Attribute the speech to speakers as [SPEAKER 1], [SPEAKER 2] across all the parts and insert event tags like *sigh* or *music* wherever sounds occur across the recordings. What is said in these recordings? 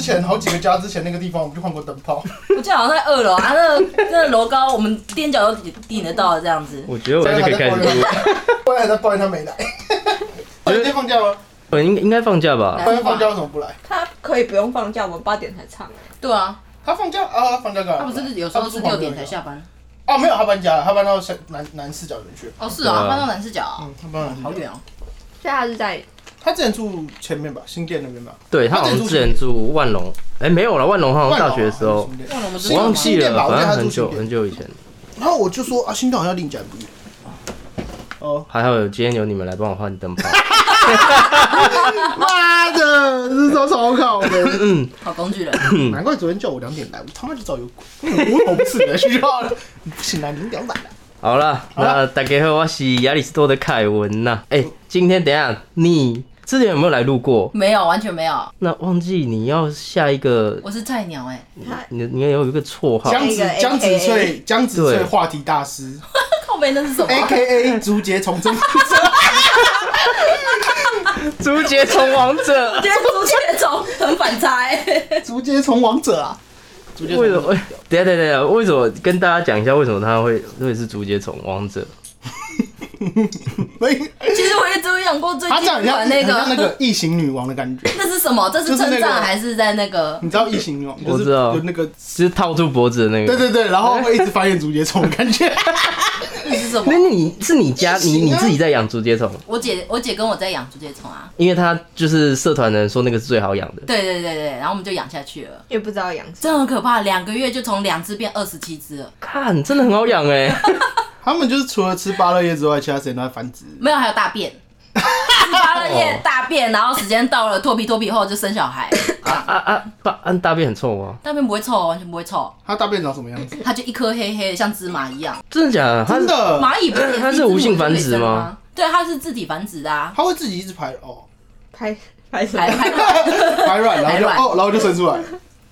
[SPEAKER 1] 前好几个家之前那个地方，我们就换过灯泡。 *laughs*
[SPEAKER 2] 我记得好像在二楼啊，那个 *laughs* 那个楼高，我们踮脚都顶得到这样子。
[SPEAKER 3] 我觉得我在这可以开始录，
[SPEAKER 1] 后来还在抱怨他 *laughs* 没来。哦
[SPEAKER 3] 觉得
[SPEAKER 1] 今天放假吗？
[SPEAKER 3] 我 *laughs* 应应该放假吧？
[SPEAKER 1] 抱怨放假为什么不来？
[SPEAKER 4] 他可以不用放假，我们八点才唱。
[SPEAKER 5] 对啊，
[SPEAKER 1] 他放假啊，放假干
[SPEAKER 5] 他
[SPEAKER 1] 嘛？
[SPEAKER 5] 不是有时候是六点才下班。
[SPEAKER 1] 哦，没有，他搬家了，他搬到南南南四角园去。
[SPEAKER 5] 哦，是
[SPEAKER 3] 对啊
[SPEAKER 5] 啊，搬到南视角啊，
[SPEAKER 1] 嗯，他搬到南四角
[SPEAKER 5] 好。远哦。
[SPEAKER 4] 所以他是在
[SPEAKER 1] 他之前住前面吧，新店那边吧。
[SPEAKER 3] 对他好像之前住万隆，哎、没有了，万
[SPEAKER 1] 哦
[SPEAKER 3] 隆好像大学的时候，
[SPEAKER 1] 万隆啊
[SPEAKER 5] 忘了我们
[SPEAKER 3] 我
[SPEAKER 5] 之
[SPEAKER 1] 新
[SPEAKER 3] 忘
[SPEAKER 1] 店
[SPEAKER 3] 记
[SPEAKER 1] 新店
[SPEAKER 3] 了，
[SPEAKER 1] 吧我
[SPEAKER 3] 反
[SPEAKER 1] 记得他
[SPEAKER 3] 正
[SPEAKER 1] 住新
[SPEAKER 3] 很久
[SPEAKER 1] 店
[SPEAKER 3] 很久以前。
[SPEAKER 1] 然后我就说啊，新店好像离你家不远。哦，
[SPEAKER 3] 还好有今天有你们来帮我换灯泡， *laughs*
[SPEAKER 1] 妈的，啊这招超好的，
[SPEAKER 5] 好工具人，
[SPEAKER 1] 难怪昨天叫我两点来，我他妈就早有鬼，我有不是你的需要了，不行啊，你两百了。
[SPEAKER 3] 好了，
[SPEAKER 1] 好啦
[SPEAKER 3] 那大家好，我是亚里士多的凯文呐、哎、今天等一下你之前有没有来录过？
[SPEAKER 5] 没有，完全没有。
[SPEAKER 3] 那忘记你要下一个，
[SPEAKER 5] 我是菜鸟哎，
[SPEAKER 4] 他
[SPEAKER 3] 你你有一个绰号，
[SPEAKER 1] 姜子
[SPEAKER 4] 那个
[SPEAKER 1] 姜子
[SPEAKER 4] AKA
[SPEAKER 1] 翠，姜子翠
[SPEAKER 3] 对
[SPEAKER 1] 话题大师
[SPEAKER 5] 靠背那是什么？
[SPEAKER 2] 啊
[SPEAKER 1] ，A K A 竹节从政
[SPEAKER 3] 竹节虫王者。 *laughs*
[SPEAKER 2] 今天竹节虫很反差
[SPEAKER 5] *laughs*
[SPEAKER 2] 欸，
[SPEAKER 1] *laughs* 竹节从王者啊，竹节
[SPEAKER 3] 为什
[SPEAKER 1] 虫
[SPEAKER 3] 么？等一下等一下等一下，为什么跟大家讲一下为什么他会会是竹节虫王者？
[SPEAKER 1] 没，
[SPEAKER 2] 其实我也只有养过最
[SPEAKER 1] 他
[SPEAKER 2] 近
[SPEAKER 1] 长得像
[SPEAKER 2] 的
[SPEAKER 1] 很
[SPEAKER 2] 那
[SPEAKER 1] 像那
[SPEAKER 2] 个，
[SPEAKER 1] 个异形女王的感觉，
[SPEAKER 2] 那是什么？这是
[SPEAKER 1] 就是那
[SPEAKER 2] 称
[SPEAKER 1] 个
[SPEAKER 2] 赞还是在那个？
[SPEAKER 1] 你知道异形女王？
[SPEAKER 3] 我
[SPEAKER 1] 就是
[SPEAKER 3] 知道
[SPEAKER 1] 有那个，
[SPEAKER 3] 就是套住脖子的那
[SPEAKER 1] 对
[SPEAKER 3] 个。
[SPEAKER 1] 对对，然后会一直繁衍竹节虫的感
[SPEAKER 3] *laughs*
[SPEAKER 1] 觉。
[SPEAKER 2] 那是什么
[SPEAKER 3] 那？你是你家你你自己在养竹节虫，
[SPEAKER 5] 我姐我姐跟我在养竹节虫啊。
[SPEAKER 3] 因为他就是社团的人说那个是最好养的。
[SPEAKER 5] 对对对对，然后我们就养下去了，
[SPEAKER 4] 也不知道养什
[SPEAKER 5] 真的很可怕，两个月就从两只变二十七只了，
[SPEAKER 3] 看，真的很好养哎、
[SPEAKER 1] 他们就是除了吃芭乐叶之外，其他时间都在繁殖。
[SPEAKER 5] 没有还有大
[SPEAKER 3] *laughs*
[SPEAKER 5] 便。发了
[SPEAKER 3] 哦
[SPEAKER 5] 夜大便，然后时间到了，脱皮脱皮后就生小
[SPEAKER 3] *laughs*
[SPEAKER 5] 孩。
[SPEAKER 3] 啊啊啊！大啊大便很臭吗？
[SPEAKER 5] 大便不会臭，哦完全不会臭，
[SPEAKER 1] 它大便长什么样子？
[SPEAKER 5] 它就一颗黑黑的，像芝麻一样。
[SPEAKER 3] 真的假的？它
[SPEAKER 1] 真的，
[SPEAKER 5] 蚂蚁不是
[SPEAKER 3] 哦它是无性繁殖吗？
[SPEAKER 5] 对，它是自体繁殖的
[SPEAKER 3] *laughs*
[SPEAKER 5] 啊，
[SPEAKER 1] 它会自己一直排哦，
[SPEAKER 4] 拍拍什
[SPEAKER 5] 排
[SPEAKER 4] 么？
[SPEAKER 5] 排
[SPEAKER 1] 排卵，然后就
[SPEAKER 5] 排卵
[SPEAKER 1] 哦，然后就生出
[SPEAKER 5] *laughs*
[SPEAKER 1] 来。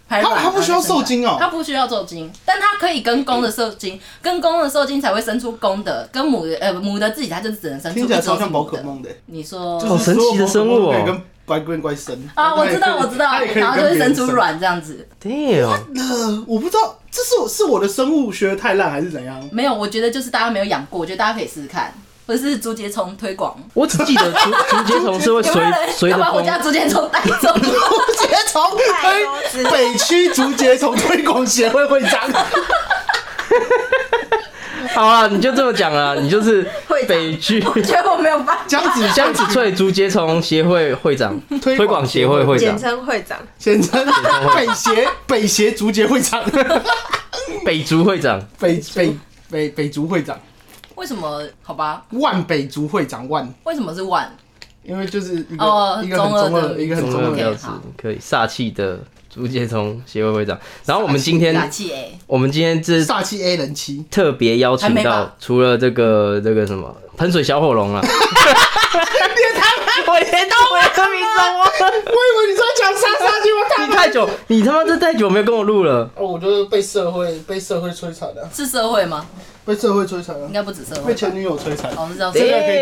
[SPEAKER 5] 排卵
[SPEAKER 1] 它它不需要受精哦
[SPEAKER 5] 它不需要受精，但它可以跟公的受精，跟公的受精才会生出公的，跟母的呃母的自己它就只能生出
[SPEAKER 1] 听
[SPEAKER 5] 一
[SPEAKER 1] 起来
[SPEAKER 5] 只
[SPEAKER 1] 超
[SPEAKER 5] 是
[SPEAKER 1] 像宝
[SPEAKER 5] 母
[SPEAKER 1] 可
[SPEAKER 5] 的。
[SPEAKER 1] 梦的，
[SPEAKER 5] 你说
[SPEAKER 1] 就
[SPEAKER 3] 好
[SPEAKER 1] 是
[SPEAKER 3] 神奇的生物哦
[SPEAKER 1] 所有宝可梦都可以跟乖跟乖生
[SPEAKER 5] 啊，我知道我知道，
[SPEAKER 1] 它也可以
[SPEAKER 5] 然后就
[SPEAKER 1] 跟
[SPEAKER 5] 会
[SPEAKER 1] 别人
[SPEAKER 5] 生出。卵这样子。
[SPEAKER 3] ，damn！
[SPEAKER 1] 呃，我不知道，这是我是我的生物学得太烂还是怎样？
[SPEAKER 5] 没有，我觉得就是大家没有养过，我觉得大家可以试试看。或者是竹节虫推广，
[SPEAKER 3] 我只记得竹竹节虫是会
[SPEAKER 5] 有
[SPEAKER 3] 随
[SPEAKER 5] 没有人
[SPEAKER 3] 随
[SPEAKER 5] 要
[SPEAKER 3] 着
[SPEAKER 5] 把我
[SPEAKER 3] 风，
[SPEAKER 5] 家竹节虫带走？
[SPEAKER 1] 竹节虫
[SPEAKER 4] 太多 *laughs* 只
[SPEAKER 1] 推北区竹节虫推广协会会长，
[SPEAKER 3] 好啊，你就这么讲啊，你就是北区
[SPEAKER 2] 觉得我没有办法。
[SPEAKER 1] 姜子
[SPEAKER 3] 江子翠竹节虫协会会长、
[SPEAKER 1] 推
[SPEAKER 3] 推广协会会
[SPEAKER 4] 简
[SPEAKER 3] 长、
[SPEAKER 4] 称会长，
[SPEAKER 1] 简称北协北协竹节会长，
[SPEAKER 3] 北竹会长，
[SPEAKER 1] 北北北北竹会长，
[SPEAKER 5] 为什么？好吧，
[SPEAKER 1] 万北竹会长万，
[SPEAKER 5] 为什么是万？
[SPEAKER 1] 因为就是一
[SPEAKER 5] 哦
[SPEAKER 1] 个一个很中
[SPEAKER 5] 中二
[SPEAKER 1] 二，
[SPEAKER 5] 的
[SPEAKER 1] 一个很
[SPEAKER 3] 中
[SPEAKER 1] 中
[SPEAKER 3] 二
[SPEAKER 1] 二
[SPEAKER 3] 标
[SPEAKER 1] 的。
[SPEAKER 3] 志可以煞气的竹节虫协会会长。然后我们今天，
[SPEAKER 5] 打气哎，
[SPEAKER 3] 我们今天这
[SPEAKER 1] 煞气 A 人妻，
[SPEAKER 3] 特别邀请
[SPEAKER 5] 还没
[SPEAKER 3] 到
[SPEAKER 5] 吧
[SPEAKER 3] 除了这个这个什么喷水小火龙啊，我连到我的名字我
[SPEAKER 1] 我以为你在讲杀杀鸡，我
[SPEAKER 3] 你太久，你他妈这太久没有跟我录了。
[SPEAKER 1] 哦，我就是被社会被社会摧残的，
[SPEAKER 5] 是社会吗？
[SPEAKER 1] 被社会摧残的
[SPEAKER 5] 应，该不止社会吧。
[SPEAKER 1] 被前女友摧残。
[SPEAKER 5] 哦，是这样
[SPEAKER 1] 这
[SPEAKER 5] 说。
[SPEAKER 1] 个可以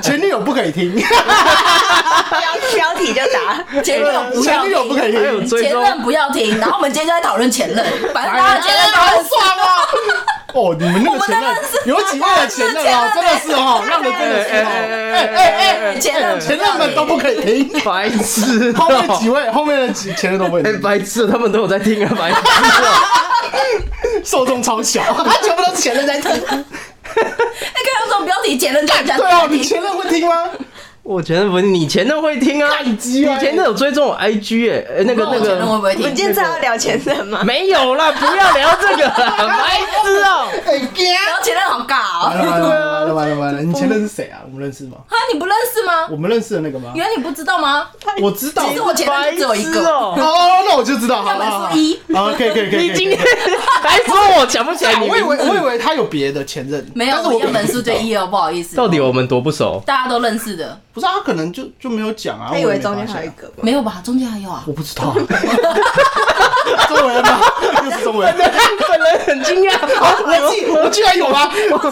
[SPEAKER 1] 剪前女友不可以听，
[SPEAKER 4] 标标题就打。
[SPEAKER 5] 前任不
[SPEAKER 1] 前女
[SPEAKER 5] 要
[SPEAKER 1] 友不
[SPEAKER 5] 听，
[SPEAKER 1] 可以
[SPEAKER 3] 还有
[SPEAKER 1] 听，
[SPEAKER 3] 追
[SPEAKER 5] 前
[SPEAKER 3] 踪，
[SPEAKER 5] 任不要听。然后我们今天就在讨论前任，反正大家前任讨
[SPEAKER 1] 好
[SPEAKER 5] 论
[SPEAKER 1] 爽啊！哦，你们那个前任有几位的前任啊，真的是哦，让人真的是哦，
[SPEAKER 3] 哎
[SPEAKER 5] 前任
[SPEAKER 1] 前任们都不可以听，
[SPEAKER 3] 白痴，
[SPEAKER 1] 后面几位后面的几前任都不
[SPEAKER 3] 哎
[SPEAKER 1] 能听，
[SPEAKER 3] 白痴，他们都有在听啊，白痴啊，
[SPEAKER 1] 受众超小，他全部都是前任在听。
[SPEAKER 5] 那个有种标题，前任就人家
[SPEAKER 1] 对哦，你前任会听吗？
[SPEAKER 3] 我前任不是你前任会听啊，
[SPEAKER 1] 干
[SPEAKER 3] 你
[SPEAKER 1] 鸡啊！
[SPEAKER 3] 前任有追踪我 IG 哎、哎那个那
[SPEAKER 5] 前任会
[SPEAKER 3] 个
[SPEAKER 5] 不会
[SPEAKER 4] 我们
[SPEAKER 5] 听？
[SPEAKER 4] 今天是要聊前任吗？
[SPEAKER 3] 没有啦，不要聊这个 *laughs* 啦，白痴哦、
[SPEAKER 1] 哎呀！
[SPEAKER 5] 然后前任好尬
[SPEAKER 1] 完
[SPEAKER 5] 哦。
[SPEAKER 1] 了完了完了完了完了！你前任是谁啊？我们认识吗？
[SPEAKER 5] 啊，你不认识吗？
[SPEAKER 1] 我们认识的那个吗？
[SPEAKER 5] 原来你不知道吗？
[SPEAKER 1] 我知道
[SPEAKER 5] 其实我前任就只有一
[SPEAKER 3] 白痴
[SPEAKER 5] 个，
[SPEAKER 3] 哦、
[SPEAKER 1] 哦，那那我就知道，好
[SPEAKER 5] 样本
[SPEAKER 1] 好
[SPEAKER 5] 数
[SPEAKER 1] 好
[SPEAKER 5] 一
[SPEAKER 1] 啊，可以可以可以
[SPEAKER 3] 你
[SPEAKER 1] 可以
[SPEAKER 3] 今。天还说我想不起来你
[SPEAKER 1] 我以
[SPEAKER 3] 名
[SPEAKER 1] 为
[SPEAKER 3] 字，
[SPEAKER 1] 我以为他有别的前任，
[SPEAKER 5] 没有，
[SPEAKER 1] 但是
[SPEAKER 5] 我
[SPEAKER 1] 我
[SPEAKER 5] 样本数就一哦，不好意思，
[SPEAKER 3] 到底我们多不 *laughs* 熟？
[SPEAKER 5] 大家都认识的，
[SPEAKER 1] 不是啊他可能就就没有讲啊，
[SPEAKER 4] 他以
[SPEAKER 1] 我也
[SPEAKER 4] 为
[SPEAKER 1] 没
[SPEAKER 4] 中间
[SPEAKER 1] 发现啊
[SPEAKER 4] 还有一个吧，
[SPEAKER 5] 没有吧？中间还有啊，
[SPEAKER 1] *laughs* 我不知道啊，中文吗？又是中文，
[SPEAKER 3] 本人很惊讶，
[SPEAKER 1] 我记我居然有啊吗？
[SPEAKER 3] 我怎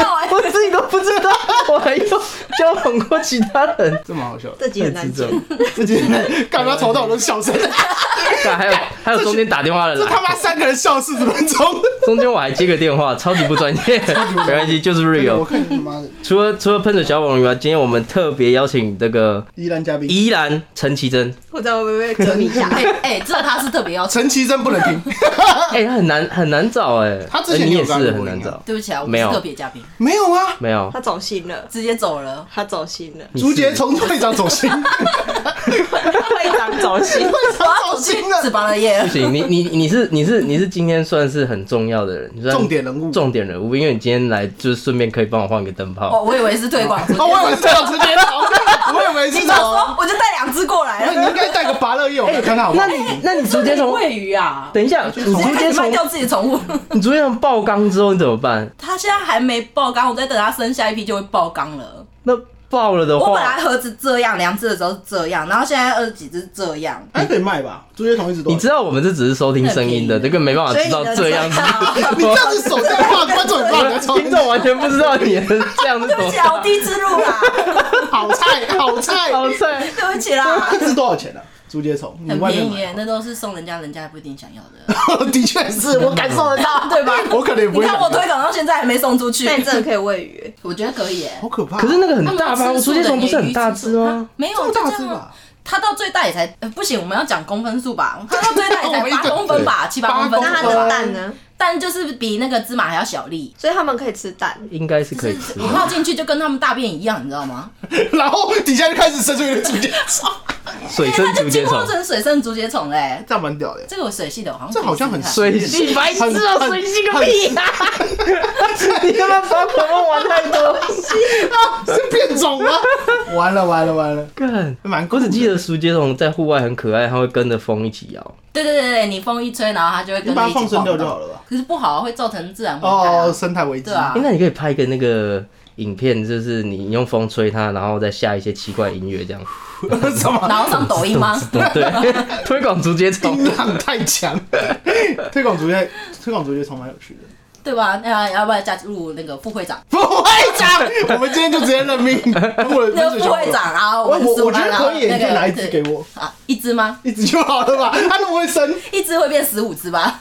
[SPEAKER 3] 么我自己都不知道，我还有交往过其他人，
[SPEAKER 1] 这蛮好笑的，
[SPEAKER 4] 这集很难
[SPEAKER 3] 智
[SPEAKER 4] 剪
[SPEAKER 3] 障，
[SPEAKER 1] 这今天干嘛吵到我都是笑声？
[SPEAKER 3] 干 *laughs* 还有还有中间打电话的
[SPEAKER 1] 这
[SPEAKER 3] 来，
[SPEAKER 1] 他妈三个人笑四十分钟，
[SPEAKER 3] 中间我还接个电话， *laughs* 超级不专业，没关系，就是
[SPEAKER 1] 哎我
[SPEAKER 3] real。
[SPEAKER 1] 看你他妈的
[SPEAKER 3] 除了除了喷水小网以外，今天我们特别邀请这个
[SPEAKER 1] 依然嘉宾，
[SPEAKER 3] 依然陈绮贞，
[SPEAKER 4] 我知道会不会折你一下。
[SPEAKER 5] 哎哎，知道他是特别要，
[SPEAKER 1] 陈绮贞不能听，
[SPEAKER 3] 哎、他很难很难找哎、
[SPEAKER 1] 他之前
[SPEAKER 3] 呃你
[SPEAKER 1] 有
[SPEAKER 3] 也是
[SPEAKER 1] 干过
[SPEAKER 3] 很
[SPEAKER 1] 应
[SPEAKER 3] 难
[SPEAKER 1] 该
[SPEAKER 3] 找，
[SPEAKER 5] 对不起啊，我不
[SPEAKER 3] 没
[SPEAKER 5] 是
[SPEAKER 3] 有
[SPEAKER 5] 特别嘉宾，
[SPEAKER 1] 没有啊？
[SPEAKER 3] 没有
[SPEAKER 4] 他。走心了，
[SPEAKER 5] 直接走了。
[SPEAKER 4] 他走心了，
[SPEAKER 3] 你
[SPEAKER 1] 竹
[SPEAKER 3] 是
[SPEAKER 1] 节从队长走心，
[SPEAKER 4] 会长走心。
[SPEAKER 1] 队长走心
[SPEAKER 5] 是
[SPEAKER 1] 了，
[SPEAKER 5] 吧？了耶
[SPEAKER 3] 不！行，你你你是你是你是今天算是很重要的人，你算
[SPEAKER 1] 重点人物
[SPEAKER 3] 重点人物，因为你今天来就是顺便可以帮我换个灯泡。
[SPEAKER 5] 哦，我以为是推广组。
[SPEAKER 1] 哦，我以为是队长直接走，我以为是
[SPEAKER 5] 警察
[SPEAKER 1] 走，
[SPEAKER 5] 说我就带两只过来
[SPEAKER 1] 那
[SPEAKER 5] 了。
[SPEAKER 1] 你应该带个拔乐叶，我们看他好不好
[SPEAKER 3] 那？
[SPEAKER 5] 哎
[SPEAKER 3] 你那你竹节虫，
[SPEAKER 2] 喂鱼啊，
[SPEAKER 3] 等一下，你竹
[SPEAKER 5] 卖 *laughs*
[SPEAKER 3] 节虫，
[SPEAKER 5] 掉自己的宠物，
[SPEAKER 3] 你竹节虫爆缸之后你怎么办？
[SPEAKER 5] 它现在还没爆缸，我在等它生下一批就会爆缸了。
[SPEAKER 3] 那爆了的
[SPEAKER 5] 我本来
[SPEAKER 3] 话，
[SPEAKER 5] 盒子这样，两只的时候是这样，然后现在二十几只这样。
[SPEAKER 1] 还可以卖吧？竹节同一直都，
[SPEAKER 3] 你知道我们这只是收听声音的，
[SPEAKER 5] 那很便宜
[SPEAKER 3] 这个没办法啊知道这样子。
[SPEAKER 5] 啊
[SPEAKER 1] 你这样子手在画，观众也不知道你在抽
[SPEAKER 3] 听众完全不知道你的
[SPEAKER 5] *laughs*
[SPEAKER 3] 这样
[SPEAKER 5] *laughs*
[SPEAKER 3] 是
[SPEAKER 5] 对
[SPEAKER 3] 什
[SPEAKER 5] 不
[SPEAKER 3] 么
[SPEAKER 5] 起。啊，我第一次录啦，
[SPEAKER 1] 好菜，好菜，
[SPEAKER 3] 好菜，
[SPEAKER 5] 对不起啦。
[SPEAKER 1] 一只多少钱呢、啊？竹节虫，你
[SPEAKER 5] 很
[SPEAKER 1] 外
[SPEAKER 5] 便
[SPEAKER 1] 面
[SPEAKER 5] 宜耶
[SPEAKER 1] 买，
[SPEAKER 5] 那都是送人家，人家也不一定想要的，
[SPEAKER 1] *laughs* 的确是我感受得到，
[SPEAKER 5] *laughs* 对吧？
[SPEAKER 1] 我可能也不
[SPEAKER 5] *laughs* 你
[SPEAKER 1] 会
[SPEAKER 5] 看
[SPEAKER 1] 买
[SPEAKER 5] 我推广到现在还没送出去
[SPEAKER 4] *laughs* 那，你真的可以
[SPEAKER 5] *laughs*
[SPEAKER 4] 喂鱼，
[SPEAKER 5] 我觉得可以耶。
[SPEAKER 1] 好可怕、
[SPEAKER 3] 可是那个很大
[SPEAKER 5] 他
[SPEAKER 3] 吧？
[SPEAKER 5] 们
[SPEAKER 3] 我
[SPEAKER 5] 吃素
[SPEAKER 3] 竹
[SPEAKER 5] 的
[SPEAKER 3] 节虫不是很大只哦吗？？
[SPEAKER 5] 也
[SPEAKER 1] 这
[SPEAKER 5] 吃素
[SPEAKER 1] 么大
[SPEAKER 5] 它没有，就这
[SPEAKER 1] 只
[SPEAKER 5] 样啊
[SPEAKER 1] 吧？
[SPEAKER 5] 它到最大也才、呃不行，我们要讲公分数吧？它到最大
[SPEAKER 1] *laughs*
[SPEAKER 5] 也
[SPEAKER 1] 我们一
[SPEAKER 5] 才
[SPEAKER 1] 直
[SPEAKER 5] 八公分吧，七八公分。
[SPEAKER 1] 八公
[SPEAKER 4] 那它
[SPEAKER 1] 分
[SPEAKER 4] 的蛋呢？
[SPEAKER 5] 但就是比那个芝麻还要小粒。
[SPEAKER 4] 所以他们可以吃蛋。
[SPEAKER 3] 应该是可以
[SPEAKER 5] 就是
[SPEAKER 3] 吃
[SPEAKER 5] 你。泡进去就跟他们大便一样，你知啊道吗？
[SPEAKER 1] 然后底下就开始生出一个竹节 *laughs* 虫，
[SPEAKER 3] 水生竹节
[SPEAKER 5] 哎进
[SPEAKER 3] 虫
[SPEAKER 5] 化，成水生竹节虫嘞。
[SPEAKER 1] 这样蛮屌的。
[SPEAKER 5] 这个我水系的，我好像
[SPEAKER 1] 这好像很
[SPEAKER 5] 水。
[SPEAKER 3] 水性
[SPEAKER 1] 哎
[SPEAKER 3] 白痴啊，
[SPEAKER 1] 很
[SPEAKER 3] 水性个屁啊！你他妈宝可梦玩太多。
[SPEAKER 1] *laughs* 是变种吗？完了完了完了，
[SPEAKER 3] 干，
[SPEAKER 1] 蛮
[SPEAKER 3] 我
[SPEAKER 1] 酷
[SPEAKER 3] 只
[SPEAKER 1] 的。
[SPEAKER 3] 记得竹节虫在户外很可爱，它会跟着风一起摇。
[SPEAKER 5] 对对对对，你风一吹，然后它就会
[SPEAKER 1] 你
[SPEAKER 5] 跟
[SPEAKER 1] 把
[SPEAKER 5] 着
[SPEAKER 1] 它
[SPEAKER 5] 一
[SPEAKER 1] 放
[SPEAKER 5] 起
[SPEAKER 1] 生
[SPEAKER 5] 晃
[SPEAKER 1] 掉就
[SPEAKER 5] 动。
[SPEAKER 1] 好了吧？
[SPEAKER 5] 可是不好啊，会造成自然毁灭啊
[SPEAKER 1] 哦，。生态危机
[SPEAKER 5] 对啊
[SPEAKER 3] 哎，那你可以拍一个那个影片，就是你用风吹它，然后再下一些奇怪音乐
[SPEAKER 5] *laughs*
[SPEAKER 3] 这样。
[SPEAKER 1] *laughs* 什么？
[SPEAKER 5] 然后上抖音吗？
[SPEAKER 3] 对， *laughs* 推广竹节
[SPEAKER 1] *laughs*
[SPEAKER 3] 虫
[SPEAKER 1] 音。浪太 *laughs* 强，推广竹节，推广竹节虫蛮有趣的。
[SPEAKER 5] 对吧？那要不要加入那个副会长？
[SPEAKER 1] 不会长，我们今天就直接任命我
[SPEAKER 5] 那个副会长啊，
[SPEAKER 1] 我
[SPEAKER 5] 们
[SPEAKER 1] 我我觉得
[SPEAKER 5] 然后
[SPEAKER 1] 可以，你
[SPEAKER 5] 那
[SPEAKER 1] 可
[SPEAKER 5] 个
[SPEAKER 1] 以拿一只给我，
[SPEAKER 5] 啊，一只吗？
[SPEAKER 1] 一只就好了吧？它那么会生，
[SPEAKER 5] 一只会变十五只吧？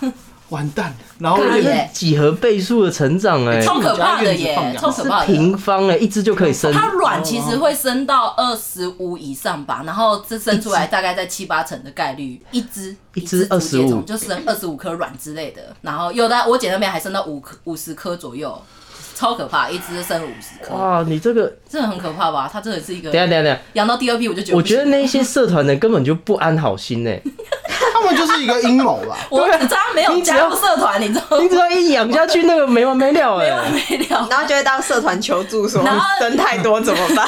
[SPEAKER 1] 完蛋了。然后
[SPEAKER 5] 可以耶
[SPEAKER 3] 几何倍数的成长哎、
[SPEAKER 5] 超可怕的
[SPEAKER 1] 你家院
[SPEAKER 5] 耶，
[SPEAKER 1] 子
[SPEAKER 5] 超
[SPEAKER 1] 放
[SPEAKER 5] 可怕的。
[SPEAKER 3] 平方哎、一只就可以生，
[SPEAKER 5] 它卵其
[SPEAKER 1] 哦
[SPEAKER 5] 实会生到二十五以上吧，然后这生出来大概在七八成的概率，一只
[SPEAKER 3] 一只
[SPEAKER 5] 竹节虫
[SPEAKER 3] 25
[SPEAKER 5] 就生二十五颗卵之类的，然后有的我姐那边还生到五颗五十颗左右，超可怕，一只生五十颗，
[SPEAKER 3] 哇！你这个
[SPEAKER 5] 真的很可怕吧？它真的是一个
[SPEAKER 3] 等一下等一下等一下，
[SPEAKER 5] 养到第二批我就觉得
[SPEAKER 3] 我
[SPEAKER 5] 不行
[SPEAKER 3] 觉得那一些社团的根本就不安好心哎、
[SPEAKER 5] *laughs*
[SPEAKER 1] 他们就是一个阴谋吧？
[SPEAKER 5] 我
[SPEAKER 3] 对啊
[SPEAKER 5] 只差没有
[SPEAKER 3] 你只
[SPEAKER 5] 加
[SPEAKER 3] 要
[SPEAKER 5] 入社团，你知道吗
[SPEAKER 3] 你？只要一养下去，那个没完没了哎、
[SPEAKER 5] 没完没了。
[SPEAKER 4] *laughs* 然后就会到社团求助说
[SPEAKER 5] 然后
[SPEAKER 4] 生太多怎么办？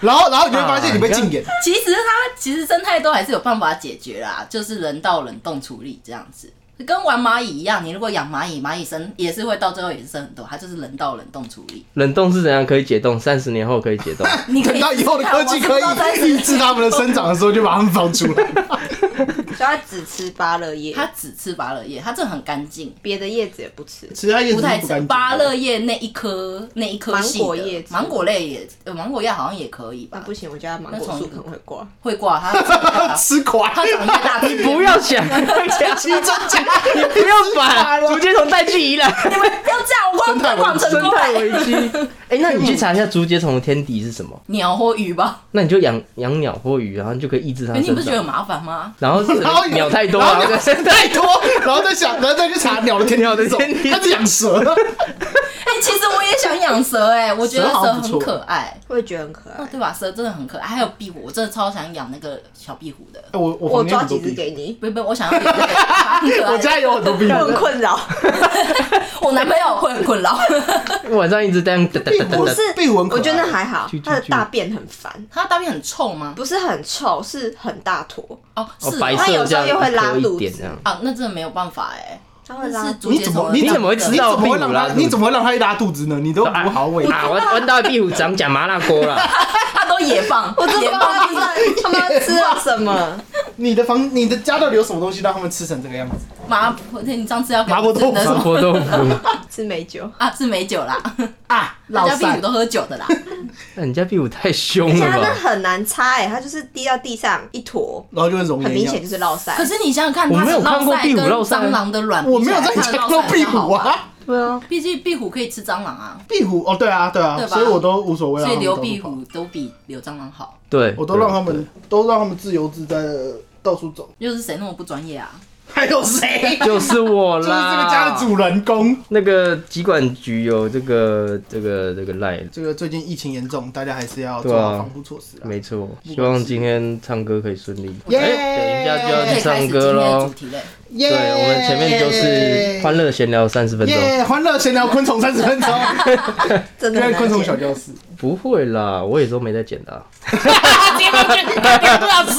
[SPEAKER 1] 然后然后你就会发现啊你被禁言，
[SPEAKER 5] *laughs* 其实它其实生态都还是有办法解决啦，就是人道冷冻处理这样子，跟玩蚂蚁一样。你如果养蚂蚁，蚂蚁生也是会到最后也是生很多，它就是人道冷冻处理。
[SPEAKER 3] 冷冻是怎样可以解冻？三十年后可以解
[SPEAKER 5] *laughs*
[SPEAKER 3] 冻，
[SPEAKER 5] 你可
[SPEAKER 1] 等
[SPEAKER 5] 以
[SPEAKER 1] 到以后的科技可以抑
[SPEAKER 5] 以，
[SPEAKER 1] 制他们的生长的时候，就把他们放出来。
[SPEAKER 4] 所以他只吃芭乐叶，
[SPEAKER 5] 它只吃芭乐叶，它真的很干净。
[SPEAKER 4] 别的叶子也不吃。
[SPEAKER 1] 其他叶
[SPEAKER 5] 不
[SPEAKER 1] 子
[SPEAKER 5] 太
[SPEAKER 1] 是不
[SPEAKER 5] 吃
[SPEAKER 1] 干净。
[SPEAKER 5] 芭乐叶那一颗那一颗系的
[SPEAKER 4] 芒果叶子
[SPEAKER 5] 芒果类也，呃芒果叶好像也可以
[SPEAKER 4] 那
[SPEAKER 5] 吧？
[SPEAKER 4] 不行，我觉得芒果树可能会挂。
[SPEAKER 5] 会挂它，它
[SPEAKER 1] 吃垮，
[SPEAKER 5] 长越大，你
[SPEAKER 3] 不要想，
[SPEAKER 1] 七真假，
[SPEAKER 3] 不要
[SPEAKER 4] *laughs*
[SPEAKER 3] 把竹节虫带去宜兰，
[SPEAKER 5] 你们不要这样，我光推广成
[SPEAKER 3] 生
[SPEAKER 5] 功
[SPEAKER 3] 态
[SPEAKER 5] 了。
[SPEAKER 3] 危机。
[SPEAKER 4] *laughs*
[SPEAKER 3] 哎、那你去查一下竹节虫的天敌是什么？
[SPEAKER 5] 鸟或鱼吧？
[SPEAKER 3] 那你就养养鸟或鱼，然后你就可以抑制它
[SPEAKER 5] 可是你
[SPEAKER 3] 生
[SPEAKER 5] 不是觉得
[SPEAKER 3] 长。
[SPEAKER 5] 很麻烦吗？
[SPEAKER 3] 然后
[SPEAKER 1] 然后
[SPEAKER 3] 鸟太多了，
[SPEAKER 1] 然后鸟太多，然后再想，然后再去查鸟的 *laughs* 天
[SPEAKER 3] 鸟的
[SPEAKER 1] 种
[SPEAKER 3] 天敌
[SPEAKER 1] 它是养蛇，
[SPEAKER 5] 哎、其实我也想养蛇哎、我觉得
[SPEAKER 1] 蛇好
[SPEAKER 5] 蛇
[SPEAKER 1] 像不
[SPEAKER 5] 很
[SPEAKER 1] 错
[SPEAKER 5] 可爱，
[SPEAKER 4] 我也觉得很可
[SPEAKER 5] 哦
[SPEAKER 4] 爱，
[SPEAKER 5] 对吧？蛇真的很可爱，还有壁虎，我真的超想养那个小壁虎的。
[SPEAKER 1] 我我
[SPEAKER 4] 我
[SPEAKER 1] 房间
[SPEAKER 4] 抓
[SPEAKER 1] 很多
[SPEAKER 4] 几
[SPEAKER 1] 壁
[SPEAKER 4] 只
[SPEAKER 1] 虎
[SPEAKER 4] 给你，
[SPEAKER 5] 不不，我想要养那个很可
[SPEAKER 1] 我
[SPEAKER 5] 爱
[SPEAKER 1] *laughs*
[SPEAKER 5] 的。
[SPEAKER 1] 家有很多壁
[SPEAKER 4] 我
[SPEAKER 1] 虎
[SPEAKER 4] 很，困扰。
[SPEAKER 5] *laughs* 我男朋友会很困扰，
[SPEAKER 3] *laughs* 晚上一直这样哒哒哒哒
[SPEAKER 4] 不
[SPEAKER 3] 哒
[SPEAKER 4] 是，
[SPEAKER 1] 闭文可爱
[SPEAKER 4] 我觉得还好
[SPEAKER 3] 去，去
[SPEAKER 4] 它的
[SPEAKER 3] 去
[SPEAKER 4] 大便很烦，
[SPEAKER 5] 他大便很臭吗？
[SPEAKER 4] 不是很臭，是很大坨，
[SPEAKER 5] 哦，
[SPEAKER 3] 哦
[SPEAKER 5] 是，
[SPEAKER 3] 白
[SPEAKER 5] 哦
[SPEAKER 4] 它
[SPEAKER 3] 色
[SPEAKER 4] 有时
[SPEAKER 3] 这
[SPEAKER 4] 候
[SPEAKER 3] 样
[SPEAKER 4] 又会拉
[SPEAKER 3] 一
[SPEAKER 4] 肚
[SPEAKER 3] 点
[SPEAKER 4] 子
[SPEAKER 3] 这样。
[SPEAKER 5] 啊，那真的没有办法哎，
[SPEAKER 4] 它会
[SPEAKER 5] 那
[SPEAKER 4] 拉
[SPEAKER 5] 是竹
[SPEAKER 1] 你
[SPEAKER 5] 节
[SPEAKER 1] 怎
[SPEAKER 5] 虫
[SPEAKER 1] 么
[SPEAKER 5] 的
[SPEAKER 1] 你
[SPEAKER 3] 怎么会
[SPEAKER 1] 你
[SPEAKER 3] 知
[SPEAKER 1] 怎
[SPEAKER 3] 道
[SPEAKER 1] 么会
[SPEAKER 3] 屁股
[SPEAKER 1] 让
[SPEAKER 3] 拉
[SPEAKER 1] 他
[SPEAKER 3] 肚子
[SPEAKER 1] 你怎么会让他一拉肚子呢？你都
[SPEAKER 3] 啊
[SPEAKER 1] 补好尾巴
[SPEAKER 3] 啊，，我我到壁虎长讲麻辣锅
[SPEAKER 4] *laughs*
[SPEAKER 3] 了，
[SPEAKER 5] 他都野放，
[SPEAKER 4] 我真
[SPEAKER 5] 野
[SPEAKER 4] 的不知道
[SPEAKER 5] 放
[SPEAKER 4] 他
[SPEAKER 5] 屁，
[SPEAKER 4] 们他们吃了什么，
[SPEAKER 1] 你的房你的家到底有什么东西让他们吃成这个样子？
[SPEAKER 5] 麻婆，你上次要给
[SPEAKER 1] 麻婆
[SPEAKER 5] 我
[SPEAKER 1] 豆腐
[SPEAKER 5] 真的什
[SPEAKER 3] 麻
[SPEAKER 5] 么
[SPEAKER 3] 婆豆腐。
[SPEAKER 4] *laughs* 吃美酒，
[SPEAKER 5] 啊？是美酒啦，
[SPEAKER 1] 啊，
[SPEAKER 5] 大
[SPEAKER 1] 老
[SPEAKER 5] 家屁
[SPEAKER 1] 三
[SPEAKER 5] 股都喝酒的啦，
[SPEAKER 3] 那人家壁虎太
[SPEAKER 4] 而
[SPEAKER 3] 凶
[SPEAKER 4] 且
[SPEAKER 3] 了
[SPEAKER 4] 它那
[SPEAKER 3] 吧？
[SPEAKER 4] 很难擦哎，它就是滴到地上一坨，
[SPEAKER 1] 然后就跟熔
[SPEAKER 4] 很
[SPEAKER 1] 岩一
[SPEAKER 4] 明
[SPEAKER 1] 样
[SPEAKER 4] 显。就是落塞
[SPEAKER 5] 可。是你想想看，
[SPEAKER 3] 我没有
[SPEAKER 5] 它是
[SPEAKER 3] 看过
[SPEAKER 5] 落塞
[SPEAKER 3] 壁虎
[SPEAKER 5] 跟
[SPEAKER 3] 落塞
[SPEAKER 5] 蟑螂的卵，
[SPEAKER 1] 我没有在你家看到壁虎，啊，
[SPEAKER 3] 对啊，
[SPEAKER 5] 毕竟壁虎可以吃蟑螂啊，
[SPEAKER 1] 壁虎哦，对啊，对啊，
[SPEAKER 5] 对吧
[SPEAKER 1] 所以我都无所谓啊，
[SPEAKER 5] 所以留
[SPEAKER 1] 他们都
[SPEAKER 5] 壁
[SPEAKER 1] 跑，
[SPEAKER 5] 虎都比留蟑螂好。
[SPEAKER 3] 对，
[SPEAKER 1] 我都让他
[SPEAKER 3] 对
[SPEAKER 1] 们都让他们自由自在的到处走。
[SPEAKER 5] 就是谁那么不专业啊？
[SPEAKER 1] 还有谁？
[SPEAKER 3] 就是我
[SPEAKER 1] *laughs* 就是这
[SPEAKER 3] 啦，
[SPEAKER 1] 个家的主人公。
[SPEAKER 3] 那个疾管局有这个这个这个赖，
[SPEAKER 1] 这个最近疫情严重，大家还是要
[SPEAKER 3] 对啊
[SPEAKER 1] 做好防护措施啊。
[SPEAKER 3] 没错。希望今天唱歌可以顺利。
[SPEAKER 1] 耶哎
[SPEAKER 3] 哎等一下就要
[SPEAKER 5] 可以开
[SPEAKER 3] 去
[SPEAKER 5] 始
[SPEAKER 3] 唱
[SPEAKER 5] 今
[SPEAKER 3] 歌
[SPEAKER 5] 天的
[SPEAKER 3] 喽
[SPEAKER 5] 主。题嘞。
[SPEAKER 1] 耶
[SPEAKER 3] 对，我们前面就是欢乐闲聊三十分钟，
[SPEAKER 1] 耶，欢乐闲聊昆虫三十分 *laughs* 钟，
[SPEAKER 4] 真的
[SPEAKER 1] 跟
[SPEAKER 4] 很
[SPEAKER 1] 昆
[SPEAKER 4] 难
[SPEAKER 1] 虫小
[SPEAKER 4] 剪。
[SPEAKER 1] 教室。
[SPEAKER 3] 不会啦，我也都没在剪的啊。
[SPEAKER 5] 多少时？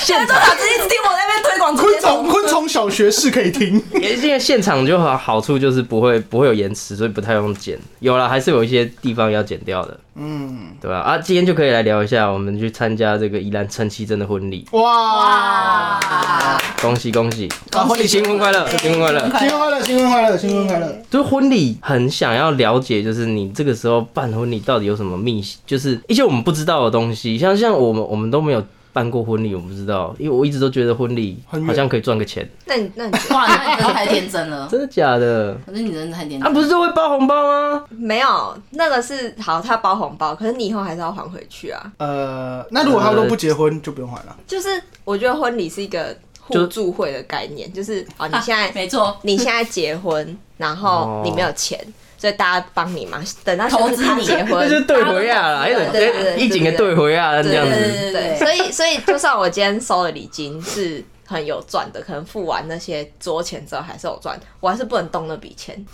[SPEAKER 5] 现在多少时一直听我在那边推广
[SPEAKER 1] 昆虫昆虫小学士可以听，
[SPEAKER 3] 也现在现场就好，好处就是不会不会有延迟，所以不太用剪。有了，还是有一些地方要剪掉的，
[SPEAKER 1] 嗯，
[SPEAKER 3] 对吧、啊？今天就可以来聊一下，我们去参加这个宜兰陈绮贞的婚礼，
[SPEAKER 1] 哇，
[SPEAKER 5] 啊！
[SPEAKER 3] 恭喜恭喜！
[SPEAKER 1] 啊婚礼
[SPEAKER 3] 新婚快乐，新婚快乐！
[SPEAKER 1] 新婚快乐，新婚快乐，新婚快乐，
[SPEAKER 3] 就是婚礼很想要了解，就是你这个时候办婚礼到底有什么秘，就是一些我们不知道的东西。像像我们我们都没有办过婚礼，我们不知道，因为我一直都觉得婚礼
[SPEAKER 1] 很远
[SPEAKER 3] 好像可以赚个钱，
[SPEAKER 4] 那你那你觉得
[SPEAKER 5] 哇，那你真的太天真了。
[SPEAKER 3] 真的假的？
[SPEAKER 5] 可是你真的太天真
[SPEAKER 3] 啊，
[SPEAKER 5] 了。
[SPEAKER 3] 不是都会包红包吗？
[SPEAKER 4] 没有那个是好，他包红包，可是你以后还是要还回去啊。
[SPEAKER 1] 呃，那如果他都不结婚，就不用还了。
[SPEAKER 4] 就是我觉得婚礼是一个
[SPEAKER 3] 就
[SPEAKER 4] 互助会的概念，就是啊，你现在
[SPEAKER 5] 没错，
[SPEAKER 4] 你现在结婚，然
[SPEAKER 3] 哦
[SPEAKER 4] 后你没有钱，所以大家帮你嘛，等到
[SPEAKER 5] 投
[SPEAKER 4] 下
[SPEAKER 5] 资
[SPEAKER 4] 次他
[SPEAKER 5] 你
[SPEAKER 4] 结
[SPEAKER 3] 那 *laughs* 就是
[SPEAKER 4] 婚。
[SPEAKER 3] 对回啊啦，一种
[SPEAKER 4] 对对对
[SPEAKER 3] 一整个对回啊这样
[SPEAKER 5] 对
[SPEAKER 3] 子。
[SPEAKER 5] 对
[SPEAKER 4] 对，
[SPEAKER 5] 对对，
[SPEAKER 4] 所以所以就算我今天收的礼金是很有赚的，可能付完那些桌钱之后还是有赚，我还是不能动那笔钱。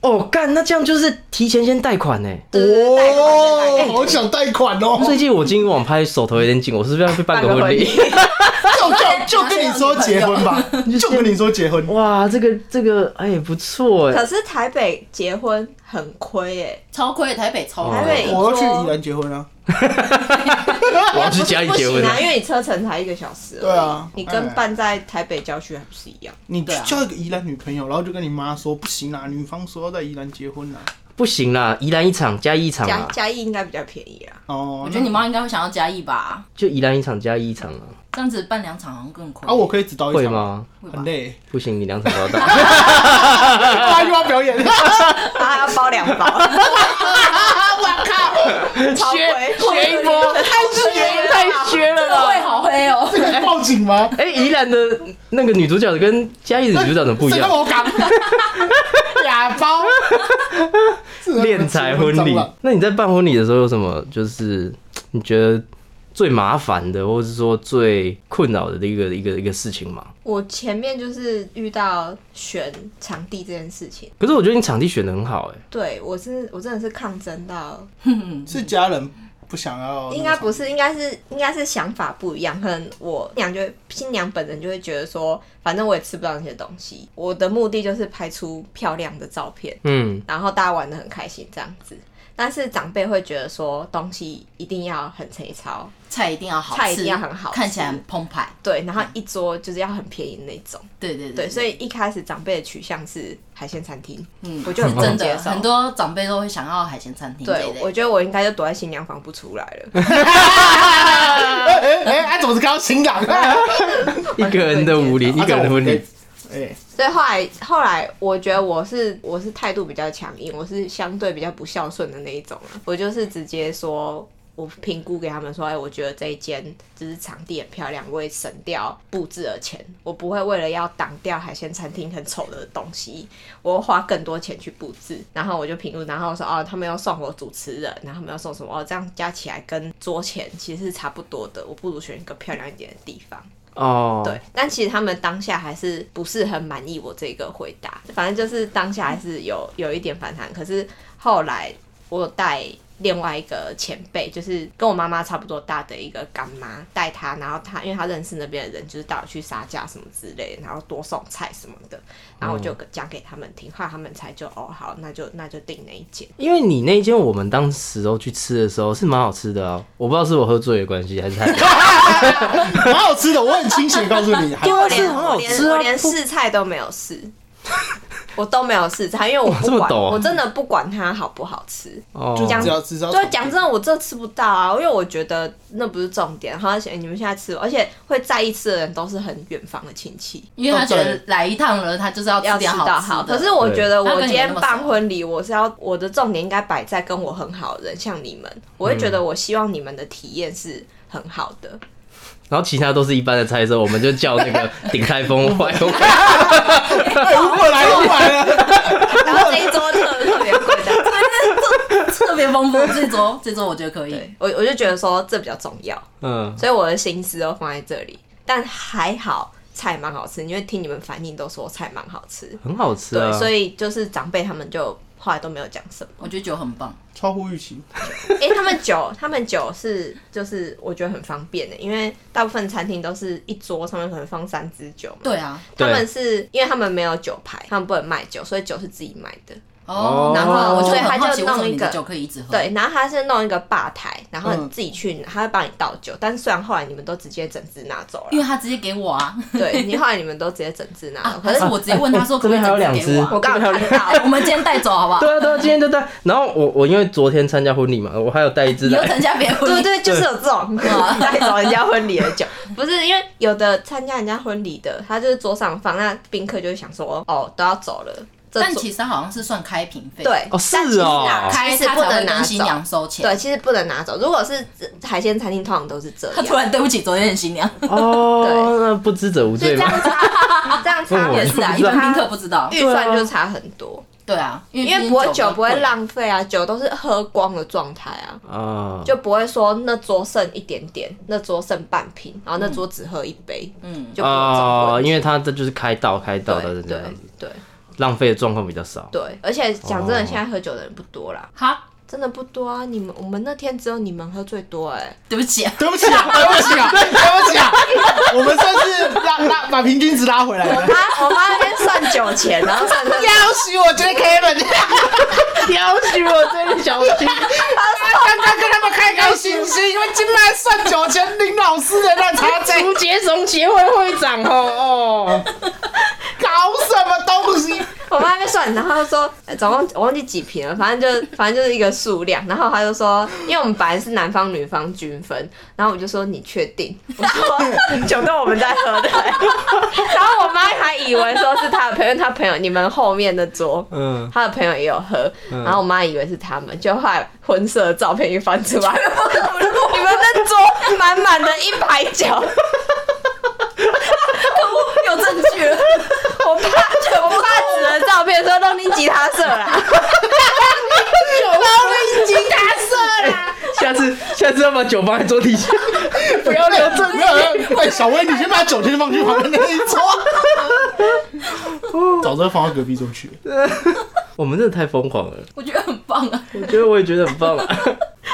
[SPEAKER 3] 哦，干，那这样就是提前先贷款呢、欸
[SPEAKER 4] 对对对贷款先贷款
[SPEAKER 1] 哦好想贷款哦！
[SPEAKER 3] *laughs* 最近我金鱼网拍手头有点紧，我是不是要去办个婚礼？
[SPEAKER 1] 就就就跟你说结婚吧，就跟你说结婚。
[SPEAKER 3] *laughs* 哇，这个这个，哎、不错哎、
[SPEAKER 4] 可是台北结婚很亏哎、
[SPEAKER 5] 超亏台北
[SPEAKER 1] 哦
[SPEAKER 5] 超
[SPEAKER 4] 台
[SPEAKER 5] 亏。
[SPEAKER 4] 北
[SPEAKER 1] 我要去宜兰结婚啊！
[SPEAKER 3] 我要去家里
[SPEAKER 4] 不
[SPEAKER 3] 结婚
[SPEAKER 4] 行
[SPEAKER 3] 了
[SPEAKER 4] 啊，因为你车程才一个小时而已，
[SPEAKER 1] 对啊
[SPEAKER 4] 你跟办在台北郊区还不是一样？
[SPEAKER 1] 你
[SPEAKER 5] 对啊
[SPEAKER 1] 交一个宜兰女朋友，然后就跟你妈说不行啦，女方说要在宜兰结婚啊啦。
[SPEAKER 3] 不行啦，宜兰一场加一场
[SPEAKER 4] 嘉
[SPEAKER 3] 啊，
[SPEAKER 4] 嘉义应该比较便宜啦。
[SPEAKER 1] 哦，
[SPEAKER 5] 我觉得你妈应该会想要加一吧，
[SPEAKER 3] 就宜兰一场加一场啊，
[SPEAKER 5] 这样子办两场好像更亏。
[SPEAKER 1] 啊，我可以只到一
[SPEAKER 3] 会
[SPEAKER 1] 场？
[SPEAKER 3] 吗？
[SPEAKER 1] 很累， *laughs*
[SPEAKER 3] 不行，你两场都要到。
[SPEAKER 1] 他又要表演，
[SPEAKER 4] 他要包两
[SPEAKER 3] *laughs*
[SPEAKER 4] 包，超贵，
[SPEAKER 3] 学一波，太学太学了
[SPEAKER 5] 这会
[SPEAKER 3] 啦！
[SPEAKER 5] 好黑哦。
[SPEAKER 1] 这个报警吗？
[SPEAKER 3] *laughs* 哎、宜兰的那个女主角跟嘉义的女主角怎么不一
[SPEAKER 1] 谁
[SPEAKER 3] 样
[SPEAKER 1] 跟？我讲？ *laughs* 哑巴，
[SPEAKER 3] *laughs* 练财婚礼。那你在办婚礼的时候有什么？就是你觉得最麻烦的，或者是说最困扰的一个一个一个事情吗？
[SPEAKER 4] 我前面就是遇到选场地这件事情，
[SPEAKER 3] 可是我觉得你场地选的很好、哎，
[SPEAKER 4] 对我是我真的是抗争到，
[SPEAKER 1] 是家人不想要，
[SPEAKER 4] 应该不是，应该是应该是想法不一样。可能我新娘就会新娘本人就会觉得说，反正我也吃不到那些东西，我的目的就是拍出漂亮的照片，
[SPEAKER 3] 嗯，
[SPEAKER 4] 然后大家玩的很开心这样子。但是长辈会觉得说，东西一定要很粗糙，
[SPEAKER 5] 菜一定要好吃，
[SPEAKER 4] 菜一定要很好吃
[SPEAKER 5] 看起来很澎湃。
[SPEAKER 4] 对，然后一桌就是要很便宜那种，
[SPEAKER 5] 对对
[SPEAKER 4] 对，所
[SPEAKER 5] 以
[SPEAKER 4] 以一开始长辈的取向是海鲜餐厅，
[SPEAKER 5] 嗯，
[SPEAKER 4] 我觉得
[SPEAKER 5] 是真
[SPEAKER 4] 很不能
[SPEAKER 5] 的，
[SPEAKER 4] 接受
[SPEAKER 5] *laughs* 很多长辈都会想要海鲜餐厅这一
[SPEAKER 4] 对
[SPEAKER 5] 类。，
[SPEAKER 4] 我觉得我应该就躲在新娘房不出来
[SPEAKER 5] *laughs*
[SPEAKER 4] 了。
[SPEAKER 1] *laughs* 哎哎哎，啊，怎么是刚刚新郎？啊
[SPEAKER 3] 一个人的武林，一个人的婚礼，
[SPEAKER 1] 哎，
[SPEAKER 4] 所以后来后来，我觉得我是我是态度比较强硬，我是相对比较不孝顺的那一种啊。我就是直接说，我评估给他们说，哎，我觉得这一间就是场地很漂亮，我也省掉布置的钱，我不会为了要挡掉海鲜餐厅很丑的东西，我会花更多钱去布置。然后我就评估，然后我说哦，他们要送我主持人，然后他们要送什哦么，哦，这样加起来跟桌钱其实是差不多的，我不如选一个漂亮一点的地方。
[SPEAKER 3] 哦，
[SPEAKER 4] 对，，但其实他们当下还是不是很满意我这个回答，反正就是当下还是有有一点反弹。可是后来我有带另外一个前辈，就是跟我妈妈差不多大的一个干妈，带她，然后她因为她认识那边的人，就是带我去杀价什么之类，然后多送菜什么的，然后我
[SPEAKER 3] 嗯
[SPEAKER 4] 就讲给他们听，后来他们才就哦好，那就那就订那一间。
[SPEAKER 3] 因为你那一间我们当时都去吃的时候是蛮好吃的啊，我不知道是我喝醉的关系还是他，
[SPEAKER 1] *laughs* 蛮好吃的，我很清醒地告诉你，还
[SPEAKER 4] 我
[SPEAKER 3] 是
[SPEAKER 4] 连
[SPEAKER 3] 很
[SPEAKER 4] 我
[SPEAKER 3] 好
[SPEAKER 4] 连
[SPEAKER 3] 吃啊
[SPEAKER 4] 我连试菜都没有试，我都没有试菜，因为我
[SPEAKER 3] 哇这
[SPEAKER 4] 不
[SPEAKER 3] 么
[SPEAKER 4] 管，
[SPEAKER 3] 陡啊
[SPEAKER 4] 我真的不管它好不好吃。
[SPEAKER 3] 哦，
[SPEAKER 1] 就
[SPEAKER 4] 讲
[SPEAKER 1] 只要至少
[SPEAKER 4] 对，啊讲真的，我这吃不到啊，因为我觉得那不是重点。然后而且你们现在吃，而且会在意吃的人都是很远方的亲戚，
[SPEAKER 5] 因为他觉
[SPEAKER 1] 哦
[SPEAKER 5] 得来一趟了，他就是要
[SPEAKER 4] 要
[SPEAKER 5] 哦吃
[SPEAKER 4] 吃
[SPEAKER 5] 点好
[SPEAKER 4] 到好。
[SPEAKER 5] 吃的。
[SPEAKER 4] 可是我觉得
[SPEAKER 5] 对
[SPEAKER 4] 我今天
[SPEAKER 5] 他跟你们那么
[SPEAKER 4] 办
[SPEAKER 5] 熟
[SPEAKER 4] 婚礼，我是要我的重点应该摆在跟我很好的人，像你们，我会觉得我希望你们的体验是很好的。
[SPEAKER 5] *laughs*
[SPEAKER 3] 然后其他都是一般的菜色，我们就叫那个鼎
[SPEAKER 1] *laughs*
[SPEAKER 3] 泰丰外公，
[SPEAKER 1] 哎，如果来就来啊了，
[SPEAKER 4] 然后这一桌特特别贵的，
[SPEAKER 5] *laughs* 特别丰富，这桌这桌我觉得可以。
[SPEAKER 4] 对我我就觉得说这比较重要。
[SPEAKER 3] 嗯，
[SPEAKER 4] 所以我的心思都放在这里。但还好菜蛮好吃，因为听你们反应都说菜蛮好吃，
[SPEAKER 3] 很好吃
[SPEAKER 4] 对，
[SPEAKER 3] 啊，
[SPEAKER 4] 所以就是长辈他们就后来都没有讲什么。
[SPEAKER 5] 我觉得酒很棒，
[SPEAKER 1] 超乎预期。
[SPEAKER 4] 哎、他们酒，他们酒是就是我觉得很方便的，因为大部分餐厅都是一桌上面可能放三支酒嘛。
[SPEAKER 5] 对啊，
[SPEAKER 4] 他
[SPEAKER 3] 对
[SPEAKER 4] 们是因为他们没有酒牌，他们不能卖酒，所以酒是自己买的。
[SPEAKER 5] 哦，
[SPEAKER 3] 然后
[SPEAKER 5] 我就
[SPEAKER 4] 所以他
[SPEAKER 5] 很好奇，为什
[SPEAKER 4] 就
[SPEAKER 5] 么
[SPEAKER 4] 弄一
[SPEAKER 5] 你的
[SPEAKER 4] 个
[SPEAKER 5] 酒可以一直喝？，
[SPEAKER 4] 对，然后他是弄一个吧台，然后你
[SPEAKER 1] 嗯
[SPEAKER 4] 自己去拿，他会帮你倒酒。但是虽然后来你们都直接整支拿走
[SPEAKER 5] 因
[SPEAKER 4] 了，
[SPEAKER 5] 为他直接给我啊，
[SPEAKER 4] 对，你后来你们都直接整支拿走，
[SPEAKER 5] *laughs* 啊
[SPEAKER 4] *laughs* 可
[SPEAKER 5] 还
[SPEAKER 4] 是
[SPEAKER 5] 是我直接问他说可
[SPEAKER 3] *laughs* 这
[SPEAKER 5] 不可以
[SPEAKER 3] 边还
[SPEAKER 5] 整
[SPEAKER 3] 有两
[SPEAKER 5] 只给
[SPEAKER 3] 只
[SPEAKER 5] 我，啊？
[SPEAKER 4] 我刚
[SPEAKER 3] *laughs*
[SPEAKER 4] 好看到，
[SPEAKER 5] 我们今天带走好不好？
[SPEAKER 3] 对啊对啊，今天就带，然后我我因为昨天参加婚礼嘛，我还有带一只
[SPEAKER 5] 你又
[SPEAKER 3] 来，
[SPEAKER 5] 参加别人婚
[SPEAKER 4] 对
[SPEAKER 5] 礼，
[SPEAKER 4] 对，就是有这种 *laughs* 带走人家婚礼的酒， *laughs* 不是因为有的参加人家婚礼的，他就是桌上放，那宾客就会想说，哦，都要走了，这
[SPEAKER 5] 但
[SPEAKER 4] 桌
[SPEAKER 5] 其实他好像是算开瓶费，，
[SPEAKER 4] 对，
[SPEAKER 3] 哦
[SPEAKER 4] 但其
[SPEAKER 3] 是
[SPEAKER 4] 实
[SPEAKER 3] 哦
[SPEAKER 4] 拿
[SPEAKER 5] 开
[SPEAKER 4] 其实
[SPEAKER 5] 他
[SPEAKER 4] 不
[SPEAKER 5] 才
[SPEAKER 4] 能
[SPEAKER 5] 会
[SPEAKER 4] 拿
[SPEAKER 5] 跟新娘
[SPEAKER 4] 走，
[SPEAKER 5] 收钱。
[SPEAKER 4] 对，，其实不能拿走。如果是海鲜餐厅，通常都是这
[SPEAKER 5] 他
[SPEAKER 4] 样， *laughs*
[SPEAKER 5] 突然对不起昨天的新娘，
[SPEAKER 3] 哦，
[SPEAKER 4] 对
[SPEAKER 3] 那不知者无
[SPEAKER 4] 所
[SPEAKER 3] 罪
[SPEAKER 4] 以这
[SPEAKER 3] 嘛
[SPEAKER 4] 样，差，这样差
[SPEAKER 5] *laughs*
[SPEAKER 3] 嗯
[SPEAKER 5] 也
[SPEAKER 4] 很
[SPEAKER 5] 是啊，
[SPEAKER 3] 我
[SPEAKER 5] 一
[SPEAKER 3] 就不知道
[SPEAKER 5] 般宾客不知道，
[SPEAKER 4] 预算就差很多，
[SPEAKER 5] 对啊，因
[SPEAKER 4] 因为
[SPEAKER 5] 为
[SPEAKER 4] 不
[SPEAKER 5] 不
[SPEAKER 4] 会酒不会
[SPEAKER 5] 浪，
[SPEAKER 4] 浪费啊，酒都是喝光的状态啊。
[SPEAKER 3] 啊，
[SPEAKER 4] 就不会说那桌剩一点点，那桌剩半瓶，然后那桌只喝一杯，
[SPEAKER 5] 嗯，
[SPEAKER 4] 就不会走
[SPEAKER 3] 哦，
[SPEAKER 4] 问题
[SPEAKER 3] 因为他这就是开道开道
[SPEAKER 4] 对
[SPEAKER 3] 的是这
[SPEAKER 4] 对
[SPEAKER 3] 样子，
[SPEAKER 4] 对
[SPEAKER 3] 浪费的状况比较少，
[SPEAKER 4] 对，而且讲真的，
[SPEAKER 3] 哦
[SPEAKER 4] 现在喝酒的人不多啦，
[SPEAKER 5] 好，
[SPEAKER 4] 真的不多啊。你们我们那天只有你们喝最多 *laughs* 哎、
[SPEAKER 5] 对不起啊， *laughs*
[SPEAKER 1] 对不起啊，对不起啊，对不起啊，我们算是拉拉把平均值拉回来
[SPEAKER 4] 我
[SPEAKER 1] 了。
[SPEAKER 4] 妈我妈那边算酒钱，然后算 *laughs* 那
[SPEAKER 1] 要许我觉得 Kevin，
[SPEAKER 3] *laughs* 要许我真的小心，
[SPEAKER 1] 刚刚跟他们开开心心，因为今天来算九千林老师的那查证，
[SPEAKER 3] 哎竹节怂协会会长哦哦，
[SPEAKER 1] *laughs* 搞什么东西？
[SPEAKER 4] 我妈在那边算，然后她说、呃总共我忘记几瓶了，反正就反正就是一个数量。然后她就说，因为我们本来是男方女方均分，然后我就说你确定？ *laughs* 我说酒都我们在喝的、 *laughs* 然后我妈还以为说是她的朋友，因为她朋友你们后面的桌。 *laughs*
[SPEAKER 3] 嗯，
[SPEAKER 4] 她的朋友也有喝，然后我妈以为是他们，就后来婚摄的照片一翻出 *laughs* 来，你们那桌满满的一排酒，
[SPEAKER 5] 有证据了，
[SPEAKER 4] 我爸我爸指了照片说弄进吉他社啦。 *laughs*
[SPEAKER 3] 下次 *laughs* 下次要把酒放在桌底下， *laughs*
[SPEAKER 1] 不要聊这个。哎，小薇，你先把九千放去旁边那一桌。 *laughs* 早知道放到隔壁桌去。
[SPEAKER 3] 我们真的太疯狂了，
[SPEAKER 5] 我觉得很棒啊，
[SPEAKER 3] 我觉得我也觉得很棒啊，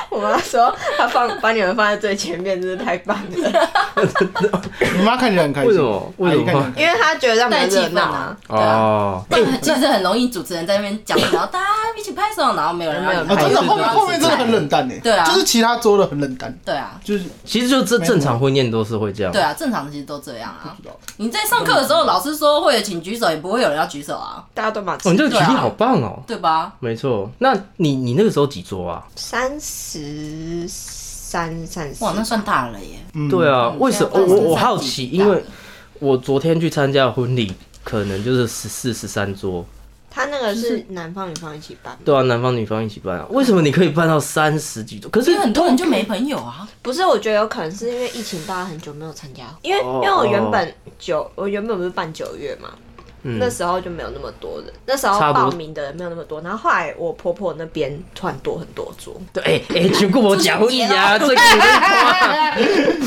[SPEAKER 4] 我妈说她放把你们放在最前面，真是太棒了，
[SPEAKER 1] 你妈看起来很开心，
[SPEAKER 3] 为什么为什
[SPEAKER 1] 阿姨
[SPEAKER 3] 么
[SPEAKER 1] 看起来很开心
[SPEAKER 4] *laughs* 因为她觉得让
[SPEAKER 5] 带
[SPEAKER 4] 们
[SPEAKER 5] 气
[SPEAKER 4] 热
[SPEAKER 5] 氛
[SPEAKER 4] 闹
[SPEAKER 5] 啊
[SPEAKER 4] 啊。，
[SPEAKER 5] 对啊。
[SPEAKER 3] *laughs* 哦，
[SPEAKER 5] 但其实很容易，主持人在那边讲，然后大家一起拍手，然后没有人让
[SPEAKER 1] 啊，
[SPEAKER 5] 你
[SPEAKER 4] 没有
[SPEAKER 5] 拍
[SPEAKER 1] 真
[SPEAKER 5] 手
[SPEAKER 1] 的后面后面真的很冷淡呢。欸
[SPEAKER 5] 对啊
[SPEAKER 1] 就是其他桌的很冷淡，
[SPEAKER 5] 对啊，
[SPEAKER 1] 就是不
[SPEAKER 3] 其实就这正常婚宴都是会这样
[SPEAKER 5] 对，啊，正常的其实都这样啊。
[SPEAKER 1] 知道。
[SPEAKER 5] 你在上课的时候，老师说会有请举手，也不会有人要举手啊，
[SPEAKER 4] 大家都蛮
[SPEAKER 3] 哦，你这个举
[SPEAKER 5] 对
[SPEAKER 3] 例
[SPEAKER 5] 啊
[SPEAKER 3] 好棒哦，
[SPEAKER 5] 对吧？
[SPEAKER 3] 没错，那你你那个时候几桌啊？
[SPEAKER 4] 三十三三十
[SPEAKER 5] 哇，，那算大了耶！
[SPEAKER 1] 嗯
[SPEAKER 3] 对，啊，为什么我
[SPEAKER 5] 现在
[SPEAKER 3] 我我
[SPEAKER 5] 三十
[SPEAKER 3] 好
[SPEAKER 5] 几
[SPEAKER 3] 奇，
[SPEAKER 5] 大
[SPEAKER 3] 因为
[SPEAKER 5] 了
[SPEAKER 3] 我昨天去参加婚礼，可能就是十四十三桌，
[SPEAKER 4] 她那个是男方女方一起办吗，
[SPEAKER 3] 对啊，男方女方一起办啊，为什么你可以办到三十几桌？可是
[SPEAKER 5] 因为很多人就没朋友啊，
[SPEAKER 4] 不是？我觉得有可能是因为疫情，大家很久没有参加，因为
[SPEAKER 3] 哦
[SPEAKER 4] 因为我原本九，我原本不是办九月嘛，
[SPEAKER 3] 嗯
[SPEAKER 4] 那时候就没有那么多人，那时候
[SPEAKER 3] 差不多
[SPEAKER 4] 报名的人没有那么多。然后后来我婆婆那边突然多很多桌，
[SPEAKER 3] 对，哎、哎，全部我讲你啊，这个
[SPEAKER 5] *laughs*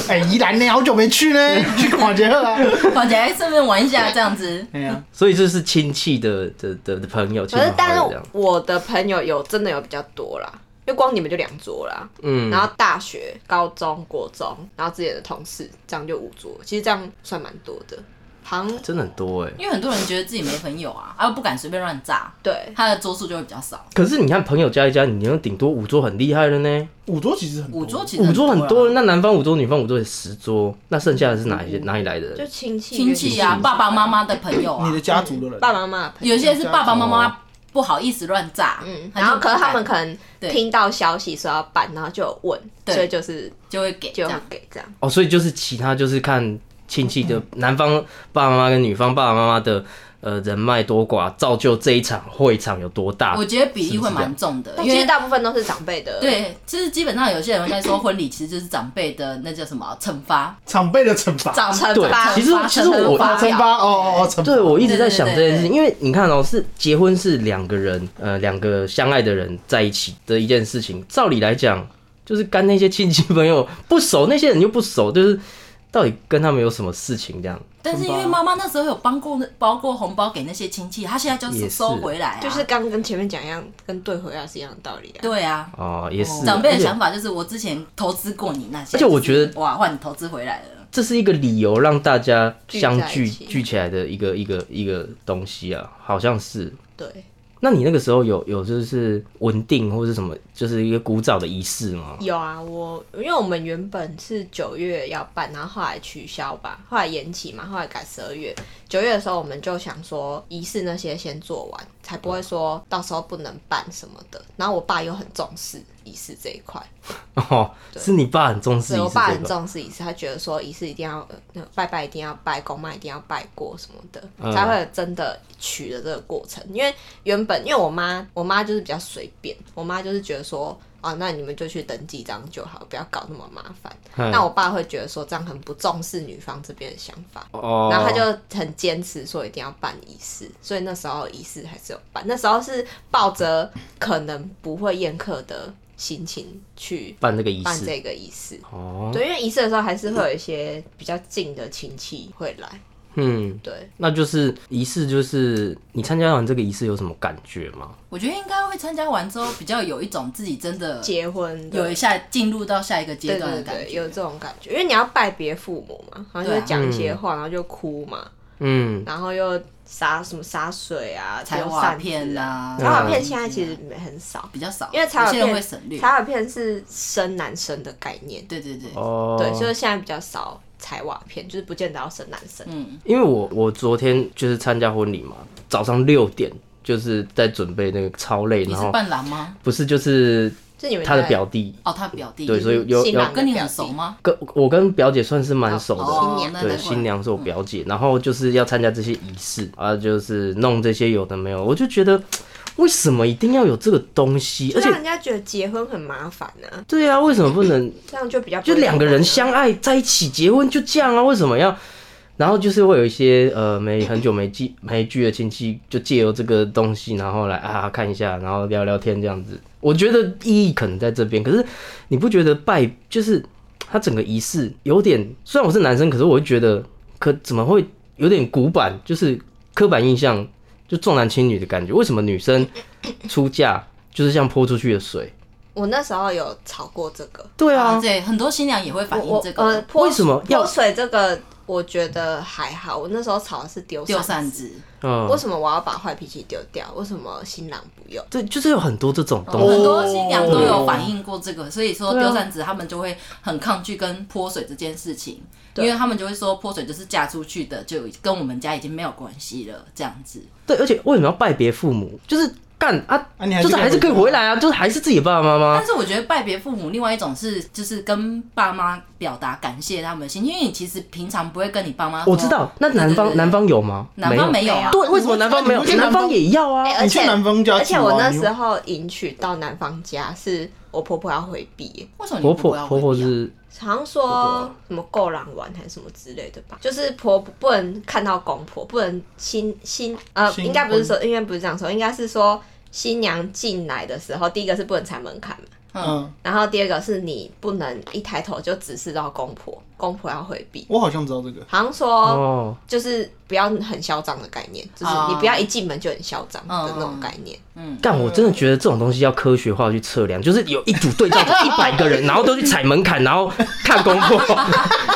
[SPEAKER 1] 哎，宜兰呢，好久没去
[SPEAKER 4] *laughs*
[SPEAKER 1] 呢，去广结了啊。
[SPEAKER 5] 况且顺便玩一下这样子。
[SPEAKER 1] 哎呀，
[SPEAKER 3] 所以这是亲戚的的的的朋友，亲
[SPEAKER 4] 可
[SPEAKER 3] 朋
[SPEAKER 4] 是但
[SPEAKER 3] 好友这
[SPEAKER 4] 是
[SPEAKER 3] 样。
[SPEAKER 4] 我的朋友有真的有比较多啦，因为光你们就两桌啦。
[SPEAKER 3] 嗯，
[SPEAKER 4] 然后大学、高中、国中，然后之前的同事，这样就五桌，其实这样算蛮多的。好像
[SPEAKER 3] 真的很多哎、
[SPEAKER 5] 因为很多人觉得自己没朋友啊，啊又不敢随便乱炸，
[SPEAKER 4] 对，
[SPEAKER 5] 他的桌数就会比较少。
[SPEAKER 3] 可是你看朋友加一加，你能顶多五桌很厉害了呢。
[SPEAKER 1] 五桌其实很多
[SPEAKER 5] 五桌其实啊
[SPEAKER 3] 五桌很多
[SPEAKER 5] 啦，
[SPEAKER 3] 那男方五桌，女方五桌也十桌，那剩下的是哪一些哪里来的
[SPEAKER 4] 就
[SPEAKER 3] 人？
[SPEAKER 4] 亲戚、
[SPEAKER 5] 亲戚啊，爸爸妈妈的朋友啊
[SPEAKER 1] 你的，家族的人，
[SPEAKER 4] 爸爸妈妈的朋友。
[SPEAKER 5] 有些是爸爸妈妈不好意思乱炸，
[SPEAKER 4] 嗯
[SPEAKER 5] 嗯，
[SPEAKER 4] 然后可是他们可能
[SPEAKER 5] 对
[SPEAKER 4] 听到消息说要办，然后就有问，
[SPEAKER 5] 对
[SPEAKER 4] 所以就是
[SPEAKER 5] 就会给这
[SPEAKER 4] 就会
[SPEAKER 5] 样。
[SPEAKER 4] 给这样。
[SPEAKER 3] 哦，所以就是其他就是看亲戚的男方爸爸妈妈跟女方爸爸妈妈的呃人脉多寡，造就这一场会场有多大
[SPEAKER 5] 我。觉得比例会蛮重的，
[SPEAKER 4] 但
[SPEAKER 5] 因
[SPEAKER 4] 其实
[SPEAKER 5] 为
[SPEAKER 4] 大部分都是长辈的，，
[SPEAKER 5] 对，其实基本上有些人会在说婚礼其实就是长辈的那叫什么惩罚，
[SPEAKER 1] 长辈的惩罚，
[SPEAKER 5] 长
[SPEAKER 4] 惩
[SPEAKER 3] 对
[SPEAKER 4] 罚，
[SPEAKER 3] 其实
[SPEAKER 5] 惩罚
[SPEAKER 3] 其实我
[SPEAKER 5] 惩罚
[SPEAKER 1] 啊惩罚，哦哦哦，
[SPEAKER 4] 哎
[SPEAKER 1] 惩罚
[SPEAKER 3] 对，我一直在想
[SPEAKER 5] 对
[SPEAKER 3] 这
[SPEAKER 5] 对对
[SPEAKER 3] 件事，因为你看哦，是结婚是两个人，呃，两个相爱的人在一起的一件事情。照理来讲，就是干那些亲戚朋友不熟，那些人又不熟，就是到底跟他们有什么事情这样？
[SPEAKER 5] 但是因为妈妈那时候有帮过那包过红包给那些亲戚，她现在就
[SPEAKER 3] 也
[SPEAKER 5] 是
[SPEAKER 3] 是
[SPEAKER 5] 收回来、啊，
[SPEAKER 4] 就是刚刚跟前面讲一样，跟对回来是一样的道理啊。
[SPEAKER 5] 对啊。
[SPEAKER 3] 哦、也是。
[SPEAKER 5] 长辈
[SPEAKER 3] 而
[SPEAKER 5] 的
[SPEAKER 3] 且
[SPEAKER 5] 想法就是我之前投资过你那些，
[SPEAKER 3] 而且我觉得
[SPEAKER 5] 就是哇，换你投资回来了，
[SPEAKER 3] 这是一个理由让大家相聚
[SPEAKER 4] 聚在一起
[SPEAKER 3] 聚起来的一个一个一个东西啊，好像是。
[SPEAKER 4] 对，
[SPEAKER 3] 那你那个时候有有就是文定或是什么，就是一个古早的仪式吗？
[SPEAKER 4] 有啊，我因为我们原本是九月要办，然后后来取消吧，后来延期嘛，后来改十二月。九月的时候，我们就想说仪式那些先做完，才不会说到时候不能办什么的。然后我爸又很重视仪式这一块，
[SPEAKER 3] 哦，是你爸很重视仪
[SPEAKER 4] 所以
[SPEAKER 3] 式
[SPEAKER 4] 我
[SPEAKER 3] 这个
[SPEAKER 4] 爸很重视仪式，他觉得说仪式一定要、呃那个拜拜一定要拜，公妈一定要拜过什么的，
[SPEAKER 3] 嗯
[SPEAKER 4] 才会有真的取的这个过程。因为原本因为我妈，我妈就是比较随便，我妈就是觉得说。啊，那你们就去登记这样就好，不要搞那么麻烦。
[SPEAKER 3] 嗯
[SPEAKER 4] 那我爸会觉得说这样很不重视女方这边的想法，
[SPEAKER 3] 哦，
[SPEAKER 4] 然后他就很坚持说一定要办仪式，所以那时候仪式还是有办。那时候是抱着可能不会宴客的心情去
[SPEAKER 3] 办这个仪
[SPEAKER 4] 办
[SPEAKER 3] 式。
[SPEAKER 4] 这个仪式。
[SPEAKER 3] 哦，
[SPEAKER 4] 对，因为仪式的时候还是会有一些比较近的亲戚会来。
[SPEAKER 3] 嗯，
[SPEAKER 4] 对，
[SPEAKER 3] 那就是仪式，就是你参加完这个仪式有什么感觉吗？
[SPEAKER 5] 我觉得应该会参加完之后比较有一种自己真的
[SPEAKER 4] 结婚的
[SPEAKER 5] 有一下进入到下一个阶
[SPEAKER 4] 对
[SPEAKER 5] 段
[SPEAKER 4] 对
[SPEAKER 5] 的感觉，
[SPEAKER 4] 对，有这种感觉，因为你要拜别父母嘛，然后
[SPEAKER 5] 对
[SPEAKER 4] 就
[SPEAKER 5] 啊
[SPEAKER 4] 讲一些话，然后就哭嘛，
[SPEAKER 3] 嗯，
[SPEAKER 4] 然后又洒什么洒水啊，
[SPEAKER 5] 踩
[SPEAKER 4] 丢
[SPEAKER 5] 瓦
[SPEAKER 4] 扇
[SPEAKER 5] 片
[SPEAKER 4] 子啊，
[SPEAKER 5] 啊，
[SPEAKER 4] 彩瓦片现在其实没很少，
[SPEAKER 5] 比较少，
[SPEAKER 4] 因为彩瓦
[SPEAKER 5] 有些人
[SPEAKER 4] 片
[SPEAKER 5] 会省略
[SPEAKER 4] 彩，瓦片是生男生的概念，
[SPEAKER 5] 对对对，
[SPEAKER 3] 哦，
[SPEAKER 4] 对，所以现在比较少彩瓦片，就是不见得要生男生。
[SPEAKER 5] 嗯，
[SPEAKER 3] 因为我我昨天就是参加婚礼嘛，早上六点就是在准备那个超累，
[SPEAKER 5] 你
[SPEAKER 3] 然
[SPEAKER 5] 是
[SPEAKER 3] 后
[SPEAKER 5] 伴郎吗？
[SPEAKER 3] 不是就是
[SPEAKER 4] 就你们
[SPEAKER 3] 他的
[SPEAKER 4] 在
[SPEAKER 3] 表弟，
[SPEAKER 5] 哦，他表弟，
[SPEAKER 3] 对，所以有
[SPEAKER 4] 新
[SPEAKER 3] 有
[SPEAKER 4] 郎
[SPEAKER 5] 跟你很熟吗？
[SPEAKER 3] 跟我跟表姐算是蛮熟的，
[SPEAKER 5] 哦，那
[SPEAKER 3] 对，
[SPEAKER 5] 难怪
[SPEAKER 3] 新娘是我表姐，然后就是要参加这些仪式啊，就是弄这些有的没有，我就觉得为什么一定要有这个东西？而
[SPEAKER 4] 就让
[SPEAKER 5] 啊
[SPEAKER 3] 且
[SPEAKER 4] 啊人家觉得结婚很麻烦啊，
[SPEAKER 3] 对啊，为什么不能
[SPEAKER 4] 这样就比较不
[SPEAKER 3] 就
[SPEAKER 4] 会
[SPEAKER 3] 两个人
[SPEAKER 4] 麻烦啊
[SPEAKER 3] 相爱在一起结婚就这样啊，为什么要？然后就是会有一些呃没很久没聚没聚的亲戚，就借由这个东西，然后来啊看一下，然后聊聊天这样子。我觉得意义可能在这边，可是你不觉得拜就是他整个仪式有点，虽然我是男生，可是我会觉得可怎么会有点古板，就是刻板印象，就重男轻女的感觉。为什么女生出嫁就是像泼出去的水？
[SPEAKER 4] 我那时候有吵过这个，
[SPEAKER 3] 对啊，
[SPEAKER 5] 对，很多新娘也会
[SPEAKER 4] 我
[SPEAKER 5] 反
[SPEAKER 4] 我
[SPEAKER 5] 映这
[SPEAKER 4] 呃
[SPEAKER 5] 个
[SPEAKER 4] 泼
[SPEAKER 3] 为什么要
[SPEAKER 4] 泼水这个？我觉得还好，我那时候吵的是丢
[SPEAKER 5] 丢
[SPEAKER 4] 扇
[SPEAKER 5] 扇
[SPEAKER 4] 子。
[SPEAKER 5] 子，
[SPEAKER 3] 嗯
[SPEAKER 4] 为，什么我要把坏脾气丢掉？为什么新郎不用？
[SPEAKER 3] 对，就是有很多这种东西。
[SPEAKER 5] 很多新娘都
[SPEAKER 3] 哦
[SPEAKER 5] 有反映过这个，所以说
[SPEAKER 4] 啊
[SPEAKER 5] 丢扇子他们就会很抗拒跟泼水这件事情，因为他们就会说泼水就是嫁出去的，就跟我们家已经没有关系了，这样子。
[SPEAKER 3] 对，而且为什么要拜别父母？就是干啊，
[SPEAKER 1] 啊你还是
[SPEAKER 3] 就是还是可以回来啊，就是还是自己爸爸妈妈
[SPEAKER 5] 但。是我觉得拜别父母，另外一种是就是跟爸妈表达感谢他们的心，因为你其实平常不会跟你爸妈说。
[SPEAKER 3] 我知道，那
[SPEAKER 5] 对对
[SPEAKER 3] 男
[SPEAKER 5] 对
[SPEAKER 3] 方
[SPEAKER 5] 对
[SPEAKER 3] 男方有吗？
[SPEAKER 5] 男哦方没有啊，
[SPEAKER 3] 对，为什么男方没有
[SPEAKER 1] 你？去南
[SPEAKER 3] 男
[SPEAKER 1] 方
[SPEAKER 3] 方也要啊。
[SPEAKER 4] 哎而且
[SPEAKER 1] 你去南方就要
[SPEAKER 4] 而
[SPEAKER 1] 请
[SPEAKER 4] 且
[SPEAKER 1] 啊
[SPEAKER 4] 我那
[SPEAKER 1] 你
[SPEAKER 4] 时候迎娶到男方家，是我婆婆要回避耶，
[SPEAKER 5] 为什么你
[SPEAKER 3] 婆
[SPEAKER 5] 不
[SPEAKER 3] 婆
[SPEAKER 5] 要
[SPEAKER 3] 婆
[SPEAKER 5] 回
[SPEAKER 3] 婆
[SPEAKER 5] 避啊
[SPEAKER 3] 是
[SPEAKER 4] 好像说什么够狼玩还是什么之类的吧，就是婆不不能看到公婆，不能新新呃，
[SPEAKER 1] 新
[SPEAKER 4] 应该不是说，应该不是这样说，应该是说新娘进来的时候，第一个是不能踩门槛嘛，
[SPEAKER 1] 嗯，
[SPEAKER 4] 然后第二个是你不能一抬头就直视到公婆，公婆要回避，
[SPEAKER 1] 我好像知道这个。
[SPEAKER 4] 好像说
[SPEAKER 3] 哦，
[SPEAKER 4] 就是不要很嚣张的概念，就是
[SPEAKER 5] 哦
[SPEAKER 4] 你不要一进门就很嚣张
[SPEAKER 5] 嗯
[SPEAKER 4] 的那种概念，
[SPEAKER 3] 但我真的觉得这种东西要科学化去测量，就是有一组对照组一百个人，然后都去踩门槛，然后看公婆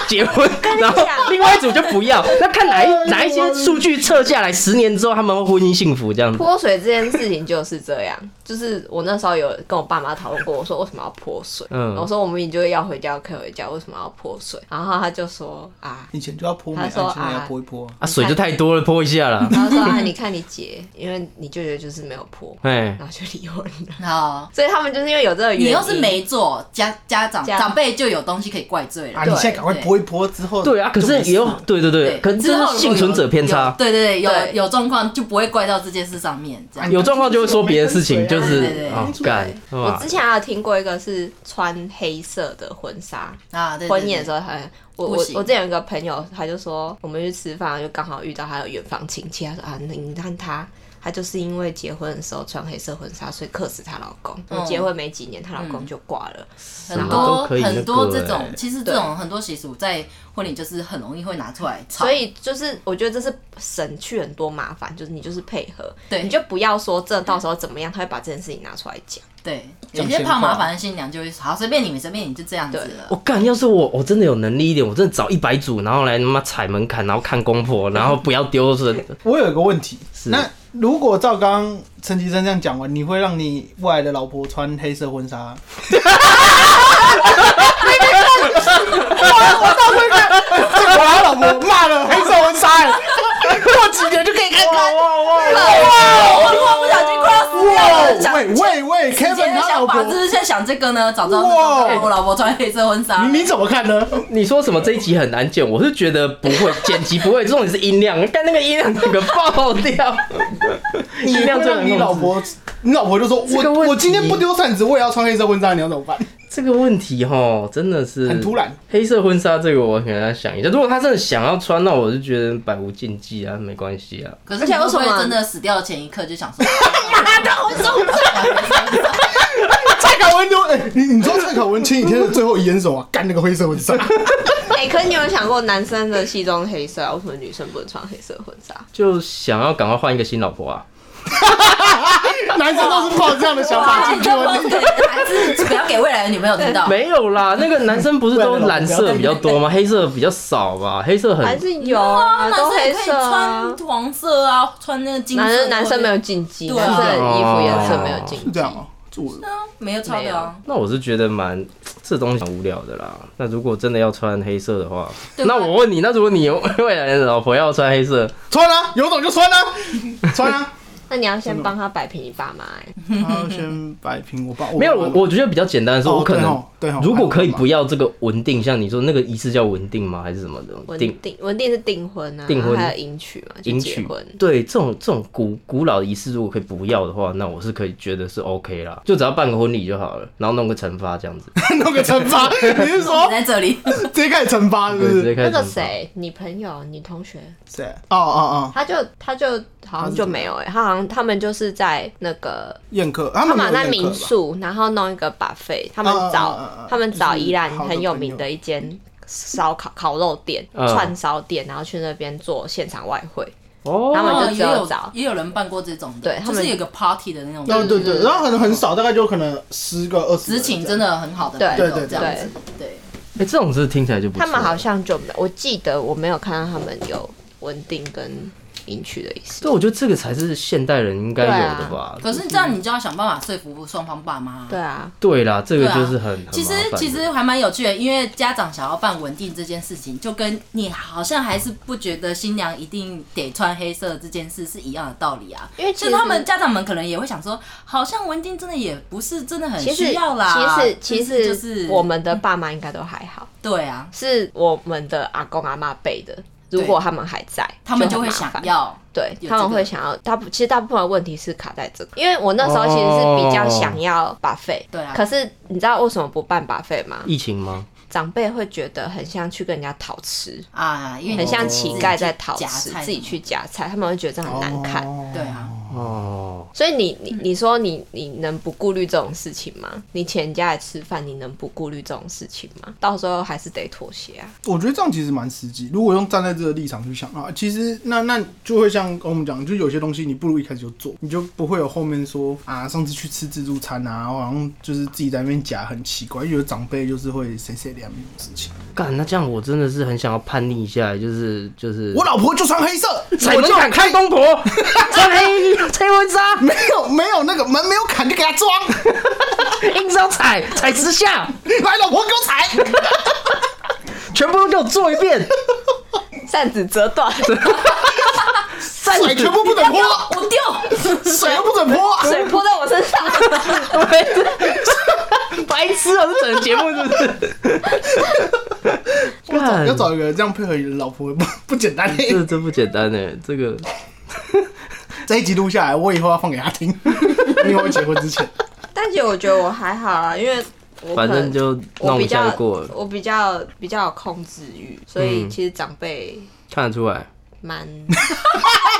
[SPEAKER 3] 结婚，然后另外一组就不要。那看哪一哪一些数据测下来，十年之后他们会婚姻幸福这样子？
[SPEAKER 4] 泼水这件事情就是这样， *laughs* 就是我那时候有跟我爸妈讨论过，我说为什么要泼水？
[SPEAKER 3] 嗯
[SPEAKER 4] 我说我们明就要回家，可以回家，为什么要泼水？然后他就说啊，
[SPEAKER 1] 以前就要泼美，啊
[SPEAKER 4] 他说
[SPEAKER 1] 现在要
[SPEAKER 4] 啊
[SPEAKER 1] 泼一泼啊。
[SPEAKER 3] 啊，水就太多了，泼一下啦。
[SPEAKER 4] 他
[SPEAKER 5] *laughs*
[SPEAKER 4] 说啊，你看你姐，因为你舅舅就是没有泼，
[SPEAKER 3] 哎，
[SPEAKER 4] 然后就离婚了。
[SPEAKER 5] 嗯好，
[SPEAKER 4] 所以他们就是因为有这个原因，
[SPEAKER 5] 你要是没做，家家长
[SPEAKER 4] 家
[SPEAKER 5] 长辈就有东西可以怪罪了。
[SPEAKER 1] 啊，你现在赶快
[SPEAKER 5] 对
[SPEAKER 1] 泼一泼，之后
[SPEAKER 3] 对啊，可是
[SPEAKER 1] 哦就没事
[SPEAKER 3] 也有
[SPEAKER 1] 了
[SPEAKER 3] 对对对，可是
[SPEAKER 5] 之后
[SPEAKER 3] 这
[SPEAKER 5] 如
[SPEAKER 3] 是
[SPEAKER 5] 果
[SPEAKER 3] 幸存者偏
[SPEAKER 5] 有
[SPEAKER 3] 差，
[SPEAKER 5] 对对对，
[SPEAKER 4] 对啊
[SPEAKER 5] 有有状况就不会怪到这件事上面，这样
[SPEAKER 3] 有状况就会说别的事情，就
[SPEAKER 5] 对
[SPEAKER 3] 是
[SPEAKER 5] 对对
[SPEAKER 3] 啊干，是
[SPEAKER 4] 我
[SPEAKER 3] 吧
[SPEAKER 4] 之前还有听过一个是穿黑色的婚纱，
[SPEAKER 5] 啊。对对对
[SPEAKER 4] 婚宴的时候他，我我
[SPEAKER 5] 不行
[SPEAKER 4] 我之前有一个朋友，他就说我们去吃饭，就刚好遇到他的远房亲戚，他说啊，你你看他。他就是因为结婚的时候穿黑色婚纱，所以克死她老公。
[SPEAKER 5] 嗯
[SPEAKER 4] 结婚没几年，她老公就挂了。
[SPEAKER 5] 很
[SPEAKER 3] 什么
[SPEAKER 5] 多
[SPEAKER 3] 都可以
[SPEAKER 5] 很多
[SPEAKER 3] 那个
[SPEAKER 5] 这种
[SPEAKER 3] 欸，
[SPEAKER 5] 其实这种很多习俗在婚礼就是很容易会拿出来吵
[SPEAKER 4] 所。以就是我觉得这是省去很多麻烦，就是你就是配合，
[SPEAKER 5] 对
[SPEAKER 4] 你就不要说这到时候怎么样，他会把这件事情拿出来讲。
[SPEAKER 5] 对，有
[SPEAKER 1] 讲
[SPEAKER 5] 些
[SPEAKER 1] 闲
[SPEAKER 5] 怕麻
[SPEAKER 1] 话
[SPEAKER 5] 烦的新娘就会说好随便你们，随便你就这样子
[SPEAKER 4] 对
[SPEAKER 5] 了
[SPEAKER 3] 我。干，要是我我真的有能力一点，我真的找一百组，然后来他妈踩门槛，然后看公婆，然后不要丢人。
[SPEAKER 1] 我有一个问题，那如果照刚刚陈其生这样讲完，你会让你未来的老婆穿黑色婚纱？我我到时候看，我老婆骂了黑色婚纱，过几年就可以看
[SPEAKER 4] *laughs*
[SPEAKER 1] 看。哇哇
[SPEAKER 5] 我如果不小心快要死掉了，
[SPEAKER 1] 哇！
[SPEAKER 5] 想
[SPEAKER 1] 喂喂喂
[SPEAKER 5] 以前
[SPEAKER 1] ，Kevin 他
[SPEAKER 5] 的
[SPEAKER 1] 老
[SPEAKER 5] 想法
[SPEAKER 1] 婆
[SPEAKER 5] 就，是在想这个呢，早知道那时候
[SPEAKER 1] 哇
[SPEAKER 5] 我老婆穿黑色婚纱，
[SPEAKER 1] 你你怎么看呢？
[SPEAKER 3] *laughs* 你说什么这一集很难剪，我是觉得不会，剪辑不会，重点是音量，但那个音量整个爆掉， *laughs* 音量
[SPEAKER 1] 会
[SPEAKER 3] 真的
[SPEAKER 1] 让
[SPEAKER 3] 很
[SPEAKER 1] 你
[SPEAKER 3] 控
[SPEAKER 1] 老
[SPEAKER 3] 制
[SPEAKER 1] 婆，你老婆就说
[SPEAKER 3] 这个
[SPEAKER 1] 我
[SPEAKER 3] 问
[SPEAKER 1] 我今天
[SPEAKER 3] 题
[SPEAKER 1] 不丢扇子，我也要穿黑色婚纱，你要怎么办？
[SPEAKER 3] 这个问题哈，真的是
[SPEAKER 1] 很突然。
[SPEAKER 3] 黑色婚纱这个我可能要想一下，如果他真的想要穿，那我就觉得百无禁忌啊，没关系啊。
[SPEAKER 5] 可是
[SPEAKER 4] 而
[SPEAKER 5] 你
[SPEAKER 4] 且
[SPEAKER 5] 会
[SPEAKER 4] 为
[SPEAKER 5] 不
[SPEAKER 4] 什
[SPEAKER 5] 会
[SPEAKER 4] 么
[SPEAKER 5] 真的死掉的前一刻就想说，哎
[SPEAKER 1] 蔡凯文丢，哎、你你知道蔡凯文前几天的最后遗言是什么吗？干那个黑色婚纱。
[SPEAKER 4] *laughs* 哎、可是你有想过男生的西装黑色啊，为什么女生不能穿黑色婚纱？
[SPEAKER 3] 就想要赶快换一个新老婆啊！
[SPEAKER 1] *laughs* 男生都是抱这样的想法
[SPEAKER 5] 哇，
[SPEAKER 1] 进
[SPEAKER 5] 你
[SPEAKER 1] 去
[SPEAKER 5] 这不
[SPEAKER 1] 婚
[SPEAKER 5] 能给还是不要给未来的女朋友听到。
[SPEAKER 3] 没有啦，那个男生不是都蓝色比较多吗？黑色比较少吧？黑色很
[SPEAKER 4] 还是有啊，
[SPEAKER 5] 男
[SPEAKER 4] 都
[SPEAKER 5] 生也
[SPEAKER 4] 黑
[SPEAKER 5] 可以
[SPEAKER 4] 色啊、
[SPEAKER 5] 穿黄色啊，穿那个金色
[SPEAKER 4] 男
[SPEAKER 5] 的。
[SPEAKER 4] 生男生没有禁忌，
[SPEAKER 5] 对
[SPEAKER 4] 男
[SPEAKER 5] 啊
[SPEAKER 4] 生的衣服颜色没有禁
[SPEAKER 1] 是
[SPEAKER 4] 忌
[SPEAKER 1] 这。样哦、这我
[SPEAKER 5] 啊，没有超的啊。
[SPEAKER 3] 那我是觉得蛮这东西蛮无聊的啦。那如果真的要穿黑色的话，
[SPEAKER 5] 对吧
[SPEAKER 3] 那我问你，那如果你 *laughs* 未来的老婆要穿黑色，
[SPEAKER 1] 穿啊，有种就穿啊， *laughs* 穿啊。
[SPEAKER 4] 那你要先帮他摆平你爸妈、欸，
[SPEAKER 1] 然后先摆平我爸，
[SPEAKER 3] 没有我，我觉得比较简单的是，
[SPEAKER 1] 哦
[SPEAKER 3] 我可
[SPEAKER 1] 对
[SPEAKER 3] 能
[SPEAKER 1] 哦对哦
[SPEAKER 3] 如果可以
[SPEAKER 1] 还有
[SPEAKER 3] 不要这个文定，像你说那个仪式叫文定吗？还是什么的
[SPEAKER 4] 文
[SPEAKER 3] 定？
[SPEAKER 4] 定文定是订婚啊，
[SPEAKER 3] 订婚
[SPEAKER 4] 然后还有迎娶嘛，就
[SPEAKER 3] 迎
[SPEAKER 4] 结
[SPEAKER 3] 娶
[SPEAKER 4] 婚。
[SPEAKER 3] 对这种这种古古老的仪式，如果可以不要的话，那我是可以觉得是 OK 啦，就只要办个婚礼就好了，然后弄个惩罚这样子，
[SPEAKER 1] 弄个惩罚，你是
[SPEAKER 5] 你 *laughs*
[SPEAKER 1] 说
[SPEAKER 5] 在这里，
[SPEAKER 1] 直接开始惩罚是不
[SPEAKER 3] 对，直
[SPEAKER 1] 是
[SPEAKER 3] 接？开
[SPEAKER 4] 那
[SPEAKER 3] 始。
[SPEAKER 4] 个，谁，你朋友、你同学，
[SPEAKER 1] 谁？哦哦哦，
[SPEAKER 4] 他就他就好像就没有哎、欸，他好像他们就是在那个
[SPEAKER 1] 宴客，他
[SPEAKER 4] 他
[SPEAKER 1] 们
[SPEAKER 4] 们在
[SPEAKER 1] 没有宴客
[SPEAKER 4] 民
[SPEAKER 1] 吧，
[SPEAKER 4] 宿，然后弄一个 buffet，他们
[SPEAKER 1] 嗯嗯嗯
[SPEAKER 4] 找、
[SPEAKER 1] 嗯嗯
[SPEAKER 4] 他们找
[SPEAKER 1] 就是
[SPEAKER 4] 宜兰
[SPEAKER 1] 好的
[SPEAKER 4] 很有
[SPEAKER 1] 朋
[SPEAKER 4] 名
[SPEAKER 1] 友
[SPEAKER 4] 的一间烧烤烤肉店、
[SPEAKER 3] 嗯
[SPEAKER 4] 串烧店，然后去那边做现场外汇。
[SPEAKER 3] 哦，
[SPEAKER 4] 他们
[SPEAKER 5] 哦
[SPEAKER 4] 就只
[SPEAKER 5] 也
[SPEAKER 4] 有
[SPEAKER 5] 有
[SPEAKER 4] 找
[SPEAKER 5] 也有人办过这种的，
[SPEAKER 4] 对他
[SPEAKER 5] 就
[SPEAKER 4] 们
[SPEAKER 5] 是有个 party 的那
[SPEAKER 1] 对
[SPEAKER 5] 种，
[SPEAKER 1] 哦对对，然后可能很少，大概就可能十个二十。
[SPEAKER 5] 执勤真，的很好的朋
[SPEAKER 4] 对
[SPEAKER 5] 友
[SPEAKER 1] 对对
[SPEAKER 5] 这样子，对。
[SPEAKER 3] 哎、这种是听起来就不错
[SPEAKER 4] 他们好像就没，我记得我没有看到他们有稳定跟迎娶的意思。
[SPEAKER 3] 对，我觉得这个才是现代人应该有的吧。
[SPEAKER 4] 啊
[SPEAKER 5] 可是这样你就要想办法说服双方爸妈。
[SPEAKER 4] 对啊，
[SPEAKER 3] 对啦，这个
[SPEAKER 5] 对啊
[SPEAKER 3] 就是很、很
[SPEAKER 5] 其实
[SPEAKER 3] 麻烦的
[SPEAKER 5] 其实还蛮有趣的，因为家长想要办文定这件事情，就跟你好像还是不觉得新娘一定得穿黑色这件事是一样的道理啊。
[SPEAKER 4] 因为其
[SPEAKER 5] 就
[SPEAKER 4] 实
[SPEAKER 5] 是他们家长们可能也会想说，好像文定真的也不是真的很
[SPEAKER 4] 其实
[SPEAKER 5] 需要啦。
[SPEAKER 4] 其实
[SPEAKER 5] 但是
[SPEAKER 4] 其
[SPEAKER 5] 就
[SPEAKER 4] 实
[SPEAKER 5] 是
[SPEAKER 4] 我们的爸妈应该都还好，
[SPEAKER 5] 对啊，
[SPEAKER 4] 是我们的阿公阿妈辈的。如
[SPEAKER 5] 对
[SPEAKER 4] 果他们还在，
[SPEAKER 5] 他们就
[SPEAKER 4] 很
[SPEAKER 5] 会
[SPEAKER 4] 麻
[SPEAKER 5] 想
[SPEAKER 4] 烦
[SPEAKER 5] 要
[SPEAKER 4] 对，
[SPEAKER 5] 有
[SPEAKER 4] 他
[SPEAKER 5] 这
[SPEAKER 4] 们
[SPEAKER 5] 个
[SPEAKER 4] 会想要大部，其实大部分的问题是卡在这个，因为我那时候其实是比较想要把费、
[SPEAKER 5] 对啊
[SPEAKER 4] 可是你知道为什么不办把费吗？
[SPEAKER 3] 疫情吗？
[SPEAKER 4] 长辈会觉得很像去跟人家讨吃，
[SPEAKER 5] 啊，因为
[SPEAKER 4] 很像
[SPEAKER 5] 你自己
[SPEAKER 4] 乞丐在
[SPEAKER 5] 去
[SPEAKER 4] 讨
[SPEAKER 5] 夹
[SPEAKER 4] 吃，
[SPEAKER 5] 菜
[SPEAKER 4] 自己
[SPEAKER 5] 什么
[SPEAKER 4] 去夹菜，他们会觉得这样很难看。
[SPEAKER 1] 哦
[SPEAKER 5] 对啊，
[SPEAKER 3] 哦，
[SPEAKER 4] 所以你
[SPEAKER 5] 嗯
[SPEAKER 4] 你你说你你能不顾虑这种事情吗？你请人家来吃饭，你能不顾虑这种事情吗？到时候还是得妥协啊。
[SPEAKER 1] 我觉得这样其实蛮实际。如果用站在这个立场去想啊，其实那那就会像我们讲，就有些东西你不如一开始就做，你就不会有后面说啊，上次去吃自助餐啊，我好像就是自己在那边夹很奇怪，因为有长辈就是会谁谁两面事情。
[SPEAKER 3] 干，那这样我真的是很想要叛逆一下，就是就是，
[SPEAKER 1] 我老婆就穿黑色，
[SPEAKER 3] 踩
[SPEAKER 1] 我
[SPEAKER 3] 门
[SPEAKER 1] 就
[SPEAKER 3] 槛看东婆，穿黑黑婚纱，
[SPEAKER 1] 没有没有那个门没有砍就给他装，
[SPEAKER 3] 硬是要踩，踩直下，
[SPEAKER 1] 来老婆给我踩。
[SPEAKER 3] 全部都给我做一
[SPEAKER 4] *laughs*
[SPEAKER 3] 遍，
[SPEAKER 4] 扇子折断，
[SPEAKER 1] 水全部不准泼，
[SPEAKER 2] 我丢，
[SPEAKER 1] 水又不准泼，
[SPEAKER 4] 水泼在我身
[SPEAKER 5] *laughs*
[SPEAKER 4] 上，
[SPEAKER 3] 白痴啊！这整个节目是不是？
[SPEAKER 4] *laughs*
[SPEAKER 1] *laughs*
[SPEAKER 3] 干
[SPEAKER 1] 要找一个这样配合你的老婆 *laughs* 不不简单、欸。
[SPEAKER 3] 这这不简单哎，这个
[SPEAKER 1] *laughs* 这一集录下来，我以后要放给他
[SPEAKER 4] *laughs*
[SPEAKER 1] 听，因为我结婚之前。
[SPEAKER 4] 但其实我觉得我还好啊，因为我可
[SPEAKER 3] 反
[SPEAKER 4] 能
[SPEAKER 3] 正就
[SPEAKER 4] 我
[SPEAKER 3] 弄
[SPEAKER 4] 比
[SPEAKER 3] 一
[SPEAKER 4] 较
[SPEAKER 3] 下就过了，
[SPEAKER 4] 我比较比较有控制欲，所以
[SPEAKER 3] 嗯
[SPEAKER 4] 其实长辈
[SPEAKER 3] 看得出来。
[SPEAKER 4] 蛮， *laughs*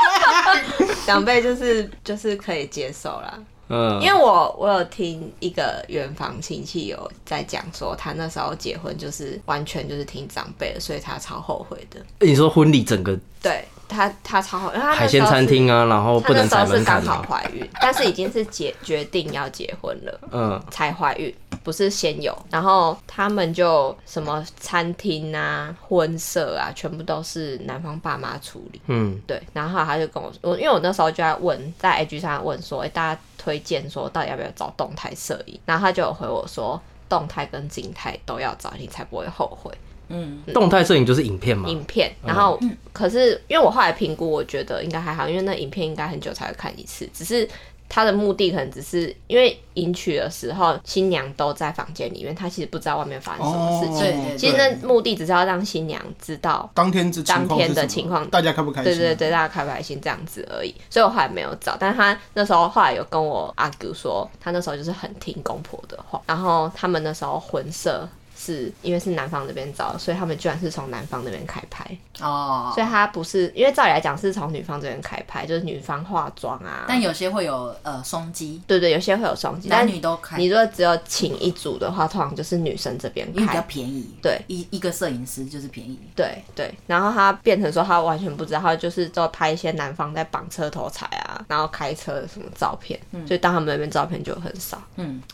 [SPEAKER 4] 长辈就是就是可以接受啦。
[SPEAKER 3] 嗯，
[SPEAKER 4] 因为我我有听一个远房亲戚有在讲说，他那时候结婚就是完全就是听长辈的，所以他超后悔的。
[SPEAKER 3] 你说婚礼整个
[SPEAKER 4] 对他，他超后悔，因为他那时候
[SPEAKER 3] 海鲜餐厅啊，然后
[SPEAKER 4] 是，他
[SPEAKER 3] 不
[SPEAKER 4] 那
[SPEAKER 3] 能
[SPEAKER 4] 时
[SPEAKER 3] 踩
[SPEAKER 4] 候是
[SPEAKER 3] 门
[SPEAKER 4] 刚
[SPEAKER 3] 槛
[SPEAKER 4] 好
[SPEAKER 3] 啊，
[SPEAKER 4] 怀孕，但是已经是结决定要结婚了。
[SPEAKER 3] 嗯，
[SPEAKER 4] 才怀孕，不是先有。然后他们就什么餐厅啊、婚社啊，全部都是男方爸妈处理。
[SPEAKER 3] 嗯，
[SPEAKER 4] 对，然后他就跟我说，我因为我那时候就在问，在 IG 上问说，哎、大家推荐说到底要不要找动态摄影？然后他就有回我说，动态跟静态都要找，你才不会后悔。
[SPEAKER 5] 嗯，
[SPEAKER 3] 动态摄影就是影片嘛，
[SPEAKER 4] 影片，
[SPEAKER 1] 嗯
[SPEAKER 4] 然后、可是因为我后来评估，我觉得应该还好，因为那影片应该很久才会看一次，只是。他的目的可能只是因为迎娶的时候，新娘都在房间里面，他其实不知道外面发生什么事情。
[SPEAKER 5] 对对对
[SPEAKER 4] 其实那目的只是要让新娘知道，
[SPEAKER 1] 哦当天之情况是
[SPEAKER 4] 当天的
[SPEAKER 1] 什么
[SPEAKER 4] 情况
[SPEAKER 1] 大家开不开心？啊
[SPEAKER 4] 对对对，大家开不开心这样子而已。所以我后来没有找，但是他那时候后来有跟我阿姑说，他那时候就是很听公婆的话。然后他们那时候婚社是因为是男方这边找的，所以他们居然是从男方那边开拍。
[SPEAKER 5] 哦
[SPEAKER 4] 所，以他不是，因为照理来讲是从女方这边开拍，就是女方化妆啊。
[SPEAKER 5] 但有些会有呃双击，
[SPEAKER 4] 对对，有些会有双击，
[SPEAKER 5] 男
[SPEAKER 4] 但
[SPEAKER 5] 女都开，
[SPEAKER 4] 你
[SPEAKER 5] 因
[SPEAKER 4] 如果只有请一组的话，通常就是女生这边
[SPEAKER 5] 为比较
[SPEAKER 4] 开。
[SPEAKER 5] 便宜，
[SPEAKER 4] 对
[SPEAKER 5] 一一个摄影师就是便
[SPEAKER 1] *laughs*
[SPEAKER 5] 宜，
[SPEAKER 4] 对对，然后他变成说他完全不知道，他就是都拍一些男方在绑车头彩啊，然后开车的什么照片，所以当他们那边照片就很少。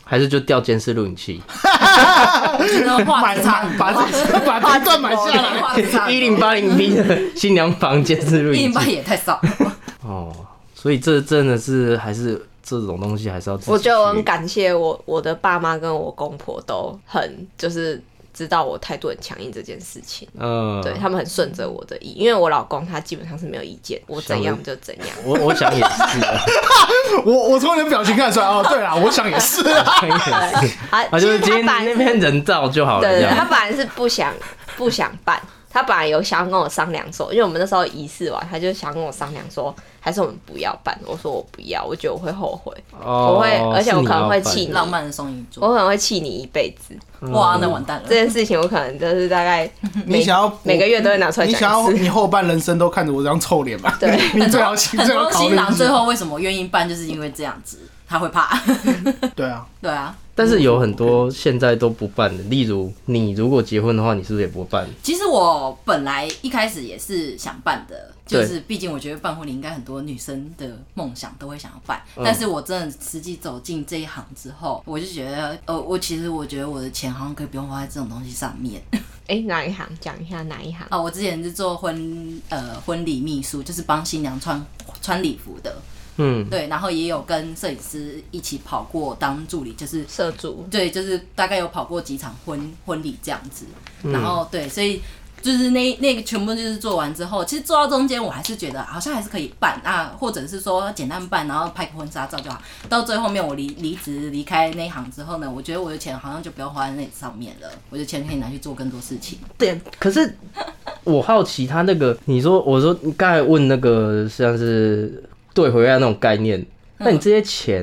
[SPEAKER 3] 还是就调监视录影器，
[SPEAKER 5] 这个画
[SPEAKER 1] 买
[SPEAKER 5] 质差很
[SPEAKER 1] 把
[SPEAKER 4] *laughs*
[SPEAKER 5] 多，
[SPEAKER 1] 这把这一段买下来。
[SPEAKER 5] 画质差
[SPEAKER 3] 一零八零 P 的新娘房监视录
[SPEAKER 5] 一
[SPEAKER 3] 影
[SPEAKER 5] 零八
[SPEAKER 3] 器。
[SPEAKER 5] 也
[SPEAKER 1] *laughs*
[SPEAKER 5] 太少了，
[SPEAKER 3] *laughs* 哦，所以这真的是还是这种东西还是要自己
[SPEAKER 4] 我觉得我很
[SPEAKER 3] 去
[SPEAKER 4] 感谢我我的爸妈跟我公婆都很就是知道我态度很强硬这件事情。
[SPEAKER 3] 嗯，
[SPEAKER 4] 对他们很顺着我的意，因为我老公他基本上是没有意见，我怎样就怎样。
[SPEAKER 3] 我我想也是
[SPEAKER 4] *laughs*
[SPEAKER 3] 啊，
[SPEAKER 1] 我我从你的表情看得出来哦，对啦，我想也是啊。
[SPEAKER 3] 我想也是，
[SPEAKER 4] 啊，
[SPEAKER 3] 啊，
[SPEAKER 4] 其
[SPEAKER 3] 就是
[SPEAKER 4] 实
[SPEAKER 3] 今
[SPEAKER 4] 他
[SPEAKER 3] 天
[SPEAKER 4] 本来
[SPEAKER 3] 那边人造就好了，
[SPEAKER 4] 对
[SPEAKER 3] 这
[SPEAKER 4] 对，他
[SPEAKER 3] 样
[SPEAKER 4] 本来是不想不想办，他本来有想要跟我商量说，因为我们那时候仪式完，他就想跟我商量说，还是我们不要办。我说我不要，我觉得我会后悔，
[SPEAKER 3] 哦
[SPEAKER 4] *laughs* 我会而且我可能会气
[SPEAKER 5] 浪漫的双鱼
[SPEAKER 1] 哦
[SPEAKER 4] 我
[SPEAKER 5] 座，
[SPEAKER 4] 可能会气你一辈子。
[SPEAKER 5] 哇，那完蛋了
[SPEAKER 4] 这，件事情我可能就是大概 *laughs*
[SPEAKER 1] *laughs*
[SPEAKER 4] 每
[SPEAKER 1] 你想要
[SPEAKER 4] 每个月都会拿出来
[SPEAKER 1] 你想
[SPEAKER 4] 讲
[SPEAKER 1] 要
[SPEAKER 4] 一次。
[SPEAKER 1] 你后半人生都看着我这样臭脸吧？
[SPEAKER 4] 对，
[SPEAKER 1] *laughs* 你最好请
[SPEAKER 5] 很
[SPEAKER 1] 最好
[SPEAKER 5] 多 *laughs*
[SPEAKER 1] 考
[SPEAKER 5] 新
[SPEAKER 1] 虑
[SPEAKER 5] 郎
[SPEAKER 1] 一
[SPEAKER 5] 最
[SPEAKER 1] 下。
[SPEAKER 5] 后为什么愿意办，就是因为这样子，他会怕， *laughs*
[SPEAKER 1] 对啊，
[SPEAKER 5] 对啊。
[SPEAKER 3] 但是有很多现在都不办的，例如你如果结婚的话，你是不是也不办？
[SPEAKER 5] 其实我本来一开始也是想办的，就
[SPEAKER 3] 对
[SPEAKER 5] 是毕竟我觉得办婚礼应该很多女生的梦想都会想要办，
[SPEAKER 1] 嗯
[SPEAKER 5] 但是我真的实际走进这一行之后，我就觉得，呃，我其实我觉得我的钱好像可以不用花在这种东西上面
[SPEAKER 4] 哎，哪一行讲一下哪一行？
[SPEAKER 5] 啊。我之前是做婚呃婚礼秘书，就是帮新娘穿穿礼服的，
[SPEAKER 3] 嗯，
[SPEAKER 5] 对，然后也有跟摄影师一起跑过当助理，就是
[SPEAKER 4] 社主
[SPEAKER 5] 对，就是大概有跑过几场婚婚礼这样子，然后对，所以就是那那个全部就是做完之后，其实做到中间我还是觉得好像还是可以办啊，或者是说简单办，然后拍个婚纱照就好。到最后面我离离职离开那一行之后呢，我觉得我的钱好像就不要花在那上面了，我的钱可以拿去做更多事情。
[SPEAKER 3] 对，可是我好奇他那个，你说我说你刚才问那个像是对回来那种概念，
[SPEAKER 5] 嗯
[SPEAKER 3] 那你这些钱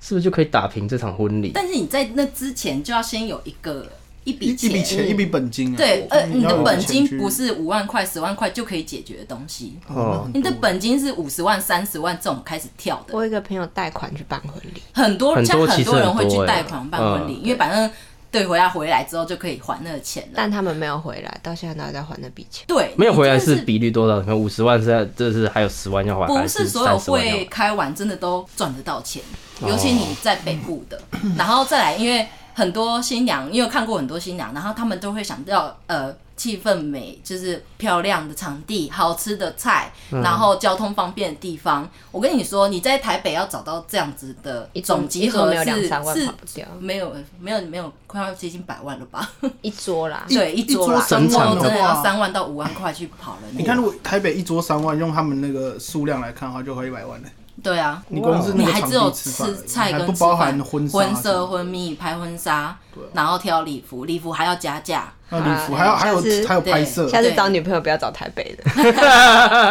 [SPEAKER 3] 是不是就可以打平这场婚礼？
[SPEAKER 5] 但是你在那之前就要先有一个一
[SPEAKER 1] 一
[SPEAKER 5] 笔
[SPEAKER 1] 一笔钱，一笔本金啊。
[SPEAKER 5] 对，呃，
[SPEAKER 1] 嗯
[SPEAKER 5] 你的本金不，
[SPEAKER 1] 要有钱去
[SPEAKER 5] 是五万块、十万块就可以解决的东西，
[SPEAKER 1] 哦
[SPEAKER 5] 你的本金是五十万、三十万这种开始跳的。
[SPEAKER 4] 我有一个朋友贷款去办婚礼，
[SPEAKER 5] 很多
[SPEAKER 3] 很
[SPEAKER 5] 像
[SPEAKER 3] 多
[SPEAKER 5] 很
[SPEAKER 3] 其实
[SPEAKER 5] 多人
[SPEAKER 3] 很
[SPEAKER 5] 会去
[SPEAKER 3] 多欸
[SPEAKER 5] 贷款办婚礼，因为反正对回来回来之后就可以还那个钱了。
[SPEAKER 4] 但他们没有回来，到现在都还在还那笔钱。
[SPEAKER 5] 对，
[SPEAKER 3] 没有回来
[SPEAKER 5] 你真
[SPEAKER 3] 是
[SPEAKER 5] 的是
[SPEAKER 3] 比率多少？可能五十万是在，这是还有十万要还，
[SPEAKER 5] 不
[SPEAKER 3] 还
[SPEAKER 5] 是
[SPEAKER 3] 是
[SPEAKER 5] 所有
[SPEAKER 3] 30万要
[SPEAKER 5] 会
[SPEAKER 3] 还
[SPEAKER 5] 开完真的都赚得到钱，
[SPEAKER 1] 哦
[SPEAKER 5] 尤其你在北部
[SPEAKER 1] *laughs*
[SPEAKER 5] 的，然后再来，因为很多新娘，因为看过很多新娘，然后他们都会想要呃气氛美，就是漂亮的场地、好吃的菜，
[SPEAKER 1] 嗯
[SPEAKER 5] 然后交通方便的地方。我跟你说，你在台北要找到这样子的
[SPEAKER 4] 一桌
[SPEAKER 5] 总集
[SPEAKER 4] 一桌
[SPEAKER 5] 合
[SPEAKER 4] 没有两
[SPEAKER 5] 是
[SPEAKER 4] 三万
[SPEAKER 5] 是
[SPEAKER 4] 跑不掉
[SPEAKER 5] 没有没有没有快要接近百万了吧？
[SPEAKER 4] 一桌啦，
[SPEAKER 5] 对，一桌
[SPEAKER 1] 一桌
[SPEAKER 5] 啦，
[SPEAKER 1] 三
[SPEAKER 5] 一
[SPEAKER 1] 餐
[SPEAKER 5] 桌
[SPEAKER 1] 的
[SPEAKER 5] 真的
[SPEAKER 1] 话
[SPEAKER 5] 要三万到五万块去跑了那个。
[SPEAKER 1] 你看，如果台北一桌三万，用他们那个数量来看的话，就快一百万了。
[SPEAKER 5] 对啊，
[SPEAKER 1] 你光是
[SPEAKER 5] 你
[SPEAKER 1] 那个
[SPEAKER 5] 还
[SPEAKER 1] 场
[SPEAKER 5] 只有
[SPEAKER 1] 地吃饭而已，
[SPEAKER 5] 菜
[SPEAKER 1] 还
[SPEAKER 5] 跟
[SPEAKER 1] 不
[SPEAKER 5] 吃
[SPEAKER 1] 包
[SPEAKER 5] 饭
[SPEAKER 1] 含婚纱
[SPEAKER 5] 婚
[SPEAKER 1] 什么
[SPEAKER 5] 摄、
[SPEAKER 1] 的
[SPEAKER 5] 婚蜜、拍婚纱，然后挑礼服，礼服还要加价，
[SPEAKER 1] 那礼服还有还有
[SPEAKER 4] 下次
[SPEAKER 1] 还有拍摄，
[SPEAKER 4] 下次
[SPEAKER 5] 对
[SPEAKER 4] 找女朋友不要找台北的，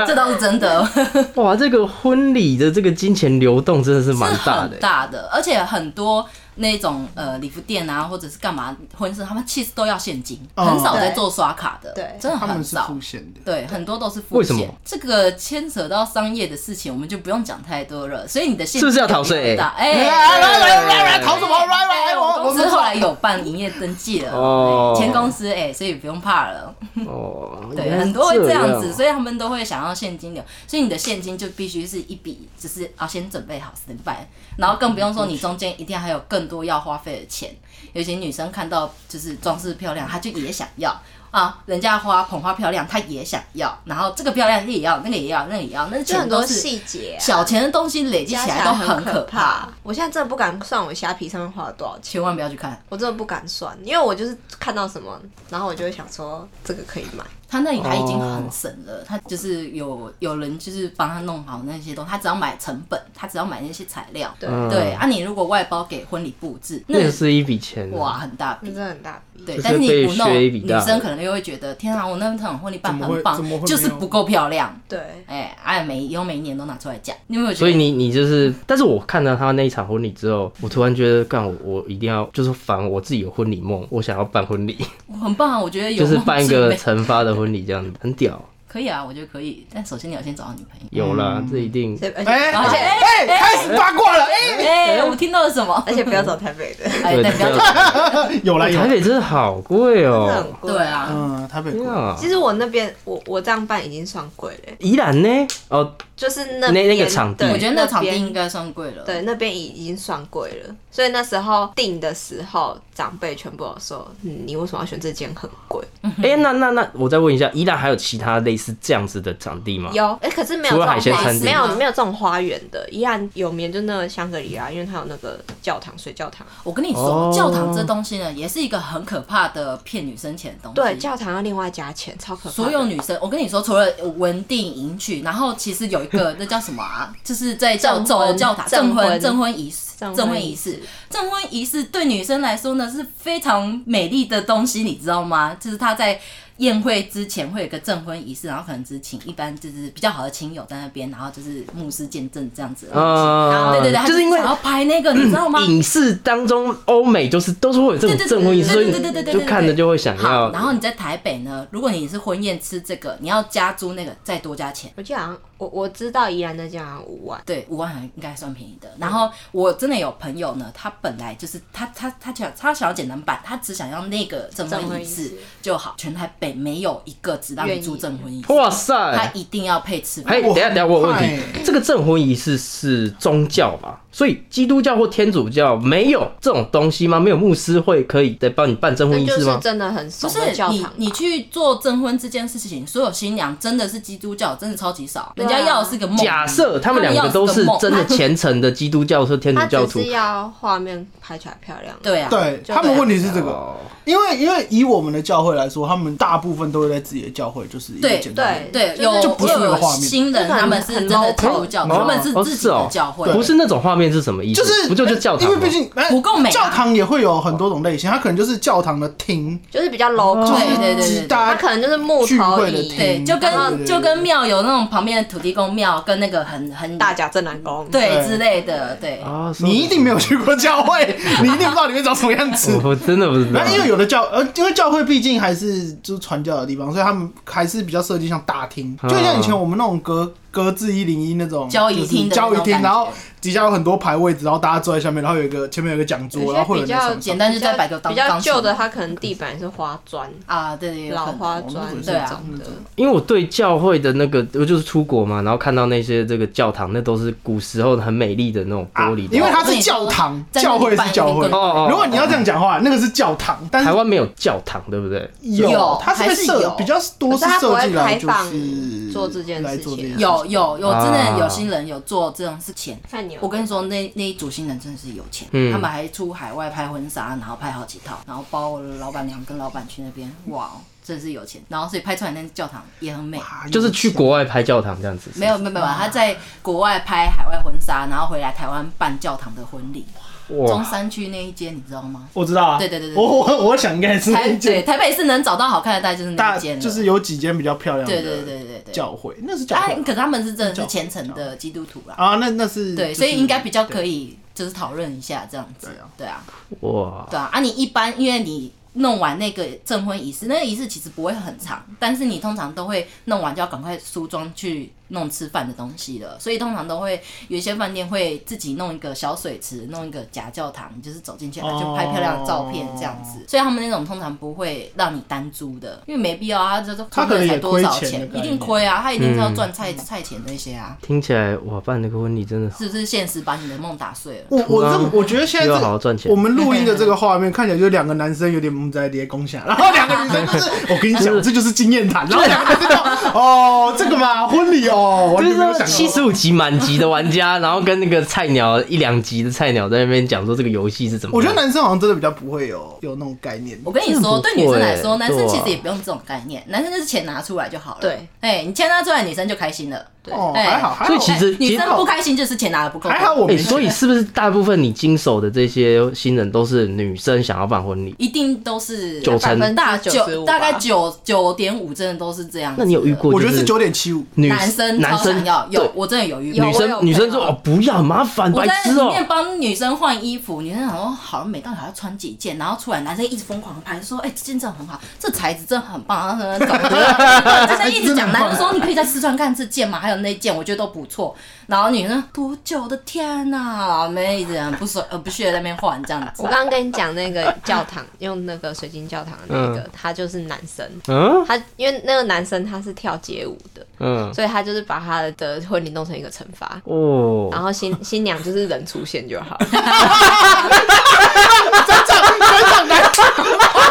[SPEAKER 5] 这倒是真的，
[SPEAKER 3] *laughs* 哇，这个婚礼的这个金钱流动真的是蛮
[SPEAKER 5] 是
[SPEAKER 3] 大的
[SPEAKER 5] *laughs* 很
[SPEAKER 3] 欸。
[SPEAKER 5] 大的，而且很多那种呃礼服店啊，或者是干嘛婚摄，他们其实都要现金，
[SPEAKER 1] 哦
[SPEAKER 5] 很少在
[SPEAKER 4] 对
[SPEAKER 5] 做刷卡的，
[SPEAKER 4] 对
[SPEAKER 5] 真的
[SPEAKER 1] 他
[SPEAKER 5] 很
[SPEAKER 1] 们是
[SPEAKER 5] 少
[SPEAKER 1] 付。现的。
[SPEAKER 5] 对，很多都是付
[SPEAKER 3] 为什么
[SPEAKER 5] 现，这个牵扯到商业的事情，我们就不用讲太多了。所以你的现
[SPEAKER 3] 是不是要
[SPEAKER 5] 金
[SPEAKER 3] 逃税
[SPEAKER 5] 流到哎，
[SPEAKER 1] 来来来来来，
[SPEAKER 5] 对
[SPEAKER 1] 逃什么？来来，我我
[SPEAKER 5] 公司
[SPEAKER 1] 们
[SPEAKER 5] 后来有办营业登记了，
[SPEAKER 3] 哦
[SPEAKER 5] 哦、前公司哎、所以不用怕了。
[SPEAKER 3] 哦，
[SPEAKER 5] 对，
[SPEAKER 3] 原来是
[SPEAKER 5] 很多会这样子，
[SPEAKER 3] 样
[SPEAKER 5] 所以他们都会想要现金流，所以你的现金就必须是一笔，只是要先准备好 stand by，然后更不用说你中间一定还有更多要花费的钱。有些女生看到就是装饰漂亮，她就也想要。啊，人家花捧花漂亮，她也想要，然后这个漂亮也要，那个也要，那个也要，那
[SPEAKER 4] 就
[SPEAKER 5] 全
[SPEAKER 4] 很
[SPEAKER 5] 都
[SPEAKER 4] 多
[SPEAKER 5] 是
[SPEAKER 4] 细节、啊，
[SPEAKER 5] 小钱的东西累积
[SPEAKER 4] 加
[SPEAKER 5] 起
[SPEAKER 4] 起
[SPEAKER 5] 来
[SPEAKER 4] 来
[SPEAKER 5] 都
[SPEAKER 4] 很
[SPEAKER 5] 可
[SPEAKER 4] 可怕。我现在真的不敢算我虾皮上面花了多少钱，
[SPEAKER 5] 千万不要去看。
[SPEAKER 4] 我真的不敢算，因为我就是看到什么，然后我就会想说这个可以买。
[SPEAKER 5] 他那里他已经
[SPEAKER 3] 哦
[SPEAKER 5] 很省了，他就是有有人就是帮他弄好那些东西，他只要买成本，他只要买那些材料。
[SPEAKER 4] 对
[SPEAKER 3] 嗯
[SPEAKER 5] 对啊，你如果外包给婚礼布置，
[SPEAKER 3] 那
[SPEAKER 5] 那
[SPEAKER 3] 也是一笔钱啊
[SPEAKER 5] 哇，很大
[SPEAKER 4] 那
[SPEAKER 5] 笔
[SPEAKER 4] 真。的很大笔。
[SPEAKER 5] 对
[SPEAKER 3] 就，是
[SPEAKER 5] 但是你
[SPEAKER 3] 被
[SPEAKER 5] 不弄，
[SPEAKER 3] 削一笔
[SPEAKER 5] 女
[SPEAKER 3] 大
[SPEAKER 5] 生可能又会觉得天啊，我那场婚礼办
[SPEAKER 1] 怎么
[SPEAKER 5] 很
[SPEAKER 1] 会
[SPEAKER 5] 棒
[SPEAKER 1] 怎么会，没
[SPEAKER 5] 就是
[SPEAKER 1] 有
[SPEAKER 5] 不够漂亮。
[SPEAKER 4] 对，
[SPEAKER 5] 哎，哎，每以后每一年都拿出来讲，你有没有觉
[SPEAKER 3] 所
[SPEAKER 5] 得？
[SPEAKER 3] 以你你就是，但是我看到他那一场婚礼之后，我突然觉得，干我我一定要，就是反我自己有婚礼梦，我想要办婚礼，
[SPEAKER 5] 很棒啊，我觉得有
[SPEAKER 3] 就是
[SPEAKER 5] 梦
[SPEAKER 3] 办一
[SPEAKER 5] 最
[SPEAKER 3] 个
[SPEAKER 5] 美
[SPEAKER 3] 惩罚的婚礼，这样子很屌。
[SPEAKER 5] 可以啊，我觉得可以，但首先你要先找到女朋友。
[SPEAKER 3] 有啦，
[SPEAKER 5] 嗯
[SPEAKER 3] 这一定
[SPEAKER 4] 所以而且、
[SPEAKER 1] 哎
[SPEAKER 4] 而且、
[SPEAKER 1] 哎，开始八卦了哎，
[SPEAKER 5] 哎，我听到了什么？
[SPEAKER 4] 而且不要找台北的，
[SPEAKER 5] 哎，
[SPEAKER 3] 对
[SPEAKER 5] 但不要
[SPEAKER 3] 不要
[SPEAKER 5] 讲哎
[SPEAKER 1] 有
[SPEAKER 3] 哇
[SPEAKER 1] 来
[SPEAKER 3] 台
[SPEAKER 1] 有，
[SPEAKER 3] 北真的好贵
[SPEAKER 4] 真的
[SPEAKER 3] 哦、
[SPEAKER 4] 很贵。
[SPEAKER 5] 对，啊，
[SPEAKER 1] 嗯，台北
[SPEAKER 3] 天啊
[SPEAKER 4] 其实我那边我我这样办已经算贵了，
[SPEAKER 3] 宜兰呢？哦，
[SPEAKER 4] 就是那
[SPEAKER 3] 那那个
[SPEAKER 4] 边
[SPEAKER 3] 场地
[SPEAKER 4] 对
[SPEAKER 5] 我觉得那场地
[SPEAKER 4] 边
[SPEAKER 5] 应该算贵了。
[SPEAKER 4] 对，那边已已经算贵了，所以那时候订的时候，长辈全部有说、嗯你为什么要选这间很贵？
[SPEAKER 3] 哎、那那那，我再问一下，宜兰还有其他类似这样子的场地吗？
[SPEAKER 4] 有，哎、可是没有
[SPEAKER 3] 除
[SPEAKER 4] 这
[SPEAKER 3] 了海鲜
[SPEAKER 4] 种花，
[SPEAKER 3] 餐厅
[SPEAKER 4] 没有
[SPEAKER 5] 吗
[SPEAKER 4] 没有这种花园的。宜兰有名就那个香格里拉，因为它有那个教堂，水教堂。
[SPEAKER 5] 我跟你说，
[SPEAKER 3] 哦
[SPEAKER 5] 教堂这东西呢，也是一个很可怕的骗女生钱的东
[SPEAKER 4] 对，
[SPEAKER 5] 西。
[SPEAKER 4] 教堂要另外加钱，超可怕的。
[SPEAKER 5] 所有女生，我跟你说，除了文定迎娶，然后其实有一个那叫什么啊，就是在教
[SPEAKER 4] 证
[SPEAKER 5] 走
[SPEAKER 4] 婚
[SPEAKER 5] 教堂
[SPEAKER 4] 证
[SPEAKER 5] 证
[SPEAKER 4] 婚
[SPEAKER 5] 婚证婚仪式，
[SPEAKER 4] 证婚
[SPEAKER 5] 证婚仪
[SPEAKER 4] 仪
[SPEAKER 5] 式
[SPEAKER 4] 式，
[SPEAKER 5] 证婚仪式对女生来说呢是非常美丽的东西，你知道吗？就是她在。宴会之前会有一个证婚仪式，然后可能只请一般就是比较好的亲友在那边，然后就是牧师见证这样子的东西。
[SPEAKER 3] 啊、
[SPEAKER 5] 对对对，
[SPEAKER 3] 就是因为
[SPEAKER 5] 然后拍那个，你知道
[SPEAKER 3] *laughs*
[SPEAKER 5] 吗？
[SPEAKER 3] 影视当中欧美就是都是会有这种证婚仪式，所
[SPEAKER 5] 对
[SPEAKER 3] 以
[SPEAKER 5] 对对对对对对对
[SPEAKER 3] 你
[SPEAKER 5] 对
[SPEAKER 3] 就看着就会想要
[SPEAKER 5] 好，。然后你在台北呢，如果你是婚宴吃这个，你要加租那个，再多加钱。
[SPEAKER 4] 我记得好像我我知道宜兰那家好像五万，
[SPEAKER 5] 对，五万还应该算便宜的。
[SPEAKER 3] 嗯
[SPEAKER 5] 然后我真的有朋友呢，他本来就是他他他想他想要简单版，他只想要那个证
[SPEAKER 4] 证
[SPEAKER 5] 婚
[SPEAKER 4] 婚
[SPEAKER 5] 仪
[SPEAKER 4] 仪
[SPEAKER 5] 式
[SPEAKER 4] 式
[SPEAKER 5] 就好，全台北没有一个只让你
[SPEAKER 4] 愿意
[SPEAKER 5] 住证婚仪式，
[SPEAKER 3] 哇
[SPEAKER 5] 他
[SPEAKER 3] 塞！
[SPEAKER 5] 一定要配吃饭
[SPEAKER 3] 哎，。等一下等一下，我有问
[SPEAKER 1] 哇
[SPEAKER 3] 题，这个证婚仪式是宗教嘛？所以基督教或天主教没有这种东西吗？没有牧师会可以来帮你办证婚
[SPEAKER 4] 那
[SPEAKER 3] 仪
[SPEAKER 4] 就
[SPEAKER 3] 式
[SPEAKER 4] 是
[SPEAKER 3] 吗？
[SPEAKER 4] 真的很
[SPEAKER 5] 不
[SPEAKER 4] 怂
[SPEAKER 5] 是
[SPEAKER 4] 的教堂
[SPEAKER 5] 你
[SPEAKER 4] 吧，
[SPEAKER 5] 你去做证婚这件事情，所有新娘真的是基督教，真的超级少，人
[SPEAKER 4] 对
[SPEAKER 5] 家
[SPEAKER 4] 啊
[SPEAKER 5] 要的是个梦。
[SPEAKER 3] 假设他们两
[SPEAKER 5] 要
[SPEAKER 3] 个
[SPEAKER 5] 的
[SPEAKER 3] 都是
[SPEAKER 5] 梦
[SPEAKER 3] 真的虔诚的基督教或天主
[SPEAKER 4] 他
[SPEAKER 3] 教
[SPEAKER 4] 只
[SPEAKER 3] 徒
[SPEAKER 4] 是，要画面拍起来漂亮。
[SPEAKER 5] 对啊，
[SPEAKER 1] 对
[SPEAKER 4] 就
[SPEAKER 1] 他们
[SPEAKER 4] 对
[SPEAKER 1] 问题是这个，
[SPEAKER 3] 哦
[SPEAKER 1] 因为因为以我们的教会来说，他们大部分都会在自己的教会，就是一个
[SPEAKER 5] 对
[SPEAKER 1] 简单的
[SPEAKER 4] 对
[SPEAKER 5] 对，
[SPEAKER 4] 就
[SPEAKER 5] 有
[SPEAKER 1] 就不是那个画面
[SPEAKER 5] 新人，他们是真的基督教，
[SPEAKER 3] 哦
[SPEAKER 5] 他们是自己的教会，
[SPEAKER 1] 对
[SPEAKER 3] 不是那种画面是什么意思？
[SPEAKER 1] 就是
[SPEAKER 3] 不就就教堂
[SPEAKER 1] 因为
[SPEAKER 3] 吗
[SPEAKER 1] 毕？竟哎
[SPEAKER 5] 不够美啊
[SPEAKER 1] 教堂也会有很多种类型，它可能就是教堂的厅，
[SPEAKER 4] 就是比较 local，、
[SPEAKER 5] 对对对
[SPEAKER 1] 就是
[SPEAKER 5] 对
[SPEAKER 1] 大
[SPEAKER 4] 它
[SPEAKER 1] 家
[SPEAKER 4] 可能就是木
[SPEAKER 1] 聚
[SPEAKER 4] 头
[SPEAKER 1] 会的
[SPEAKER 4] 椅、
[SPEAKER 1] 厅
[SPEAKER 5] 对，就
[SPEAKER 1] 然后
[SPEAKER 5] 跟就跟庙有那种旁边的土地公庙跟那个很很
[SPEAKER 4] 大甲镇南宫，
[SPEAKER 5] 对
[SPEAKER 1] 对
[SPEAKER 5] 之类的，对，
[SPEAKER 3] 啊，
[SPEAKER 1] *laughs*
[SPEAKER 3] 是
[SPEAKER 1] 你一定没有去过教会，
[SPEAKER 3] *laughs*
[SPEAKER 1] 你一定不知道里面长什么样子。
[SPEAKER 3] 我我真的不知道
[SPEAKER 1] 然。后因为有的教呃，因为教会毕竟还是就是传教的地方，所以他们还是比较设计像大厅，
[SPEAKER 3] 嗯
[SPEAKER 1] 就像以前我们那种格格致一零一那种
[SPEAKER 5] 交易厅的
[SPEAKER 1] 就是交易
[SPEAKER 5] 那种
[SPEAKER 1] 厅，
[SPEAKER 5] 感觉
[SPEAKER 1] 然后底下有很多排位置，然后大家坐在下面，然后有一个前面有一个讲
[SPEAKER 4] 有
[SPEAKER 1] 桌，
[SPEAKER 4] 些
[SPEAKER 1] 然后会有
[SPEAKER 4] 比
[SPEAKER 1] 人在
[SPEAKER 4] 较
[SPEAKER 1] 上面
[SPEAKER 5] 简单就再摆个
[SPEAKER 4] 比
[SPEAKER 5] 当
[SPEAKER 4] 较
[SPEAKER 5] 钢琴
[SPEAKER 4] 旧的，它可能地板是花砖、
[SPEAKER 5] 啊，对对，有可
[SPEAKER 4] 老
[SPEAKER 5] 能
[SPEAKER 4] 花
[SPEAKER 1] 哦那
[SPEAKER 4] 砖
[SPEAKER 1] 种
[SPEAKER 4] 这
[SPEAKER 5] 对啊
[SPEAKER 4] 种的。
[SPEAKER 3] 因为我对教会的那个，我就是出国嘛，然后看到那些这个教堂，那都是古时候很美丽的那种玻璃
[SPEAKER 1] 啊
[SPEAKER 3] 的。
[SPEAKER 1] 因为它是教堂，
[SPEAKER 5] 在
[SPEAKER 1] 教
[SPEAKER 5] 那
[SPEAKER 1] 会
[SPEAKER 5] 里摆
[SPEAKER 1] 是教会
[SPEAKER 5] 一。个
[SPEAKER 3] 哦哦，
[SPEAKER 1] 如果你要这样讲话，那个是教堂，但是
[SPEAKER 3] 台湾没有教堂，对不对？
[SPEAKER 1] 有
[SPEAKER 5] 有
[SPEAKER 1] 它是被
[SPEAKER 5] 还是
[SPEAKER 1] 设
[SPEAKER 5] 有
[SPEAKER 1] 比较多
[SPEAKER 4] 可是它不
[SPEAKER 1] 设
[SPEAKER 4] 会
[SPEAKER 1] 计来
[SPEAKER 4] 开
[SPEAKER 1] 就
[SPEAKER 4] 放
[SPEAKER 1] 是
[SPEAKER 4] 做这件
[SPEAKER 1] 来
[SPEAKER 4] 事
[SPEAKER 1] 做这
[SPEAKER 4] 情
[SPEAKER 1] 件
[SPEAKER 4] 啊
[SPEAKER 1] 事
[SPEAKER 5] 有有有，真
[SPEAKER 3] 啊
[SPEAKER 5] 的有新人有做这种事情。
[SPEAKER 4] 看你有，
[SPEAKER 5] 我跟你说，那那一组新人真的是有钱，
[SPEAKER 3] 嗯
[SPEAKER 5] 他们还出海外拍婚纱，然后拍好几套，然后包老板娘跟老板去那边，哇哦，真的是有钱。然后所以拍出来那教堂也很美，
[SPEAKER 1] 啊
[SPEAKER 3] 就是去国外拍教堂这样子。
[SPEAKER 5] 没有没有没有，啊
[SPEAKER 1] 嗯
[SPEAKER 5] 他在国外拍海外婚纱，然后回来台湾办教堂的婚礼，中
[SPEAKER 3] 哇，
[SPEAKER 5] 山区那一间你知道吗？
[SPEAKER 1] 我知道啊，
[SPEAKER 5] 对对对对对
[SPEAKER 1] 我我我想应该是那
[SPEAKER 5] 台
[SPEAKER 1] 一
[SPEAKER 5] 对
[SPEAKER 1] 间
[SPEAKER 5] 台北是能找到好看的，大概就是那
[SPEAKER 1] 大，
[SPEAKER 5] 一间了啊
[SPEAKER 1] 就是有几间比较漂亮的
[SPEAKER 5] 对对对对对。
[SPEAKER 1] 教会，那是教
[SPEAKER 5] 啊，
[SPEAKER 1] 会
[SPEAKER 5] 可他们是真的是虔诚的基督徒啦，
[SPEAKER 1] 啊，那那是
[SPEAKER 5] 对，
[SPEAKER 1] 就是
[SPEAKER 5] 所以应该比较可以就是讨论一下这样子
[SPEAKER 1] 对啊，
[SPEAKER 5] 对啊，
[SPEAKER 3] 哇，
[SPEAKER 5] 对啊，啊，你一般因为你弄完那个证婚仪式，那个仪式其实不会很长，但是你通常都会弄完就要赶快梳妆去弄吃饭的东西了，所以通常都会有一些饭店会自己弄一个小水池，弄一个假教堂，你就是走进去啊
[SPEAKER 1] 哦
[SPEAKER 5] 就拍漂亮的照片这样子，所以他们那种通常不会让你单租的，因为没必要啊，就是
[SPEAKER 1] 他可能也
[SPEAKER 5] 才多少
[SPEAKER 1] 亏钱的概
[SPEAKER 5] 一
[SPEAKER 1] 念嗯
[SPEAKER 5] 定亏啊，他一定是要赚菜、菜钱那些啊，
[SPEAKER 3] 听起来我办那个婚礼真的
[SPEAKER 5] 是不是现实把你的梦打碎了？
[SPEAKER 1] 我我这
[SPEAKER 3] 对
[SPEAKER 1] 么
[SPEAKER 3] 啊
[SPEAKER 1] 我觉得现在
[SPEAKER 3] 需要
[SPEAKER 1] 这
[SPEAKER 3] 好好赚钱
[SPEAKER 1] 我。们录音的这个画面看 *laughs* 起来就两个男生有点蒙在跌攻下，啊然
[SPEAKER 5] *laughs*
[SPEAKER 1] 后两个女生就是我跟你讲，这就是经验谈，然后两个女生就 *laughs* 哦这个嘛婚礼哦，完全
[SPEAKER 3] 就是
[SPEAKER 1] 没有
[SPEAKER 3] 说
[SPEAKER 1] 想
[SPEAKER 3] 七十
[SPEAKER 1] 过。
[SPEAKER 3] 五级满级的玩家，然后跟那个菜鸟一两级的菜鸟在那边讲说这个游戏是怎么
[SPEAKER 1] 我
[SPEAKER 3] 样。
[SPEAKER 1] 觉得男生好像真的比较不会有有那种概念，
[SPEAKER 5] 我跟你说，
[SPEAKER 3] 真的
[SPEAKER 5] 对
[SPEAKER 3] 不
[SPEAKER 5] 女生
[SPEAKER 3] 会
[SPEAKER 5] 来说，男生
[SPEAKER 3] 对啊
[SPEAKER 5] 其实也不用这种概念，男生就是钱拿出来就好了。
[SPEAKER 4] 对，
[SPEAKER 5] 哎，你钱拿出来，女生就开心了。
[SPEAKER 4] 对
[SPEAKER 1] 哦
[SPEAKER 5] 哎
[SPEAKER 1] 还好，还好
[SPEAKER 3] 所以其实
[SPEAKER 5] 哎女生
[SPEAKER 1] 还好
[SPEAKER 5] 不开心就是钱拿的不够多。
[SPEAKER 1] 还好我
[SPEAKER 3] 哎、
[SPEAKER 1] 没
[SPEAKER 3] 所以是不是大部分你经手的这些新人都是女生想要办婚礼？
[SPEAKER 5] 一定都是
[SPEAKER 3] 九成
[SPEAKER 5] 大
[SPEAKER 4] 95%
[SPEAKER 5] 九大概九九点五，真的都是这样子的。
[SPEAKER 3] 那你有遇过？
[SPEAKER 1] 我觉得
[SPEAKER 3] 就是
[SPEAKER 1] 九点七五，
[SPEAKER 3] 女
[SPEAKER 5] 男生
[SPEAKER 3] 男
[SPEAKER 5] 超
[SPEAKER 3] 生
[SPEAKER 5] 想要有
[SPEAKER 3] 对，
[SPEAKER 5] 我真的有遇过
[SPEAKER 3] 女。
[SPEAKER 4] 我有
[SPEAKER 3] 生
[SPEAKER 4] 朋友
[SPEAKER 3] 女生说哦不要很麻烦
[SPEAKER 5] 我
[SPEAKER 3] 白
[SPEAKER 5] 在
[SPEAKER 3] 痴
[SPEAKER 5] 里
[SPEAKER 3] 哦、
[SPEAKER 5] 面帮女生换衣服，女生想说好美，到底还要穿几件？然后出来男生一直疯狂地拍，说哎、这件真的很好，这材质真的很棒。然啊后怎么怎
[SPEAKER 3] *laughs*
[SPEAKER 5] 么，男生一直讲，男生说你可以再试穿看这件嘛，还有那件我觉得都不错。然后女生多久的天呐、妹子很不爽呃不屑在那边换这样子
[SPEAKER 3] *laughs*
[SPEAKER 4] 我。刚刚跟你讲那个教堂，用那个水晶教堂的那个，他就是男生，
[SPEAKER 3] 嗯
[SPEAKER 4] 他因为那个男生他是跳街舞的，
[SPEAKER 3] 嗯
[SPEAKER 4] 所以他就是把他的婚礼弄成一个惩罚，然
[SPEAKER 3] 哦，
[SPEAKER 4] 后新新娘就是人出现就好。而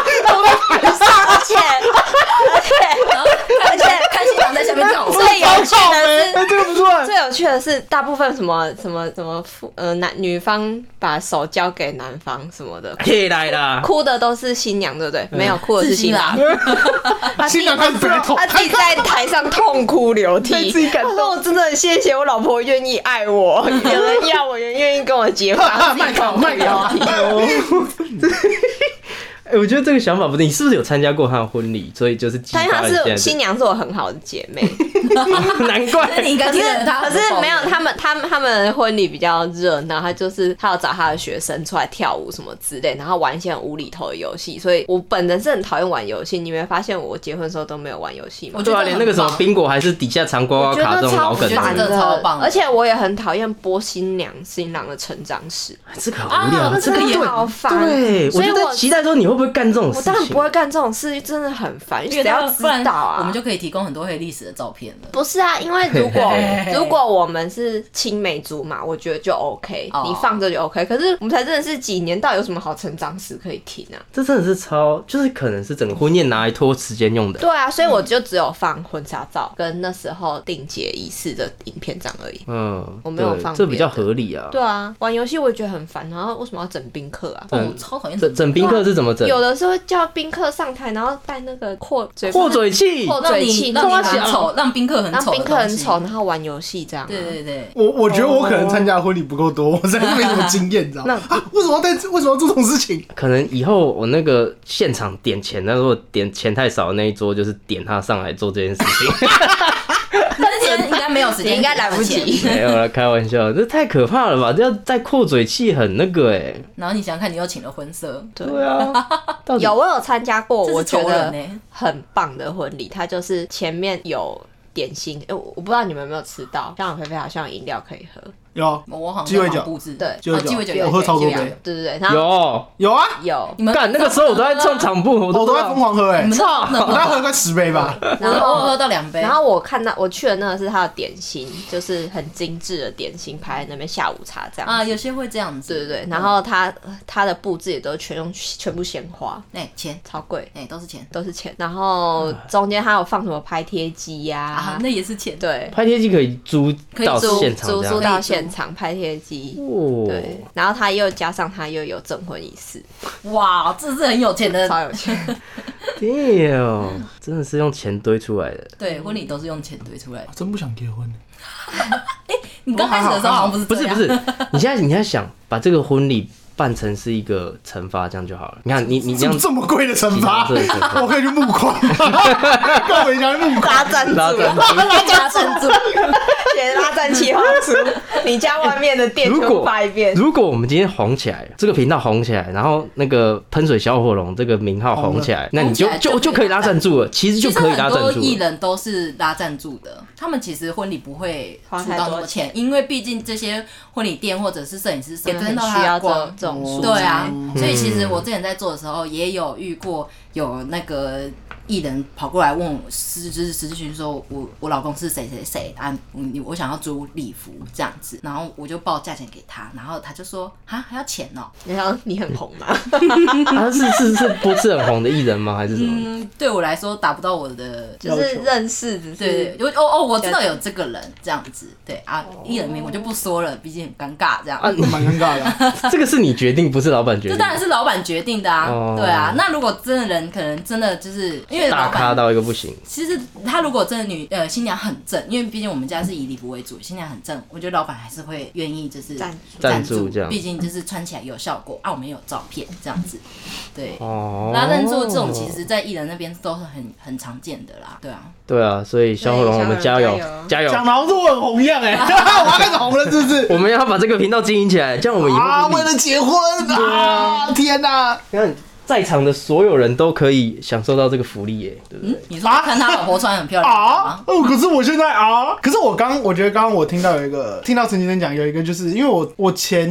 [SPEAKER 4] 且而且
[SPEAKER 5] 开心郎在下面跳舞，
[SPEAKER 4] 最有趣的是，
[SPEAKER 1] 这个不错哎，
[SPEAKER 4] 最有趣的是，大部分什么什么什么父呃男女方把手交给男方什么的，
[SPEAKER 3] 可以来啦。
[SPEAKER 4] 哭的都是新娘，对不对？没有哭的是
[SPEAKER 5] 自
[SPEAKER 4] 新
[SPEAKER 5] 信啊
[SPEAKER 4] 郎
[SPEAKER 5] 啦，，
[SPEAKER 4] 他自
[SPEAKER 1] 新
[SPEAKER 4] 己
[SPEAKER 1] 娘开始 battle
[SPEAKER 4] 他自己在台上痛哭流涕，
[SPEAKER 1] 自己感动
[SPEAKER 4] 他说我真的很谢谢我老婆愿意爱我，有人要我，有人愿意跟我结婚。
[SPEAKER 1] 麦克麦
[SPEAKER 3] *laughs*
[SPEAKER 1] 克，
[SPEAKER 3] 哎、我觉得这个想法不对，你是不是有参加过他的婚礼？所以就是激
[SPEAKER 4] 但
[SPEAKER 3] 发
[SPEAKER 4] 是她
[SPEAKER 3] 了你现在
[SPEAKER 4] 是
[SPEAKER 3] 的
[SPEAKER 4] 新娘，是我很好的姐妹，
[SPEAKER 3] *laughs* 难
[SPEAKER 5] 那
[SPEAKER 3] 怪
[SPEAKER 5] 你应该
[SPEAKER 4] 可
[SPEAKER 5] 听
[SPEAKER 4] 是
[SPEAKER 5] 得他
[SPEAKER 4] 可
[SPEAKER 5] 很
[SPEAKER 4] 是
[SPEAKER 5] 抱
[SPEAKER 4] 没有
[SPEAKER 5] 怨
[SPEAKER 4] 他们，他们他们婚礼比较热闹，他就是他要找他的学生出来跳舞什么之类，然后玩一些很无厘头的游戏。所以我本人是很讨厌玩游戏，你没发现我结婚的时候都没有玩游戏吗
[SPEAKER 5] 我？觉
[SPEAKER 3] *laughs* 对
[SPEAKER 5] 得
[SPEAKER 3] 啊，连那个什么宾果还是底下藏瓜
[SPEAKER 4] 我
[SPEAKER 3] 瓜
[SPEAKER 4] 觉
[SPEAKER 3] 卡这
[SPEAKER 4] 得
[SPEAKER 3] 种
[SPEAKER 4] 超
[SPEAKER 3] 老梗
[SPEAKER 5] 我
[SPEAKER 3] 子，
[SPEAKER 5] 觉得
[SPEAKER 4] 烦
[SPEAKER 5] 这个超棒的
[SPEAKER 4] 而且我也很讨厌播新娘新郎的成长史，
[SPEAKER 3] 这个好无聊，
[SPEAKER 5] 啊
[SPEAKER 3] 这
[SPEAKER 5] 这个也
[SPEAKER 3] 对
[SPEAKER 4] 好烦
[SPEAKER 3] 对，我
[SPEAKER 4] 所以
[SPEAKER 3] 就在
[SPEAKER 4] 我
[SPEAKER 3] 期待说你会不会干这种事
[SPEAKER 4] 我
[SPEAKER 3] 情。
[SPEAKER 4] 当然不会干这种事，真的很烦，
[SPEAKER 5] 因为
[SPEAKER 4] 谁要知
[SPEAKER 5] 不然
[SPEAKER 4] 道啊？
[SPEAKER 5] 我们就可以提供很多黑历史的照片了。
[SPEAKER 4] 不是啊，因为如果
[SPEAKER 3] 嘿嘿
[SPEAKER 5] 嘿
[SPEAKER 4] 如果我们是青梅竹马，我觉得就 OK，、
[SPEAKER 5] 哦
[SPEAKER 4] 你放着就 OK。可是我们才真的是几年，到底有什么好成长史可以听啊？
[SPEAKER 3] 这真的是超，就是可能是整个婚宴拿来拖时间用的。
[SPEAKER 4] 对啊，所以我就只有放婚纱照跟那时候定结仪式的影片这样而已。
[SPEAKER 3] 嗯，
[SPEAKER 4] 我没有
[SPEAKER 3] 对
[SPEAKER 4] 放
[SPEAKER 3] 这比较
[SPEAKER 4] 别的
[SPEAKER 3] 合理啊。
[SPEAKER 4] 对啊，玩游戏我也觉得很烦，然后为什么要整宾客啊？
[SPEAKER 5] 哦，我超讨厌这
[SPEAKER 3] 整整宾客是怎么整？
[SPEAKER 4] 有的时候叫宾客上台，然后带那个扩嘴巴
[SPEAKER 3] 破嘴气，
[SPEAKER 4] 扩
[SPEAKER 5] 让
[SPEAKER 4] 嘴
[SPEAKER 5] 你
[SPEAKER 4] 气，
[SPEAKER 5] 让你
[SPEAKER 4] 然后
[SPEAKER 5] 很丑，让宾客很
[SPEAKER 4] 让
[SPEAKER 5] 丑，
[SPEAKER 4] 宾客很丑，。然后玩游戏这样啊。
[SPEAKER 5] 对对对，
[SPEAKER 1] 我我觉得我可能参加的婚礼不够多，我实在是没什么经验，你知道吗？啊，为什么要带？为什么要做这种事情？
[SPEAKER 3] 可能以后我那个现场点钱，那如果点钱太少的那一桌，就是点他上来做这件事情。
[SPEAKER 5] 但是现在应该没有时间，
[SPEAKER 4] 你应该来不及。
[SPEAKER 3] 没有啦，开玩笑，这太可怕了吧？这要再扩嘴气很那个哎、
[SPEAKER 5] 然后你想想看，你又请了婚色，
[SPEAKER 3] 对啊，到底
[SPEAKER 4] *laughs* 有，我有参加过，
[SPEAKER 5] 这
[SPEAKER 4] 我
[SPEAKER 5] 是
[SPEAKER 4] 觉
[SPEAKER 5] 仇
[SPEAKER 4] 得
[SPEAKER 5] 人呢。
[SPEAKER 4] 很棒的婚礼，它就是前面有点心，哎、我我不知道你们有没有吃到，像我菲菲好像有饮料可以喝，
[SPEAKER 1] 有啊
[SPEAKER 5] 我好
[SPEAKER 1] 鸡尾
[SPEAKER 5] 像在
[SPEAKER 1] 酒
[SPEAKER 5] 忙布置，
[SPEAKER 4] 对
[SPEAKER 1] 鸡尾
[SPEAKER 5] 哦
[SPEAKER 1] 酒
[SPEAKER 5] 鸡尾酒
[SPEAKER 1] 我
[SPEAKER 5] 有
[SPEAKER 1] 喝超多
[SPEAKER 4] 有
[SPEAKER 1] 杯，
[SPEAKER 4] 对对对，然后
[SPEAKER 3] 有
[SPEAKER 1] 有啊，
[SPEAKER 4] 有，
[SPEAKER 5] 你们
[SPEAKER 3] 干那个时候我都在唱场部，我
[SPEAKER 1] 我都在
[SPEAKER 3] 不
[SPEAKER 1] 疯
[SPEAKER 3] 知道
[SPEAKER 1] 狂喝哎、
[SPEAKER 5] 你们
[SPEAKER 1] 欸，
[SPEAKER 5] 操，
[SPEAKER 1] *laughs* 我大概喝快十杯吧。
[SPEAKER 5] 然
[SPEAKER 4] 然
[SPEAKER 5] 后
[SPEAKER 4] 后
[SPEAKER 5] 喝到两杯，
[SPEAKER 4] 然后我看到我去的那个是它的点心，就是很精致的点心，排在那边下午茶这样。
[SPEAKER 5] 啊，有些会这样子，
[SPEAKER 4] 对对对，然后它它的布置也都全用全部鲜花，
[SPEAKER 5] 哎钱，
[SPEAKER 4] 超贵，
[SPEAKER 5] 哎都是钱
[SPEAKER 4] 都是钱。然后
[SPEAKER 3] 嗯
[SPEAKER 4] 中间还有放什么拍贴机
[SPEAKER 5] 啊
[SPEAKER 4] 呀，，
[SPEAKER 5] 那也是钱，
[SPEAKER 4] 对，
[SPEAKER 3] 拍贴机可以租
[SPEAKER 5] 可以
[SPEAKER 3] 到
[SPEAKER 5] 租
[SPEAKER 3] 现场
[SPEAKER 4] 租
[SPEAKER 3] 这
[SPEAKER 4] 租
[SPEAKER 3] 样。
[SPEAKER 4] 到现场拍贴机，对
[SPEAKER 3] 哦，，
[SPEAKER 4] 然后它又加上它又有证婚仪式，
[SPEAKER 5] 哇，这是很有钱的，
[SPEAKER 4] 超有钱。
[SPEAKER 3] damn，真的是用钱堆出来的。
[SPEAKER 5] 对，婚礼都是用钱堆出来的。
[SPEAKER 1] 真不想结婚、欸
[SPEAKER 5] 你刚开始的时候好像不是
[SPEAKER 3] 不
[SPEAKER 5] 这
[SPEAKER 3] 是
[SPEAKER 5] 样
[SPEAKER 3] 不是，你现在你现在想把这个婚礼办成是一个惩罚，这样就好了。你看你你这
[SPEAKER 1] 怎
[SPEAKER 3] 样
[SPEAKER 1] 么这么贵的惩罚？
[SPEAKER 3] 对对对
[SPEAKER 1] 我可以去募款吗， *laughs* 跟我一样募款。
[SPEAKER 4] 拉赞助，啊
[SPEAKER 3] 拉赞助
[SPEAKER 5] *laughs*
[SPEAKER 4] 拉加赞助，写拉赞企划书， *laughs* 你家外面的店
[SPEAKER 3] 如
[SPEAKER 4] 全部
[SPEAKER 3] 果
[SPEAKER 4] 发一
[SPEAKER 3] *laughs*
[SPEAKER 4] 遍。
[SPEAKER 3] 如果我们今天红起来，这个频道红起来，然后那个喷水小火龙这个名号红起来，那你就
[SPEAKER 5] 红起来就
[SPEAKER 3] 就就
[SPEAKER 5] 可以
[SPEAKER 3] 可以拉
[SPEAKER 5] 拉赞
[SPEAKER 3] 赞助了，其实就
[SPEAKER 5] 其实
[SPEAKER 3] 可以拉
[SPEAKER 5] 很
[SPEAKER 3] 赞
[SPEAKER 5] 多
[SPEAKER 3] 助
[SPEAKER 5] 艺
[SPEAKER 3] 了。
[SPEAKER 5] 人都是拉赞助的，他们其实婚礼不会
[SPEAKER 4] 花
[SPEAKER 5] 出
[SPEAKER 4] 太
[SPEAKER 5] 到
[SPEAKER 4] 多
[SPEAKER 5] 那么钱，因为毕竟这些婚礼店或者是摄影师
[SPEAKER 4] 也
[SPEAKER 5] 真的
[SPEAKER 4] 很
[SPEAKER 5] 到
[SPEAKER 4] 需
[SPEAKER 5] 他
[SPEAKER 4] 要这
[SPEAKER 5] 光
[SPEAKER 4] 这种素
[SPEAKER 5] 对啊
[SPEAKER 4] 材，嗯
[SPEAKER 5] 所以其实我之前在做的时候，也有遇过有那个艺人跑过来问我私，就是私讯说我我老公是谁谁谁啊，你我想要租礼服这样子，然后我就报价钱给他，然后他就说啊还要钱哦、
[SPEAKER 4] 你想你很红
[SPEAKER 3] *laughs*
[SPEAKER 4] 嘛？
[SPEAKER 3] 啊，是是是不是很红的艺人吗？还是什么？
[SPEAKER 5] 嗯，对我来说达不到我的
[SPEAKER 4] *laughs* 就是认识，只
[SPEAKER 5] 对
[SPEAKER 4] 是
[SPEAKER 5] 对，我哦哦，我知道有这个人这样子，对啊，艺人名我就不说了，毕竟很尴尬这样。
[SPEAKER 3] 啊，
[SPEAKER 1] 蛮尴尬的啊、
[SPEAKER 3] 这个是你决定，不是老板决
[SPEAKER 5] 这
[SPEAKER 3] 定。
[SPEAKER 5] 当然是老板决定的啊，
[SPEAKER 3] 哦
[SPEAKER 5] 对啊。那如果真的人可能真的就是因为
[SPEAKER 3] 大
[SPEAKER 5] 老
[SPEAKER 3] 咖
[SPEAKER 5] 板，
[SPEAKER 3] 到一个不行，
[SPEAKER 5] 其实他如果真的女呃新娘很正，因为毕竟我们家是以礼服为主，新娘很正，我觉得老板还是会愿意就是
[SPEAKER 4] 赞
[SPEAKER 3] 赞助这样
[SPEAKER 5] 毕竟就是穿起来有效果啊，我们也有照片这样子，对。
[SPEAKER 3] 哦，
[SPEAKER 5] 拉赞助这种，其实在艺人那边都是很很常见的啦，对啊。
[SPEAKER 3] 对啊，所以小火龙，我们加油
[SPEAKER 4] 对小火龙
[SPEAKER 3] 加油！
[SPEAKER 1] *laughs* 讲的好像是我很红一样哎、 *laughs* 我要开始红了是不是？
[SPEAKER 3] 我们要把这个频道经营起来，这样我们以
[SPEAKER 1] 啊，
[SPEAKER 3] 后
[SPEAKER 1] 为
[SPEAKER 3] 婚礼，
[SPEAKER 1] 了结婚啊！天哪、
[SPEAKER 3] 你看在场的所有人都可以享受到这个福利耶，对不对？
[SPEAKER 5] 你说看他老婆穿很漂亮
[SPEAKER 1] 啊
[SPEAKER 5] 吗？！
[SPEAKER 1] 哦，可是我现在啊，可是我刚，我觉得刚刚我听到有一个，听到陈先生讲有一个，就是因为我我前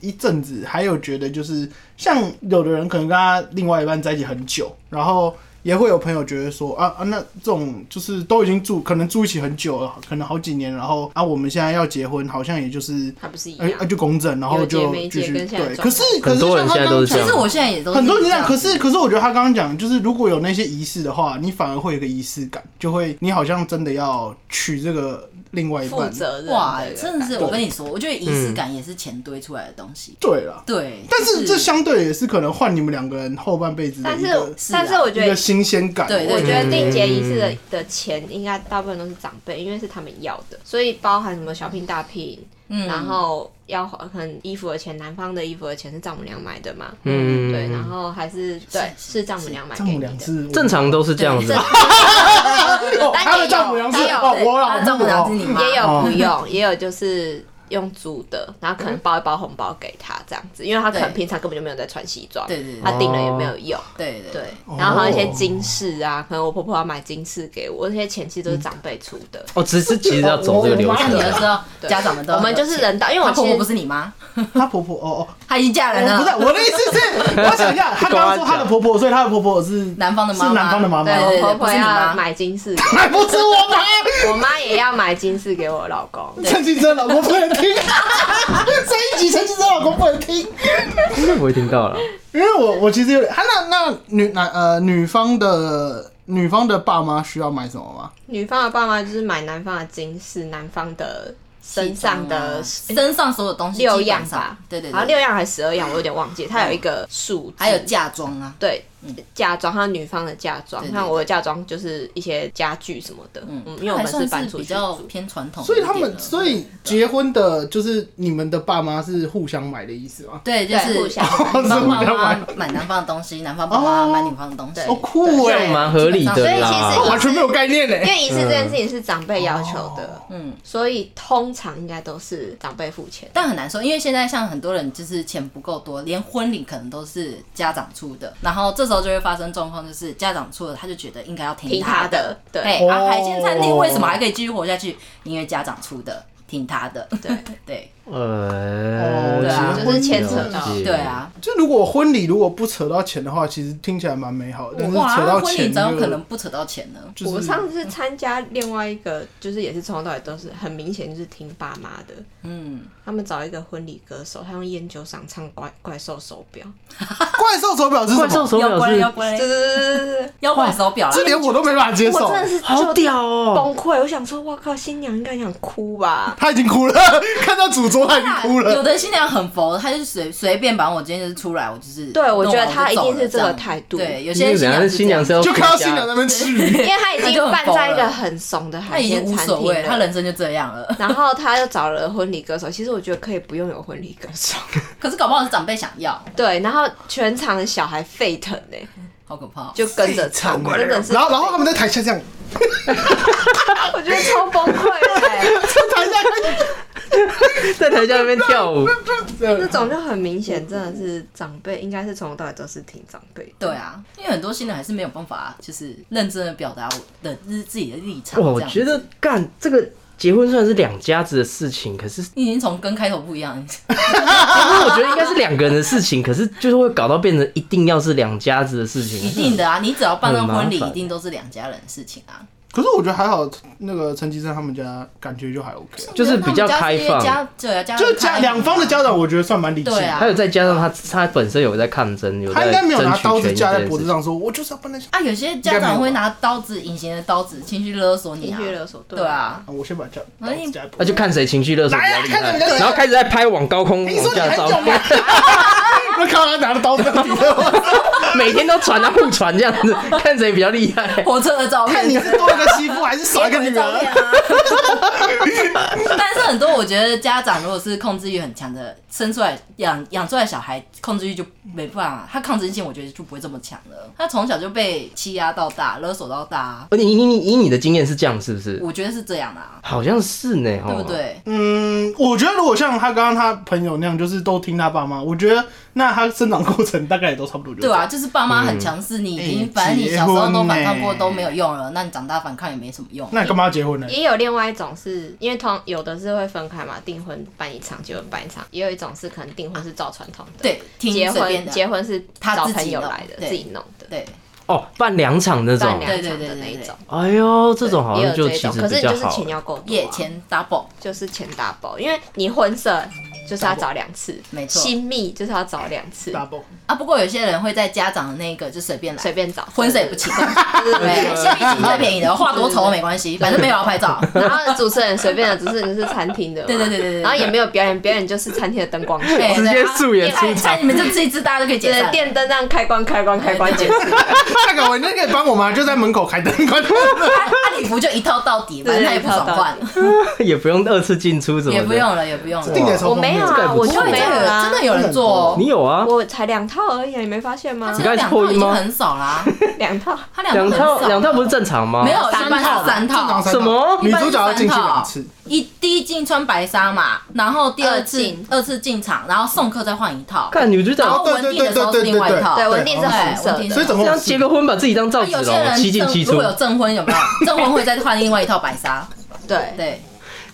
[SPEAKER 1] 一阵子还有觉得，就是像有的人可能跟他另外一半在一起很久，然后也会有朋友觉得说啊啊，那这种就是都已经住，可能住一起很久了，可能好几年，然后啊，我们现在要结婚，好像也就是
[SPEAKER 4] 还不是一
[SPEAKER 1] 哎、啊
[SPEAKER 4] 样。
[SPEAKER 1] 就公证，然后
[SPEAKER 4] 有结
[SPEAKER 1] 就
[SPEAKER 4] 没
[SPEAKER 1] 继
[SPEAKER 4] 结
[SPEAKER 1] 续
[SPEAKER 4] 跟现在
[SPEAKER 1] 对。
[SPEAKER 4] 的
[SPEAKER 1] 可是可
[SPEAKER 3] 很
[SPEAKER 1] 是
[SPEAKER 3] 多人
[SPEAKER 1] 像他
[SPEAKER 3] 现在
[SPEAKER 1] 刚
[SPEAKER 3] 都
[SPEAKER 1] 刚
[SPEAKER 3] 是这
[SPEAKER 5] 其
[SPEAKER 1] 讲
[SPEAKER 3] 样
[SPEAKER 5] 实我现在也都
[SPEAKER 1] 很多人这样，
[SPEAKER 5] 子
[SPEAKER 1] 可是可是我觉得他刚刚讲，就是如果有那些仪式的话，你反而会有一个仪式感，就会你好像真的要娶这个另
[SPEAKER 3] 哎
[SPEAKER 1] 外一
[SPEAKER 4] 负
[SPEAKER 1] 半。
[SPEAKER 4] 责任，
[SPEAKER 5] 哇，
[SPEAKER 4] 对
[SPEAKER 5] 真的是我跟你说，我觉得仪式感也是钱堆出来的东西。
[SPEAKER 1] 对了，
[SPEAKER 5] 对，
[SPEAKER 1] 嗯但是
[SPEAKER 5] 就
[SPEAKER 1] 这相对也是可能换你们两个人后半辈子的
[SPEAKER 4] 但
[SPEAKER 1] 一
[SPEAKER 4] 是
[SPEAKER 1] 个
[SPEAKER 5] 是啊
[SPEAKER 4] 但是我觉
[SPEAKER 1] 一
[SPEAKER 4] 得
[SPEAKER 1] 个，新鲜感。
[SPEAKER 5] 对对
[SPEAKER 4] 我
[SPEAKER 1] 我
[SPEAKER 4] 觉
[SPEAKER 1] 觉
[SPEAKER 4] 得
[SPEAKER 1] 得
[SPEAKER 3] 嗯
[SPEAKER 4] 定结仪式的的钱应该大部分都是长辈，因为是他们要的，所以包含什么小聘大聘，
[SPEAKER 5] 嗯
[SPEAKER 4] 然后要花可能衣服的钱，男方的衣服的钱是丈母娘买的嘛，
[SPEAKER 3] 嗯
[SPEAKER 4] 对，然后还是对是丈母娘买给
[SPEAKER 1] 丈母
[SPEAKER 4] 你
[SPEAKER 1] 娘
[SPEAKER 4] 的，
[SPEAKER 1] 是 *laughs*
[SPEAKER 3] 正常都是这样子吧。
[SPEAKER 1] 哦，他的丈母娘是
[SPEAKER 4] 当然有
[SPEAKER 1] 哦，我老
[SPEAKER 5] 啊，丈母娘是
[SPEAKER 1] 婆
[SPEAKER 5] 你妈，
[SPEAKER 4] 也有
[SPEAKER 1] 哦
[SPEAKER 4] 不用，也有就是。用租的，然后可能包一包红包给他这样子，因为他可能
[SPEAKER 5] 对
[SPEAKER 4] 平常根本就没有在穿西装，
[SPEAKER 5] 对对对
[SPEAKER 4] 他订了也没有用，
[SPEAKER 5] 对对
[SPEAKER 4] 对
[SPEAKER 5] 对，，
[SPEAKER 4] 然后还有一些金饰啊，可能我婆婆要买金饰给我，那些钱其实都是长辈出的。
[SPEAKER 3] 哦，只是其实要走这个流
[SPEAKER 1] 我
[SPEAKER 5] 那
[SPEAKER 1] 妈
[SPEAKER 5] 你
[SPEAKER 3] 程
[SPEAKER 1] 也
[SPEAKER 5] 就知道家长们都
[SPEAKER 4] 我们就是人道，因为我
[SPEAKER 5] 他嗯
[SPEAKER 4] 其
[SPEAKER 5] 婆
[SPEAKER 4] 实
[SPEAKER 5] 婆不是你妈，
[SPEAKER 1] 她婆婆哦哦，
[SPEAKER 5] 她已经嫁人
[SPEAKER 1] 我
[SPEAKER 5] 了，
[SPEAKER 1] 不是我的意思是，我想一下，她刚刚说她的婆婆，所以她的婆婆是
[SPEAKER 5] 男方的妈妈
[SPEAKER 1] 是男方的妈妈
[SPEAKER 4] 对，
[SPEAKER 1] 吗，
[SPEAKER 4] 我婆
[SPEAKER 5] 不
[SPEAKER 4] 婆
[SPEAKER 5] 是你
[SPEAKER 4] 要
[SPEAKER 5] 妈
[SPEAKER 4] 买金饰给
[SPEAKER 1] 还不是我妈。
[SPEAKER 4] 我，我妈也要买金饰给我老公。
[SPEAKER 1] *laughs* 陈绮贞老公不能听， *laughs* 这一集陈绮贞老公不能听，
[SPEAKER 3] 应该不会听到了。
[SPEAKER 1] 因为我我其实有点，啊、那那女男呃女方的女方的爸妈需要买什么吗？
[SPEAKER 4] 女方的爸妈就是买男方的金饰，男方的身上的
[SPEAKER 5] 系统啊身上所有东西
[SPEAKER 4] 六
[SPEAKER 5] 基
[SPEAKER 4] 样
[SPEAKER 5] 本上
[SPEAKER 4] 吧，
[SPEAKER 5] 对对
[SPEAKER 4] 好
[SPEAKER 5] 对，
[SPEAKER 4] 像六样还是十二样，我有点忘记。它有一个数字，
[SPEAKER 5] 还有嫁妆啊，
[SPEAKER 4] 对嫁妆，还有女方的嫁妆，
[SPEAKER 5] 对对
[SPEAKER 4] 像我的嫁妆就是一些家具什么的，嗯，因为我
[SPEAKER 5] 还
[SPEAKER 4] 们是
[SPEAKER 5] 算
[SPEAKER 4] 搬
[SPEAKER 5] 是
[SPEAKER 4] 出
[SPEAKER 5] 比
[SPEAKER 4] 去
[SPEAKER 5] 较
[SPEAKER 4] 住，
[SPEAKER 5] 偏传统一
[SPEAKER 1] 所以
[SPEAKER 5] 点的，啊
[SPEAKER 1] 他们，所以结婚的，就是你们的爸妈是互相买的意思吗？
[SPEAKER 5] 对，就
[SPEAKER 4] 对
[SPEAKER 5] 是
[SPEAKER 1] *laughs*
[SPEAKER 4] 互
[SPEAKER 5] *laughs*
[SPEAKER 4] 相
[SPEAKER 5] 女
[SPEAKER 1] 是
[SPEAKER 5] 方
[SPEAKER 1] 互
[SPEAKER 5] 爸
[SPEAKER 1] 相
[SPEAKER 5] 妈
[SPEAKER 1] 买
[SPEAKER 5] 买男方的东西，男方爸妈买女方的东西
[SPEAKER 4] 对，
[SPEAKER 1] 哦，酷
[SPEAKER 3] 这
[SPEAKER 1] 哎、
[SPEAKER 3] 样蛮合理
[SPEAKER 5] 所以
[SPEAKER 3] 的
[SPEAKER 5] 其
[SPEAKER 3] 啦。
[SPEAKER 5] 实
[SPEAKER 1] 完全没有概念哎、
[SPEAKER 4] 因为仪式这件事情是长辈要求的，
[SPEAKER 5] 嗯。
[SPEAKER 4] 所以通常应该都是长辈付钱。
[SPEAKER 5] 但很难说，因为现在像很多人就是钱不够多，连婚礼可能都是家长出的，然后这时候就会发生状况，就是家长出的，他就觉得应该要听
[SPEAKER 4] 听他
[SPEAKER 5] 的，
[SPEAKER 4] 的，对
[SPEAKER 5] 哎、啊，海鲜餐厅
[SPEAKER 1] 哦
[SPEAKER 5] 为什么还可以继续活下去？因为家长出的，听他的，
[SPEAKER 4] 对，
[SPEAKER 5] *laughs* 对
[SPEAKER 3] 呃，
[SPEAKER 5] 对啊
[SPEAKER 4] 就是牵扯到
[SPEAKER 3] 了解
[SPEAKER 5] 对，啊。
[SPEAKER 1] 就如果婚礼如果不扯到钱的话，其实听起来蛮美好的，但是扯
[SPEAKER 5] 哇，啊
[SPEAKER 1] 到
[SPEAKER 5] 婚礼
[SPEAKER 1] 钱
[SPEAKER 5] 怎么
[SPEAKER 1] 就
[SPEAKER 5] 可能不扯到钱呢？
[SPEAKER 1] 就是
[SPEAKER 4] 我上次参加另外一个，就是也是从头到尾都是很明显就是听爸妈的，
[SPEAKER 5] 嗯，
[SPEAKER 4] 他们找一个婚礼歌手，他用烟酒嗓唱怪怪兽手表，
[SPEAKER 1] 怪兽手表是什
[SPEAKER 3] 怪
[SPEAKER 1] 么？
[SPEAKER 3] 兽手
[SPEAKER 5] 妖
[SPEAKER 3] 表
[SPEAKER 5] 怪妖
[SPEAKER 3] 是
[SPEAKER 5] 怪
[SPEAKER 4] 对对对对对对
[SPEAKER 5] 妖怪手表啦啊
[SPEAKER 1] 这，连我都没办法接
[SPEAKER 4] 对，我
[SPEAKER 1] 受
[SPEAKER 4] 真。的是
[SPEAKER 3] 好
[SPEAKER 4] 就
[SPEAKER 3] 屌哦，
[SPEAKER 4] 崩溃，我想说，哇靠，新娘应该想哭吧？
[SPEAKER 1] 他已经哭了， *laughs* 看到主桌他已经哭
[SPEAKER 5] 啊有
[SPEAKER 1] 了。
[SPEAKER 5] 的新娘很佛，她就是随随便，反正我今天就是出来，我就是
[SPEAKER 4] 对我觉得
[SPEAKER 5] 弄完
[SPEAKER 4] 她
[SPEAKER 5] 就走
[SPEAKER 4] 一定
[SPEAKER 5] 了
[SPEAKER 4] 是这
[SPEAKER 5] 样
[SPEAKER 4] 个态度
[SPEAKER 5] 对，有
[SPEAKER 3] 因
[SPEAKER 5] 些
[SPEAKER 3] 为
[SPEAKER 5] 新
[SPEAKER 3] 怎
[SPEAKER 5] 娘
[SPEAKER 3] 样
[SPEAKER 5] 是
[SPEAKER 3] 新娘
[SPEAKER 5] 这
[SPEAKER 3] 是
[SPEAKER 5] 样
[SPEAKER 3] 要
[SPEAKER 1] 就
[SPEAKER 3] 回
[SPEAKER 1] 看到新娘在
[SPEAKER 3] 家，
[SPEAKER 1] 那边吃鱼，
[SPEAKER 4] *laughs* 因为
[SPEAKER 5] *laughs*
[SPEAKER 4] 他已
[SPEAKER 5] 他就
[SPEAKER 4] 经
[SPEAKER 5] 很
[SPEAKER 4] 办
[SPEAKER 5] 疯
[SPEAKER 4] 在一个
[SPEAKER 5] 了
[SPEAKER 4] 很怂的
[SPEAKER 5] 她
[SPEAKER 4] 海
[SPEAKER 5] 已经
[SPEAKER 4] 鲜
[SPEAKER 5] 无
[SPEAKER 4] 餐
[SPEAKER 5] 所
[SPEAKER 4] 厅
[SPEAKER 5] 谓，她
[SPEAKER 4] 了。
[SPEAKER 5] 人生就这样了。 *laughs*
[SPEAKER 4] 然后他又找了婚礼歌手，其实我觉得可以不用有婚礼歌手。
[SPEAKER 5] 可是搞不好是长辈想要，
[SPEAKER 4] 对，然后全场的小孩沸腾呢、
[SPEAKER 5] 好可怕哦。
[SPEAKER 4] 就跟
[SPEAKER 1] *laughs*
[SPEAKER 4] 着唱，真的是，
[SPEAKER 1] 然后然后他们在台下这样，
[SPEAKER 4] *laughs* 我觉得超崩溃的、欸
[SPEAKER 1] 在台下
[SPEAKER 3] 在台下那边跳舞，
[SPEAKER 4] 那种就很明显，真的是长辈，应该是从头到尾都是挺长辈的。
[SPEAKER 5] 对啊，因为很多新人还是没有办法，啊就是认真的表达我的自自己的立场。
[SPEAKER 3] 哇，
[SPEAKER 5] 这
[SPEAKER 3] 我
[SPEAKER 5] 样子
[SPEAKER 3] 觉得干这个结婚虽然是两家子的事情，可是
[SPEAKER 5] 你已经从跟开头不一样，
[SPEAKER 3] 因为我觉得应该是两个人的事情，可是就是会搞到变成一定要是两家子的事
[SPEAKER 5] 一
[SPEAKER 3] 情。
[SPEAKER 5] 定的啊，你只要办到婚礼，
[SPEAKER 3] 很麻烦
[SPEAKER 5] 一定都是两家人的事情啊。
[SPEAKER 1] 可是我觉得还好，那个陈绮贞他们家感觉就还 OK，啊
[SPEAKER 3] 就是比较
[SPEAKER 5] 他们家是
[SPEAKER 3] 开放
[SPEAKER 5] 家对啊，家
[SPEAKER 1] 就家两方的
[SPEAKER 5] 交
[SPEAKER 1] 家长我觉得算蛮理性
[SPEAKER 5] 对
[SPEAKER 1] 的。
[SPEAKER 5] 啊
[SPEAKER 3] 还有再加上他他本身有在抗争，有
[SPEAKER 1] 他
[SPEAKER 3] 在
[SPEAKER 1] 应该没有
[SPEAKER 3] 争
[SPEAKER 1] 拿刀
[SPEAKER 3] 取权
[SPEAKER 1] 子
[SPEAKER 3] 益
[SPEAKER 1] 架
[SPEAKER 3] 这
[SPEAKER 1] 在
[SPEAKER 3] 件
[SPEAKER 1] 脖
[SPEAKER 3] 事
[SPEAKER 1] 子
[SPEAKER 3] 情。
[SPEAKER 1] 上说，我就是要办那些。
[SPEAKER 5] 啊，有些家长会拿刀子，隐形的刀子，情绪勒索你
[SPEAKER 4] 情
[SPEAKER 5] 啊。
[SPEAKER 4] 绪勒索，
[SPEAKER 5] 对，啊，
[SPEAKER 1] 啊我先把这刀
[SPEAKER 5] 那你
[SPEAKER 1] 子架在脖
[SPEAKER 3] 那
[SPEAKER 1] 子
[SPEAKER 3] 就看谁情绪勒索比较
[SPEAKER 1] 来
[SPEAKER 3] 厉
[SPEAKER 1] 啊看
[SPEAKER 3] 害
[SPEAKER 1] 人家，
[SPEAKER 3] 然后开始在拍往高空
[SPEAKER 1] 上。哎你说
[SPEAKER 3] 往
[SPEAKER 1] 你
[SPEAKER 3] 下
[SPEAKER 1] 很
[SPEAKER 3] 照，
[SPEAKER 1] 勇吗？ *laughs* 那看到他拿着刀子在比划，
[SPEAKER 3] 每天都传啊互传这样子， *laughs* 看谁比较厉害。
[SPEAKER 5] 火车的照片，
[SPEAKER 1] 看你是多一个媳妇还是少一啊个女
[SPEAKER 5] 照
[SPEAKER 1] 儿
[SPEAKER 5] 片？啊。但是很多我觉得家长如果是控制欲很强的，生出来养养出来小孩控制欲就没办法，他抗争性我觉得就不会这么强了。他从小就被欺压到大，勒索到大，
[SPEAKER 3] 而哦且你你你以你的经验是这样是不是？
[SPEAKER 5] 我觉得是这样啊，
[SPEAKER 3] 好像是呢，
[SPEAKER 5] 嗯
[SPEAKER 3] 哦
[SPEAKER 5] 对
[SPEAKER 3] 对
[SPEAKER 5] 不？对？
[SPEAKER 1] 嗯，我觉得如果像他刚刚他朋友那样，就是都听他爸妈，我觉得那他生长过程大概也都差不多就这
[SPEAKER 5] 对
[SPEAKER 1] 样。
[SPEAKER 5] 啊，就是爸妈很强势，你已
[SPEAKER 1] 哎
[SPEAKER 5] 经反正你小时候都反抗过
[SPEAKER 1] 结婚呢
[SPEAKER 5] 都没有用了，那你长大反抗也没什么用。
[SPEAKER 1] 那你干嘛要结婚呢？
[SPEAKER 4] 也有另外一种是因为通有的是会分开嘛，订婚办一场，结婚办一场，也有一种是可能订婚是照传统的，，
[SPEAKER 5] 对，听
[SPEAKER 4] 结
[SPEAKER 5] 随便
[SPEAKER 4] 婚
[SPEAKER 5] 的，
[SPEAKER 4] 结婚是
[SPEAKER 5] 他
[SPEAKER 4] 找
[SPEAKER 5] 自己
[SPEAKER 4] 朋友
[SPEAKER 5] 弄
[SPEAKER 4] 来的，
[SPEAKER 5] 对
[SPEAKER 4] 自己弄的，
[SPEAKER 5] 对，
[SPEAKER 3] 哦，办两场那种
[SPEAKER 4] 办。两场的那一种。
[SPEAKER 3] 哎呦，这种好
[SPEAKER 4] 也
[SPEAKER 3] 像
[SPEAKER 4] 有
[SPEAKER 3] 就
[SPEAKER 4] 这
[SPEAKER 3] 其
[SPEAKER 4] 种，
[SPEAKER 3] 实
[SPEAKER 4] 可
[SPEAKER 3] 比
[SPEAKER 4] 是
[SPEAKER 3] 较
[SPEAKER 4] 就是
[SPEAKER 3] 好
[SPEAKER 4] 钱。要够多、啊
[SPEAKER 5] 夜，钱 double
[SPEAKER 4] 就是钱 double，因为你婚色就是要找两次，
[SPEAKER 5] 没错
[SPEAKER 4] 新密就是要找两次，
[SPEAKER 1] 大爆，
[SPEAKER 5] 啊。不过有些人会在家长的那个就随便来，
[SPEAKER 4] 随便找
[SPEAKER 5] 婚色也不奇
[SPEAKER 3] *laughs*
[SPEAKER 5] 怪。
[SPEAKER 4] 对对对
[SPEAKER 5] 对，先一起最便宜的，画多丑都没关系，反正没有要拍
[SPEAKER 3] *laughs*
[SPEAKER 5] 照。
[SPEAKER 4] 然后主持人随便的，主持人就是餐厅的嘛，
[SPEAKER 5] 对对对对对
[SPEAKER 4] 然后也没有表演，表演就是餐厅的灯光秀，
[SPEAKER 5] 对
[SPEAKER 3] 直接素颜出
[SPEAKER 5] 哎，
[SPEAKER 3] 场
[SPEAKER 5] 你们就这一支，大家都可以
[SPEAKER 4] 就
[SPEAKER 5] 解
[SPEAKER 4] 是
[SPEAKER 5] 散。
[SPEAKER 4] 电灯让开关开关开关
[SPEAKER 5] 对
[SPEAKER 4] 结
[SPEAKER 5] 对
[SPEAKER 4] 束，
[SPEAKER 1] 那个我那个帮我妈就在门口开灯关灯。
[SPEAKER 5] 他啊礼服就一套到底，反正他也不爽换，
[SPEAKER 3] *laughs* 也不用二次进出什么的。
[SPEAKER 5] 也不用了，也不用
[SPEAKER 1] *laughs* 定
[SPEAKER 5] 了。
[SPEAKER 1] 的时候
[SPEAKER 4] 我没有
[SPEAKER 3] 这个也
[SPEAKER 4] 啊，
[SPEAKER 3] 不
[SPEAKER 4] 我
[SPEAKER 3] 错
[SPEAKER 4] 就
[SPEAKER 5] 会
[SPEAKER 4] 没有
[SPEAKER 5] 真
[SPEAKER 4] 啦、
[SPEAKER 5] 的真的有人做哦
[SPEAKER 3] 你，有啊？
[SPEAKER 4] 我才两套而已，啊你没发现吗？
[SPEAKER 5] 他两套已经很少啦，
[SPEAKER 4] 两套，
[SPEAKER 5] 他两
[SPEAKER 3] 两
[SPEAKER 5] 套很
[SPEAKER 3] 套
[SPEAKER 5] 少啊
[SPEAKER 3] 两套不是正常吗？
[SPEAKER 5] 没有，一般是三
[SPEAKER 1] 正常
[SPEAKER 5] 套。
[SPEAKER 1] 三套
[SPEAKER 3] 什么
[SPEAKER 1] 女主角要进去两次，
[SPEAKER 5] 一第一进穿白纱嘛，然后第二
[SPEAKER 4] 二
[SPEAKER 5] 次
[SPEAKER 4] 进
[SPEAKER 5] 二次进场，然后送客再换一套，
[SPEAKER 3] 看女主
[SPEAKER 5] 然
[SPEAKER 1] 哦
[SPEAKER 5] 后
[SPEAKER 3] 角
[SPEAKER 5] 文定的时候是另外一套，
[SPEAKER 4] 对，
[SPEAKER 1] 对哦
[SPEAKER 4] 文定是红色
[SPEAKER 5] 对文定
[SPEAKER 4] 的，
[SPEAKER 1] 所以怎
[SPEAKER 3] 这
[SPEAKER 1] 么
[SPEAKER 3] 样结个婚，把自己当
[SPEAKER 5] 啊
[SPEAKER 3] 赵子
[SPEAKER 5] 有些
[SPEAKER 4] 哦
[SPEAKER 3] 龙，
[SPEAKER 5] 人
[SPEAKER 3] 七进七
[SPEAKER 5] 正如果。
[SPEAKER 3] 出
[SPEAKER 5] 有证婚有没
[SPEAKER 4] *laughs*
[SPEAKER 5] 有？证婚会再换另外一套白纱，
[SPEAKER 4] 对
[SPEAKER 5] 对，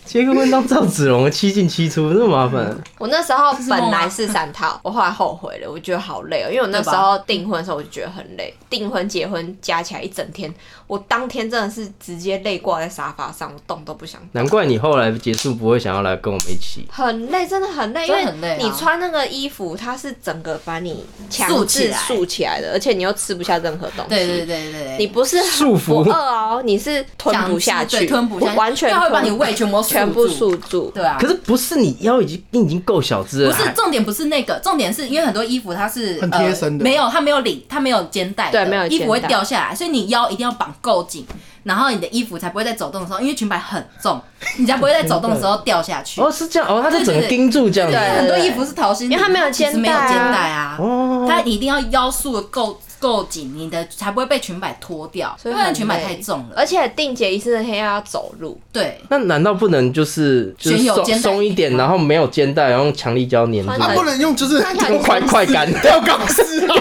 [SPEAKER 3] 结个婚当赵子龙，七进七出，那么麻烦。
[SPEAKER 4] 我那时候
[SPEAKER 5] 是梦啊
[SPEAKER 4] 本来是三套，我后来后悔了，我觉得好累哦，因为我那时候订婚的时候我就觉得很累，订婚结婚加起来一整天，我当天真的是直接累挂在沙发上，我动都不想动。
[SPEAKER 3] 难怪你后来结束不会想要来跟我们一起。
[SPEAKER 4] 很累，真的很累，因
[SPEAKER 5] 真的
[SPEAKER 4] 为
[SPEAKER 5] 很累啊
[SPEAKER 4] 你穿那个衣服，它是整个把你强
[SPEAKER 5] 束起
[SPEAKER 4] 制
[SPEAKER 5] 来
[SPEAKER 4] 束起来的，而且你又吃不下任何东西。
[SPEAKER 5] 对对对对对，
[SPEAKER 4] 你不是
[SPEAKER 3] 束缚
[SPEAKER 4] 不饿哦，你是吞不下
[SPEAKER 5] 想吃
[SPEAKER 4] 去，
[SPEAKER 5] 对，吞不下去，
[SPEAKER 4] 完全
[SPEAKER 5] 它会把
[SPEAKER 4] 吞
[SPEAKER 5] 你胃全部
[SPEAKER 4] 全部宿住，
[SPEAKER 5] 对啊
[SPEAKER 3] 可。是不是你腰已经你已经够小只了，
[SPEAKER 4] 啊
[SPEAKER 5] 不是
[SPEAKER 3] 还
[SPEAKER 5] 重点，不是那个，重点是因为很多衣服它是
[SPEAKER 1] 很贴身的
[SPEAKER 5] 呃，没有它没有领，它没有肩带的，
[SPEAKER 4] 对没有肩
[SPEAKER 5] 衣
[SPEAKER 4] 带
[SPEAKER 5] 服会掉下来，所以你腰一定要绑够紧，然后你的衣服才不会在走动的时候，因为裙摆很
[SPEAKER 1] *laughs*
[SPEAKER 5] 重，你才不会在走动的时候掉下去。
[SPEAKER 3] 哦是这样哦，它是整个
[SPEAKER 5] 对对对
[SPEAKER 3] 盯住这样子
[SPEAKER 5] 对，
[SPEAKER 4] 对
[SPEAKER 5] 很多衣服是桃心，
[SPEAKER 4] 因为它没有肩带
[SPEAKER 5] 其
[SPEAKER 4] 啊
[SPEAKER 5] 实没有肩带啊，
[SPEAKER 3] 哦，
[SPEAKER 5] 它一定要腰束得够够紧，你的才不会被裙摆脱掉，
[SPEAKER 4] 所
[SPEAKER 5] 因
[SPEAKER 4] 以
[SPEAKER 5] 为
[SPEAKER 4] 很
[SPEAKER 5] 裙摆
[SPEAKER 4] 累
[SPEAKER 5] 太重了。
[SPEAKER 4] 而且定节仪式那天要走路，
[SPEAKER 5] 对，
[SPEAKER 3] 那难道不能就是就是
[SPEAKER 5] 选有
[SPEAKER 3] 松
[SPEAKER 5] 肩带
[SPEAKER 3] 松一点，然后没有肩带，然后用强力胶粘住
[SPEAKER 4] 穿？
[SPEAKER 1] 他
[SPEAKER 4] 在
[SPEAKER 1] 啊不能用就是
[SPEAKER 4] 穿起来就
[SPEAKER 3] 快快干
[SPEAKER 1] *laughs* 吊钢丝啊，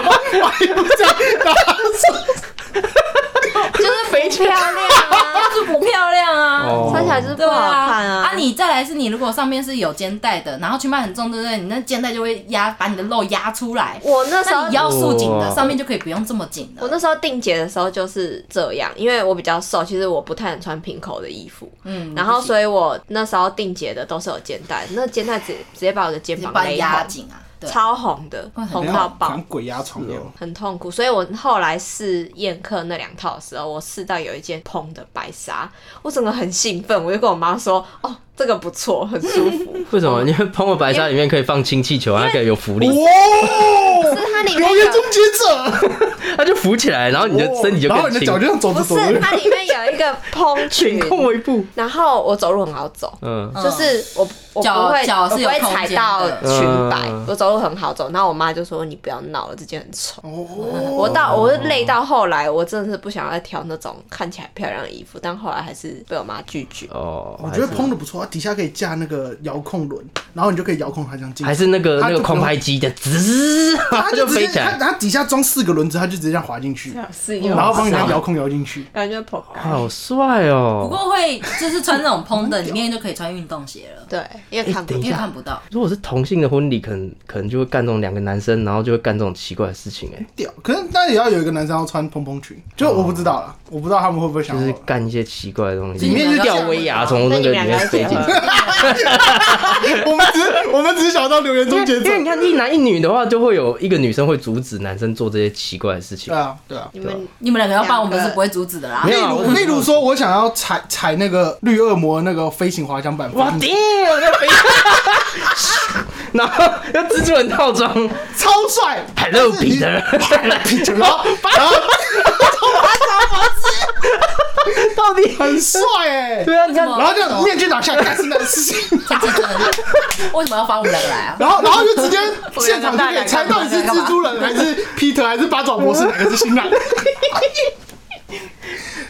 [SPEAKER 1] 这样
[SPEAKER 4] *laughs* 就是不漂亮啊，
[SPEAKER 5] 就是不漂亮啊。
[SPEAKER 3] 哦
[SPEAKER 4] 穿起来就是不
[SPEAKER 5] 对
[SPEAKER 4] 好
[SPEAKER 5] 啊，
[SPEAKER 4] 看啊。
[SPEAKER 5] 你再来是你如果上面是有肩带的，然后裙摆很重，对不对？你那肩带就会压把你的肉压出来。
[SPEAKER 4] 我那时
[SPEAKER 5] 那
[SPEAKER 4] 候
[SPEAKER 5] 你腰束紧
[SPEAKER 3] 哇
[SPEAKER 5] 的，上面就可以不用这么紧
[SPEAKER 4] 我
[SPEAKER 5] 了。
[SPEAKER 4] 那时候定节的时候就是这样，因为我比较瘦，其实我不太能穿平口的衣服，
[SPEAKER 5] 嗯，
[SPEAKER 4] 然后所以我那时候定节的都是有肩带，那肩带直直接把我的肩
[SPEAKER 5] 就
[SPEAKER 4] 膀
[SPEAKER 5] 把它
[SPEAKER 4] 勒
[SPEAKER 5] 压
[SPEAKER 4] 红，
[SPEAKER 5] 紧啊。对，
[SPEAKER 4] 超红的，
[SPEAKER 5] 会很
[SPEAKER 4] 红
[SPEAKER 1] 然
[SPEAKER 4] 到
[SPEAKER 1] 后
[SPEAKER 4] 爆
[SPEAKER 1] 像。鬼压床一样。
[SPEAKER 4] 很痛苦，所以我后来试宴客那两套的时候，我试到有一件蓬的白纱，我整个很兴奋，我就跟我妈说：“哦，这个不错，很舒服。
[SPEAKER 3] 为什么？因为蓬勃白沙里面可以放氢气球，它可以有浮力，
[SPEAKER 1] 哇！
[SPEAKER 4] 是它里面
[SPEAKER 1] 有缘终结者，哦
[SPEAKER 3] 它就浮起来，然后你的身体就
[SPEAKER 1] 然后
[SPEAKER 3] 更
[SPEAKER 1] 你的
[SPEAKER 3] 轻
[SPEAKER 1] 脚，就像走
[SPEAKER 4] *laughs* 不
[SPEAKER 1] 着走
[SPEAKER 4] 是
[SPEAKER 1] 着，
[SPEAKER 4] 它里面有一个蓬裙
[SPEAKER 3] 前，控为步。
[SPEAKER 4] 然后我走路很好走，
[SPEAKER 3] 嗯，
[SPEAKER 5] 嗯
[SPEAKER 4] 就是我我
[SPEAKER 5] 脚
[SPEAKER 4] 不会
[SPEAKER 5] 脚
[SPEAKER 4] 我
[SPEAKER 5] 是
[SPEAKER 4] 不
[SPEAKER 5] 有
[SPEAKER 4] 会
[SPEAKER 5] 空
[SPEAKER 4] 踩
[SPEAKER 5] 间
[SPEAKER 4] 到
[SPEAKER 5] 的
[SPEAKER 4] 裙摆
[SPEAKER 3] 嗯，
[SPEAKER 4] 我走路很好走。然后我妈就说：“你不要闹了，这件很丑。”
[SPEAKER 5] 嗯
[SPEAKER 1] 哦，
[SPEAKER 4] 我到我累到后来，我真的是不想再挑那种看起来漂亮的衣服，但后来还是被我妈拒绝。
[SPEAKER 3] 哦，
[SPEAKER 1] 我觉得
[SPEAKER 3] 还是
[SPEAKER 1] 烹的不错，它底下可以架那个遥控轮，然后你就可以遥控它这样进去。
[SPEAKER 3] 还是那个
[SPEAKER 1] 它
[SPEAKER 3] 那
[SPEAKER 1] 就
[SPEAKER 3] 个空拍机的滋， *laughs*
[SPEAKER 1] 它
[SPEAKER 3] 它就
[SPEAKER 1] 直接
[SPEAKER 3] 飞起
[SPEAKER 1] 它
[SPEAKER 3] 来。
[SPEAKER 1] 它底下装四个轮子，它就直接这样滑进去，
[SPEAKER 4] 是
[SPEAKER 3] 哦
[SPEAKER 1] 然后帮你这样遥控摇进去。
[SPEAKER 4] 感觉捧
[SPEAKER 3] 好帅
[SPEAKER 5] 不
[SPEAKER 3] 哦！
[SPEAKER 5] 过会就是穿那种蓬的，里面就可以穿运动鞋了，
[SPEAKER 4] 对，因为看不
[SPEAKER 3] 等一
[SPEAKER 5] 因
[SPEAKER 3] 下
[SPEAKER 5] 为
[SPEAKER 4] 见。
[SPEAKER 5] 看不到。
[SPEAKER 3] 如果是同性的婚礼，可能可能就会干这种两个男生，然后就会干这种奇怪的事情，哎，
[SPEAKER 1] 屌，可是那也要有一个男生要穿蓬蓬裙，就我不知道啦，我不知道他们会不会想
[SPEAKER 3] 就是
[SPEAKER 1] 要。
[SPEAKER 3] 干一些奇怪的东西，
[SPEAKER 5] 里面就
[SPEAKER 3] 吊威亚从那个里面飞进去。
[SPEAKER 1] *laughs* 我们只是我们只是想到留言终结
[SPEAKER 3] 因为
[SPEAKER 1] 者
[SPEAKER 3] 你。看一男一女的话，就会有一个女生会阻止男生做这些奇怪的事情
[SPEAKER 1] 对。啊，对啊。
[SPEAKER 4] 你们
[SPEAKER 5] 你们两个要帮我们
[SPEAKER 4] 两个
[SPEAKER 5] 是不会阻止的啦
[SPEAKER 3] 没。
[SPEAKER 1] 例
[SPEAKER 3] 有啊我
[SPEAKER 1] 如，
[SPEAKER 3] 是
[SPEAKER 1] 例如说，我想要踩踩那个绿恶魔那个飞行滑翔板，
[SPEAKER 3] 哇
[SPEAKER 1] 飞进去
[SPEAKER 3] 屌，那飞，嗯 *laughs* 然后要蜘蛛人套装
[SPEAKER 1] 超帅
[SPEAKER 3] ，Hello
[SPEAKER 1] *laughs*
[SPEAKER 3] Peter，
[SPEAKER 1] ，Peter，然后然后
[SPEAKER 3] *laughs* 到底
[SPEAKER 1] 很帅哎，
[SPEAKER 3] 对啊？你看
[SPEAKER 5] 为什么
[SPEAKER 1] 然后就面具拿下，干是那个事情，
[SPEAKER 5] *laughs*
[SPEAKER 1] *laughs*
[SPEAKER 5] 为什么要帮我们两个来啊？
[SPEAKER 1] 然后然后就直接现场就可以猜到底是蜘蛛人还是 Peter 还是八爪 *laughs* 博士哪个是新人。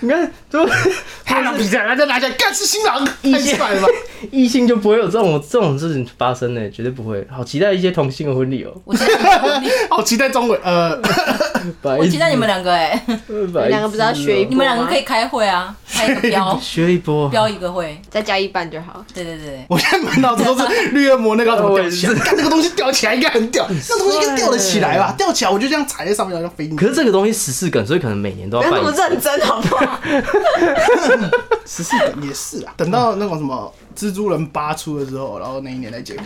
[SPEAKER 3] 你看， *laughs* 就
[SPEAKER 1] Hello Peter，然后再拿下，干是新郎，太帅了吧！
[SPEAKER 3] 异性就不会有这种这种事情发生欸呢，绝对不会。好期待一些同性的婚礼哦，
[SPEAKER 5] 我期待你，
[SPEAKER 1] 好期待中文，呃， *laughs*
[SPEAKER 3] 白
[SPEAKER 5] 我期待你们两个哎，
[SPEAKER 3] 们
[SPEAKER 4] 两个不是要学一
[SPEAKER 5] 你们两个可以开会啊，开一个标
[SPEAKER 3] 学一波。
[SPEAKER 5] 标一个会。
[SPEAKER 4] 再加一半就好。
[SPEAKER 5] 对对对，
[SPEAKER 1] 我现在满脑子都是绿恶魔那个要怎么吊起来，看那个东西吊起来应该很欸屌，那东西应该吊得起来吧？吊起来我就这样踩在上面，然后就飞进
[SPEAKER 3] 可
[SPEAKER 1] 去。
[SPEAKER 3] 是这个东西时事梗，所以可能每年都
[SPEAKER 4] 不
[SPEAKER 3] 要办
[SPEAKER 4] 要那么
[SPEAKER 3] 一次。
[SPEAKER 4] 认真好不好？
[SPEAKER 1] 十四梗也是啊，等到那种什么蜘蛛人八出的时候，然后那一年再结婚。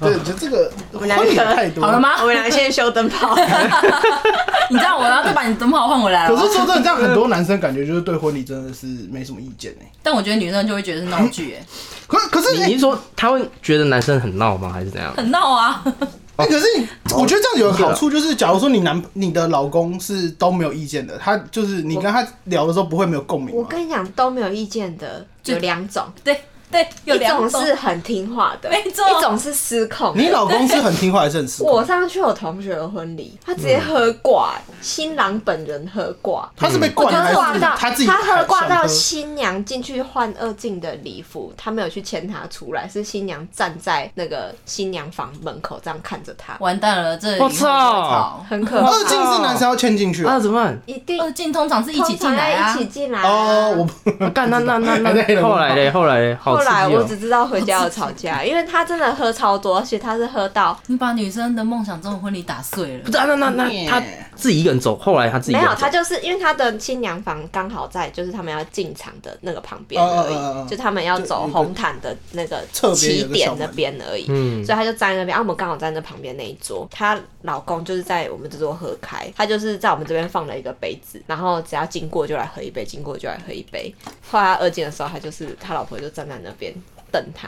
[SPEAKER 1] 对，就这个婚礼太多
[SPEAKER 5] 好了？吗
[SPEAKER 4] 我？们两个现在修灯泡，
[SPEAKER 5] *laughs* 你这样我要再把你灯泡换回来
[SPEAKER 1] 可是
[SPEAKER 5] 了。
[SPEAKER 1] 说真的，这样很多男生感觉就是对婚礼真的是没什么意见哎、
[SPEAKER 5] 但我觉得女生就会觉得是闹剧，哎，
[SPEAKER 1] 可可是
[SPEAKER 3] 你
[SPEAKER 1] 哎
[SPEAKER 3] 你是说他会觉得男生很闹吗？还是怎样？
[SPEAKER 5] 很闹啊。 *laughs*
[SPEAKER 4] 哦
[SPEAKER 1] 哎可是你，我觉得这样有个好处
[SPEAKER 4] 啊
[SPEAKER 1] 就是，假如说你男你的老公是都没有意见的，他就是你跟他聊的时候不会没有共鸣
[SPEAKER 4] *laughs* 我
[SPEAKER 1] 嘛。
[SPEAKER 4] 跟你讲都没有意见的，有两种，
[SPEAKER 5] 对对，有
[SPEAKER 4] 一
[SPEAKER 5] 两
[SPEAKER 4] 种是很听话的，
[SPEAKER 5] 没错
[SPEAKER 4] 一种是失控的。
[SPEAKER 1] 你老公是很听话还是很失控？
[SPEAKER 4] 我上去我同学的婚礼，他直接喝挂，新郎本人喝挂。
[SPEAKER 1] 他是被灌
[SPEAKER 4] 他
[SPEAKER 1] 还
[SPEAKER 4] 挂
[SPEAKER 1] 是
[SPEAKER 4] 到
[SPEAKER 1] 他自己
[SPEAKER 4] 他喝挂
[SPEAKER 1] 想
[SPEAKER 4] 到新娘进去换二进的礼服，他没有去牵她出来，是新娘站在那个新娘房门口这样看着他，
[SPEAKER 5] 完蛋了，这以后
[SPEAKER 3] 我操
[SPEAKER 5] 就会吵
[SPEAKER 4] 很可怕。
[SPEAKER 1] 二进是男生要牵进去
[SPEAKER 3] 啊，
[SPEAKER 1] 啊。
[SPEAKER 3] 怎么办？
[SPEAKER 4] 一定
[SPEAKER 5] 二进通常是一
[SPEAKER 4] 通
[SPEAKER 5] 起进
[SPEAKER 4] 常
[SPEAKER 5] 来
[SPEAKER 4] 要
[SPEAKER 5] 啊
[SPEAKER 4] 一，起进来啊
[SPEAKER 1] 哦，我
[SPEAKER 3] 干那那那
[SPEAKER 1] 还在黑
[SPEAKER 3] 那
[SPEAKER 1] 人
[SPEAKER 3] 后来嘞，后来嘞，好好
[SPEAKER 4] 后
[SPEAKER 3] 刺
[SPEAKER 4] 来
[SPEAKER 3] 激
[SPEAKER 4] 我
[SPEAKER 3] 哦
[SPEAKER 4] 只！知道回家有吵架，因为他真的喝超多，而且他是喝到
[SPEAKER 5] 你把女生的梦想中的婚礼打碎了
[SPEAKER 3] 不。是啊，那那那他自己一个人走，后来他自己一
[SPEAKER 4] 没
[SPEAKER 3] 个
[SPEAKER 4] 有，
[SPEAKER 3] 人走
[SPEAKER 4] 他就是因为他的新娘房刚好在就是他们要进场的那个旁边
[SPEAKER 1] 哦哦
[SPEAKER 4] 而已，
[SPEAKER 1] 哦哦哦
[SPEAKER 4] 就他们要走红毯的那个起点那边而已，
[SPEAKER 3] 嗯
[SPEAKER 4] 所以他就站在那边，啊，我们刚好站在旁边那一桌，她老公就是在我们这桌喝开，他就是在我们这边放了一个杯子，然后只要经过就来喝一杯，经过就来喝一杯。后来他二进的时候，他就是他老婆就站在那边瞪他，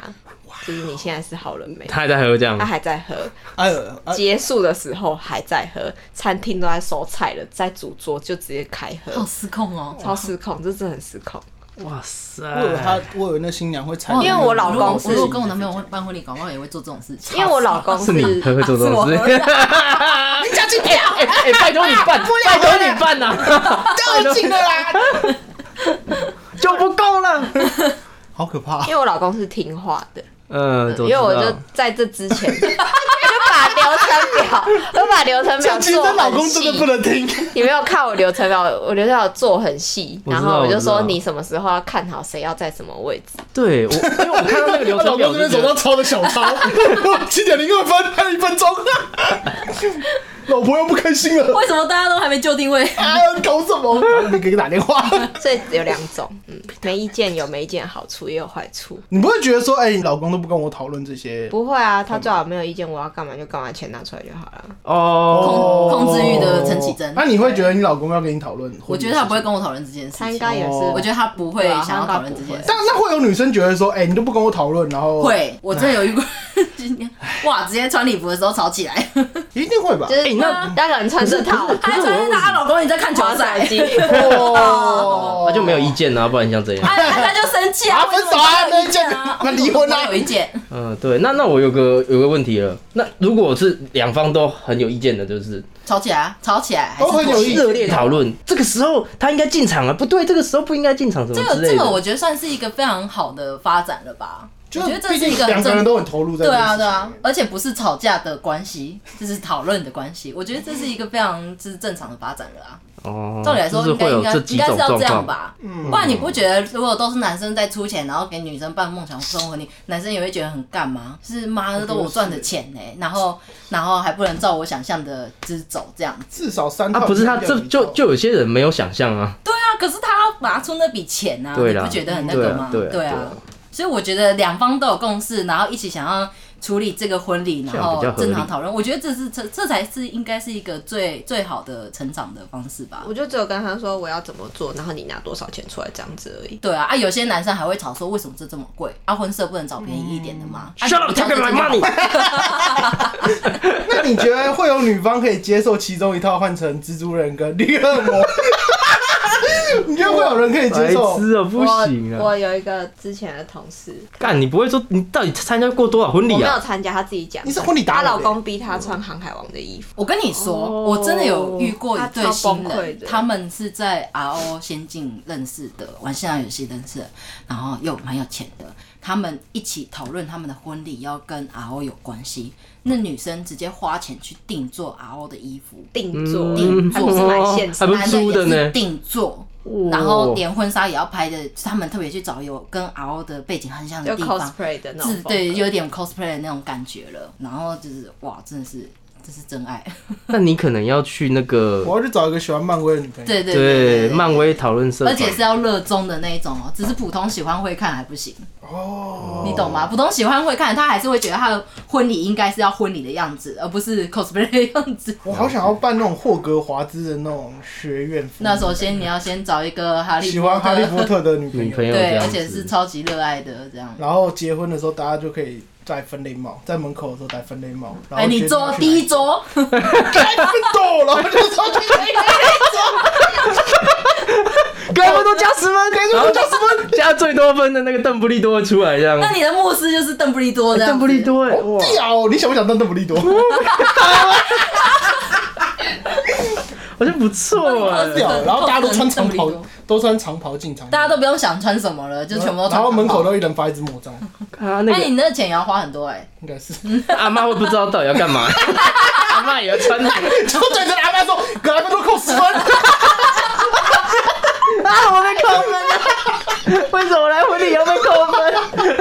[SPEAKER 4] 就是你现在是好人没？
[SPEAKER 3] 他还在喝这样
[SPEAKER 4] 他，还在喝，
[SPEAKER 1] 哎呦，哎
[SPEAKER 4] 结束的时候还在喝，餐厅都在收菜了，在主桌就直接开
[SPEAKER 5] 好
[SPEAKER 4] 喝，
[SPEAKER 5] 失控哦！
[SPEAKER 4] 超失控，这真的很失控。
[SPEAKER 3] 哇塞！
[SPEAKER 1] 我以为他，我以为那新娘会踩
[SPEAKER 5] 哇
[SPEAKER 1] 到那个，
[SPEAKER 4] 因为我老
[SPEAKER 5] 哎如果
[SPEAKER 4] 公是
[SPEAKER 5] 我如果跟我男朋友办婚礼，搞不好也会做这种事情。
[SPEAKER 4] 因为我老公啊
[SPEAKER 3] 是你喝会做这
[SPEAKER 5] 是我
[SPEAKER 3] 种事，
[SPEAKER 5] 喝的
[SPEAKER 3] 你讲去跳！哎哎，拜托你办，拜托你办呐，
[SPEAKER 1] 掉进了啦，
[SPEAKER 3] 就不够了。
[SPEAKER 1] 好可怕
[SPEAKER 4] 因！为我老公是听话的，
[SPEAKER 3] 嗯，
[SPEAKER 4] 因为我就在这之前就 *laughs* 把流程表，我把流程表
[SPEAKER 1] 其实
[SPEAKER 4] 做
[SPEAKER 1] 老
[SPEAKER 4] 很
[SPEAKER 1] 公真的不
[SPEAKER 4] 细。
[SPEAKER 1] 能听，
[SPEAKER 4] 你没有看我流程表，我流程表做很细，
[SPEAKER 3] 我知
[SPEAKER 4] 然
[SPEAKER 3] 道
[SPEAKER 4] 后我就
[SPEAKER 3] 我知
[SPEAKER 4] 说
[SPEAKER 3] 道
[SPEAKER 4] 你什么时候要看好谁要在什么位置。
[SPEAKER 3] 对我，因为我看到那个流
[SPEAKER 1] 他老公
[SPEAKER 3] 程表
[SPEAKER 1] 这
[SPEAKER 3] 就
[SPEAKER 1] 边手
[SPEAKER 3] 觉得，
[SPEAKER 1] 上抄的小抄，
[SPEAKER 5] *laughs*
[SPEAKER 1] 七点零二分，还有一分钟，老婆又不开心了，
[SPEAKER 5] *laughs* 为什么大家都还没就
[SPEAKER 1] *laughs*
[SPEAKER 5] 定位？
[SPEAKER 1] 哎呀，搞什 *laughs* 么？你给他打电
[SPEAKER 5] *laughs*
[SPEAKER 1] 话。
[SPEAKER 4] 所以有两种，嗯，没意见有没意见的好处，也有坏处。
[SPEAKER 1] 你不会觉得说，哎、你老公都不跟我讨论这些？
[SPEAKER 4] 不会啊，他最好没有意见，我要干嘛就干嘛，钱拿出来就好了。
[SPEAKER 3] 哦，
[SPEAKER 5] 控制欲的陈绮贞
[SPEAKER 1] 那你会觉得你老公要跟你讨论？
[SPEAKER 5] 我觉得他不会。跟我讨论这件事
[SPEAKER 4] 他应
[SPEAKER 5] 情。
[SPEAKER 4] 该也是，
[SPEAKER 1] 哦
[SPEAKER 5] 我觉得他不会
[SPEAKER 4] 对啊
[SPEAKER 5] 想要
[SPEAKER 4] 他应该
[SPEAKER 5] 讨论这件事
[SPEAKER 1] 但。那会有女生觉得说，哎、你都不跟我讨论，然后，
[SPEAKER 5] 会，我真的有遇过， *laughs* 今天哇，直接穿礼服的时候吵起来，
[SPEAKER 1] 一定会吧
[SPEAKER 4] 就？是
[SPEAKER 3] 哎那
[SPEAKER 4] 那个人穿这套，啊
[SPEAKER 5] 她
[SPEAKER 4] *laughs*
[SPEAKER 5] 还穿她老公你在看球
[SPEAKER 4] 滑
[SPEAKER 5] 赛
[SPEAKER 4] 手，机，
[SPEAKER 1] 哦
[SPEAKER 5] *laughs*
[SPEAKER 3] 他就没有意见啊，不然你想怎样？
[SPEAKER 5] 哎，他就生气啊
[SPEAKER 1] 啊，，分手啊，那见，那离婚
[SPEAKER 5] 他
[SPEAKER 1] 啊
[SPEAKER 5] 有，意见，
[SPEAKER 3] 嗯，对，那那我有个有个问题了，那如果是两方都很有意见的，就是
[SPEAKER 5] 吵起来啊，吵起来，还
[SPEAKER 1] 都
[SPEAKER 5] 是
[SPEAKER 1] 哦很有意
[SPEAKER 3] 热烈讨论，这个时候他应该进场啊，不对，这个时候不应该进场，什
[SPEAKER 5] 这
[SPEAKER 3] 么之
[SPEAKER 5] 个
[SPEAKER 3] 类
[SPEAKER 5] 这
[SPEAKER 3] 的
[SPEAKER 5] 个，。我觉得算是一个非常好的发展了吧。我觉得这
[SPEAKER 1] 毕
[SPEAKER 5] 是一
[SPEAKER 1] 竟
[SPEAKER 5] 个
[SPEAKER 1] 两个
[SPEAKER 5] 正
[SPEAKER 1] 人都很投入在这件
[SPEAKER 5] 对
[SPEAKER 1] 事
[SPEAKER 5] 啊，
[SPEAKER 1] 情
[SPEAKER 5] 对啊，，而且不是吵架的关系，这是讨论的关系。我觉得这是一个非常就是正常的发展了啊。
[SPEAKER 1] 嗯
[SPEAKER 3] 哦，
[SPEAKER 5] 照理来说，
[SPEAKER 3] 就是
[SPEAKER 5] 应该
[SPEAKER 3] 会
[SPEAKER 5] 应
[SPEAKER 3] 有
[SPEAKER 5] 该
[SPEAKER 3] 这
[SPEAKER 5] 应
[SPEAKER 3] 几
[SPEAKER 5] 该是
[SPEAKER 3] 种
[SPEAKER 5] 要
[SPEAKER 3] 状
[SPEAKER 5] 这样
[SPEAKER 3] 况。
[SPEAKER 5] 吧？不然你不觉得如果都是男生在出钱，然后给女生办梦想生婚礼，男生也会觉得很干嘛？是妈的，都我赚的钱呢、然后然后还不能照我想象的就是走这样子。
[SPEAKER 1] 至少三套
[SPEAKER 3] 啊，不是他
[SPEAKER 1] 以上
[SPEAKER 3] 这
[SPEAKER 1] 有
[SPEAKER 3] 就就有些人没有想象啊，
[SPEAKER 5] 对啊，可是他要拿出那笔钱啊，
[SPEAKER 3] 对
[SPEAKER 5] 你
[SPEAKER 3] 啦
[SPEAKER 5] 不觉得很那
[SPEAKER 3] 对
[SPEAKER 5] 个
[SPEAKER 3] 啊
[SPEAKER 5] 吗？
[SPEAKER 3] 对啊对
[SPEAKER 5] 啊
[SPEAKER 3] 啊，
[SPEAKER 5] 所以我觉得两方都有共识，然后一起想要处理这个婚礼，
[SPEAKER 3] 这
[SPEAKER 5] 然
[SPEAKER 3] 样
[SPEAKER 5] 后
[SPEAKER 3] 比较合理
[SPEAKER 5] 正常讨论，我觉得这是这这才是应该是一个最最好的成长的方式吧。
[SPEAKER 4] 我就只有跟他说我要怎么做，然后你拿多少钱出来这样子而已。
[SPEAKER 5] 对啊，啊，有些男生还会吵说为什么这这么贵？啊，婚色不能找便宜一点的吗？啊
[SPEAKER 3] Shut up, take my
[SPEAKER 1] 啊
[SPEAKER 3] money！
[SPEAKER 1] 那你觉得会有女方可以接受其中一套换成蜘蛛人
[SPEAKER 5] *laughs*
[SPEAKER 1] 跟绿恶魔？你觉得会有人可以
[SPEAKER 3] 白
[SPEAKER 1] 接受？
[SPEAKER 3] 痴啊，不行啊！
[SPEAKER 4] 我我有一个之前的同事，
[SPEAKER 3] 干，你不会说你到底参加过多少婚
[SPEAKER 4] 我
[SPEAKER 3] 礼
[SPEAKER 4] 没有
[SPEAKER 3] 啊？
[SPEAKER 4] 参加，他自己讲的。
[SPEAKER 1] 你是婚礼达
[SPEAKER 4] 她
[SPEAKER 1] 人
[SPEAKER 4] 老公逼她穿航海王的衣服，
[SPEAKER 5] 我跟你说，我真的有遇过一对新
[SPEAKER 4] 哦他超崩溃
[SPEAKER 5] 人，
[SPEAKER 4] 的
[SPEAKER 5] 他们是在 RO 仙境认识的，玩线上游戏认识的，然后又蛮有钱的。他们一起讨论他们的婚礼要跟 RO 有关系，那女生直接花钱去定做 RO 的衣服，
[SPEAKER 4] 定做
[SPEAKER 5] 定
[SPEAKER 4] 还不是蛮现实
[SPEAKER 3] 嗯还。
[SPEAKER 5] 男
[SPEAKER 3] 不是
[SPEAKER 5] 的
[SPEAKER 3] 租的
[SPEAKER 5] 也是
[SPEAKER 3] 呢。
[SPEAKER 5] 定做，
[SPEAKER 3] 哇
[SPEAKER 5] 然后连婚纱也要拍的，他们特别去找有跟 RO 的背景很像
[SPEAKER 4] 就
[SPEAKER 5] 的地方，
[SPEAKER 4] cosplay 的那种
[SPEAKER 5] 是
[SPEAKER 4] 风格，
[SPEAKER 5] 对，有点 cosplay 的那种感觉了。然后就是哇，真的是这是真爱，
[SPEAKER 3] 那你可能要去那个
[SPEAKER 1] 我要去找一个喜欢漫威的女朋友。
[SPEAKER 5] *laughs* 对对
[SPEAKER 3] 对
[SPEAKER 5] 对
[SPEAKER 3] 漫威讨论社
[SPEAKER 5] 而且
[SPEAKER 3] 团，
[SPEAKER 5] 是要热衷的那一种哦，只是普通喜欢会看还不行，
[SPEAKER 1] 哦，
[SPEAKER 5] 你懂吗？普通喜欢会看，他还是会觉得他的婚礼应该是要婚礼的样子，而不是 cosplay 的样子。
[SPEAKER 3] 嗯
[SPEAKER 1] 我好想要办那种霍格华兹的那种学院服。
[SPEAKER 5] 那首先你要先找一个哈利
[SPEAKER 1] 喜
[SPEAKER 5] 波
[SPEAKER 1] 欢哈利
[SPEAKER 5] 特，
[SPEAKER 1] 波特的女朋
[SPEAKER 3] 女朋
[SPEAKER 1] 友，
[SPEAKER 3] 友这
[SPEAKER 5] 对，
[SPEAKER 3] 样
[SPEAKER 5] 而且是
[SPEAKER 3] 子。
[SPEAKER 5] 超级热爱的这样。
[SPEAKER 1] 然后结婚的时候大家就可以戴分类帽，在门口的时候戴分类帽。然
[SPEAKER 5] 哎、
[SPEAKER 1] 后
[SPEAKER 5] 你
[SPEAKER 1] 做
[SPEAKER 5] 坐第一桌，
[SPEAKER 1] 哎逗了，我就说去
[SPEAKER 3] 该分都加十分，该分都加十分，加最多分的那个邓布利多会出来这样。
[SPEAKER 5] 那你的牧师就是邓布利多这样子。
[SPEAKER 3] 邓布利多哎，
[SPEAKER 1] 哦
[SPEAKER 3] 哇！
[SPEAKER 1] 屌，你想不想当邓布利
[SPEAKER 5] *laughs*
[SPEAKER 1] 多？
[SPEAKER 3] 好像不错哎、
[SPEAKER 1] 屌，然后大家都穿长袍，都穿长袍进场，
[SPEAKER 5] 大家都不用想穿什么了，就全部都穿
[SPEAKER 1] 然后门口
[SPEAKER 5] 都。
[SPEAKER 1] 都一人发一支魔杖，
[SPEAKER 3] 啊，
[SPEAKER 5] 那、
[SPEAKER 3] 那
[SPEAKER 5] 你
[SPEAKER 3] 个
[SPEAKER 5] 那个钱也要花很多哎、
[SPEAKER 1] 应
[SPEAKER 5] *laughs*
[SPEAKER 1] 该是。 *laughs*
[SPEAKER 3] 阿妈会不知道到底要干嘛，阿妈也要穿那个
[SPEAKER 1] 然后对着阿妈说，给阿妈多扣十分。
[SPEAKER 3] 啊，我被扣分了，为什么来婚礼要被扣分？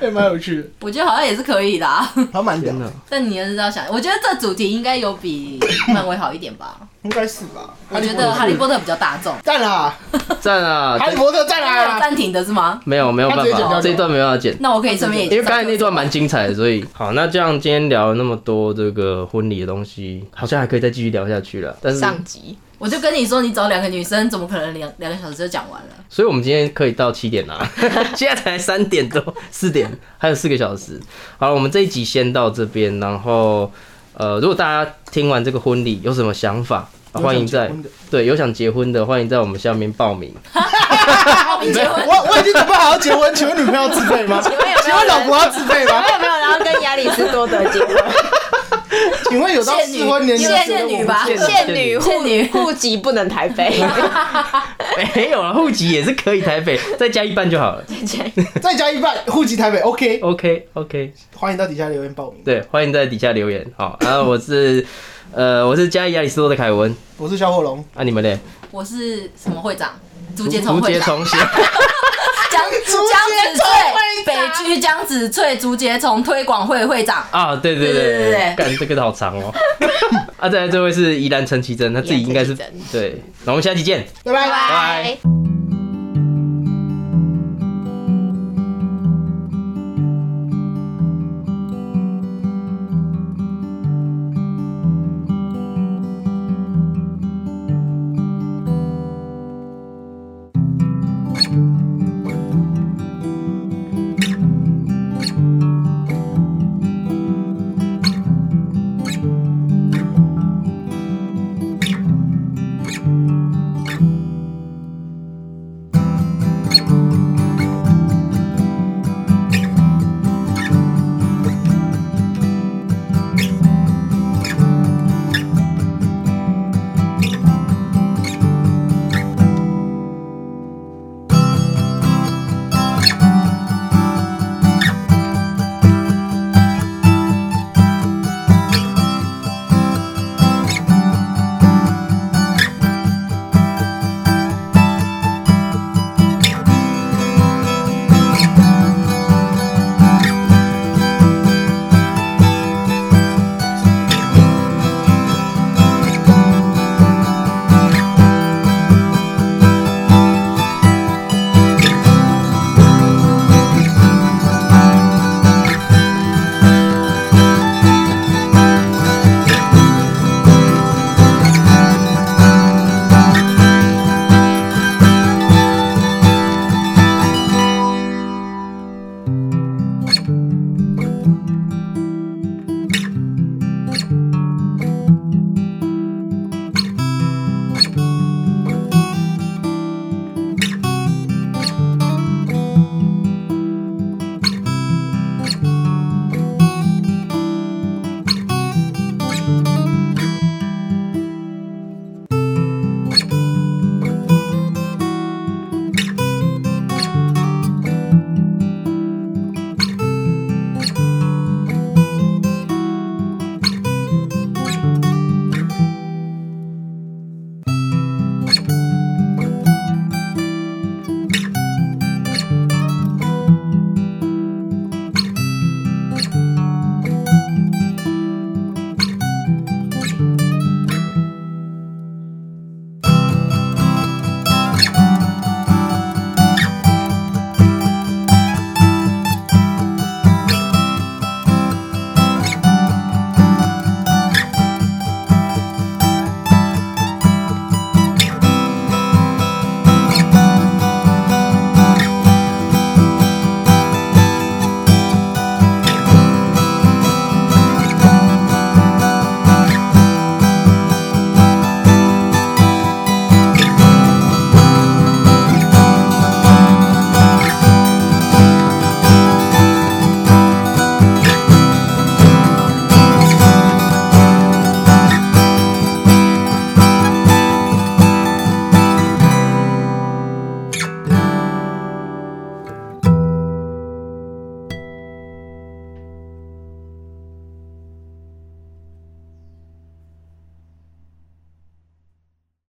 [SPEAKER 1] 哎蛮有趣的，
[SPEAKER 5] 我觉得好像也是可以的、啊。
[SPEAKER 1] 还蛮屌
[SPEAKER 3] 天哪
[SPEAKER 1] 的，！
[SPEAKER 5] *laughs* 但你也是要想，我觉得这主题应该有比漫威好一点吧？
[SPEAKER 1] 应该是吧？
[SPEAKER 5] 我觉得《哈利波特》比较大众。
[SPEAKER 1] 赞啦，
[SPEAKER 3] 赞啊！
[SPEAKER 1] 哈利波特赞
[SPEAKER 5] 它有
[SPEAKER 1] 啦！
[SPEAKER 5] 暂停的是吗？
[SPEAKER 3] 没有没有办
[SPEAKER 1] 他直接剪掉
[SPEAKER 3] 法，这一段没办法剪。
[SPEAKER 5] 那我可以顺便也
[SPEAKER 3] 因为刚才那段蛮精彩的，所以好，那这样今天聊了那么多这个婚礼的东西，好像还可以再继续聊下去了。但是，
[SPEAKER 4] 上集
[SPEAKER 5] 我就跟你说，你找两个女生，怎么可能两两个小时就讲完了？
[SPEAKER 3] 所以我们今天可以到七点 *laughs* 啦，现在才三点多，四点还有四个小时。好了，我们这一集先到这边，然后呃，如果大家听完这个婚礼有什么想法，啊欢迎在
[SPEAKER 1] 有想结婚的
[SPEAKER 3] 对有想结婚的，欢迎在我们下面报 *laughs* 名。
[SPEAKER 5] *laughs* 报名结婚，
[SPEAKER 1] 我我已经准备好要结婚，请问女朋友要自费吗？
[SPEAKER 4] 问有没有
[SPEAKER 1] 请问老婆要自费吗
[SPEAKER 4] 没？有没有，然后跟亚里士多德结
[SPEAKER 3] *laughs*
[SPEAKER 4] 婚，
[SPEAKER 1] 请问有到适婚年龄的时候
[SPEAKER 5] 现女吧
[SPEAKER 3] 现
[SPEAKER 4] 现女
[SPEAKER 5] 现女
[SPEAKER 4] 户户籍不能台
[SPEAKER 3] *laughs*
[SPEAKER 4] *laughs* 北，
[SPEAKER 3] 没哎有了，户籍也是可以台北，再加一半就好 *laughs* 了。
[SPEAKER 1] 再加一半，户籍台北，OK，
[SPEAKER 3] OK OK，
[SPEAKER 1] 欢迎到底下留言报名。
[SPEAKER 3] 对，欢迎在底下留言。好，然后我是呃我是加伊亚里斯多的凯文，
[SPEAKER 1] 我是小火龙，
[SPEAKER 3] 啊你们嘞？
[SPEAKER 5] 我是什么会长？竹
[SPEAKER 3] 竹
[SPEAKER 5] 节虫
[SPEAKER 3] 竹
[SPEAKER 5] 会
[SPEAKER 3] 节
[SPEAKER 5] 长，
[SPEAKER 3] 虫协，
[SPEAKER 5] 江江子翠，北区江子翠竹节虫推广会会长。
[SPEAKER 3] 啊，对对
[SPEAKER 5] 对对
[SPEAKER 3] 对
[SPEAKER 5] 对对
[SPEAKER 3] 对，干这个好长 *laughs* 哦。啊，再来这位是宜兰陈绮贞，她自己应该是
[SPEAKER 4] 宜兰陈
[SPEAKER 3] 对。那我们下期见。
[SPEAKER 1] 拜拜。
[SPEAKER 3] 拜
[SPEAKER 4] 拜。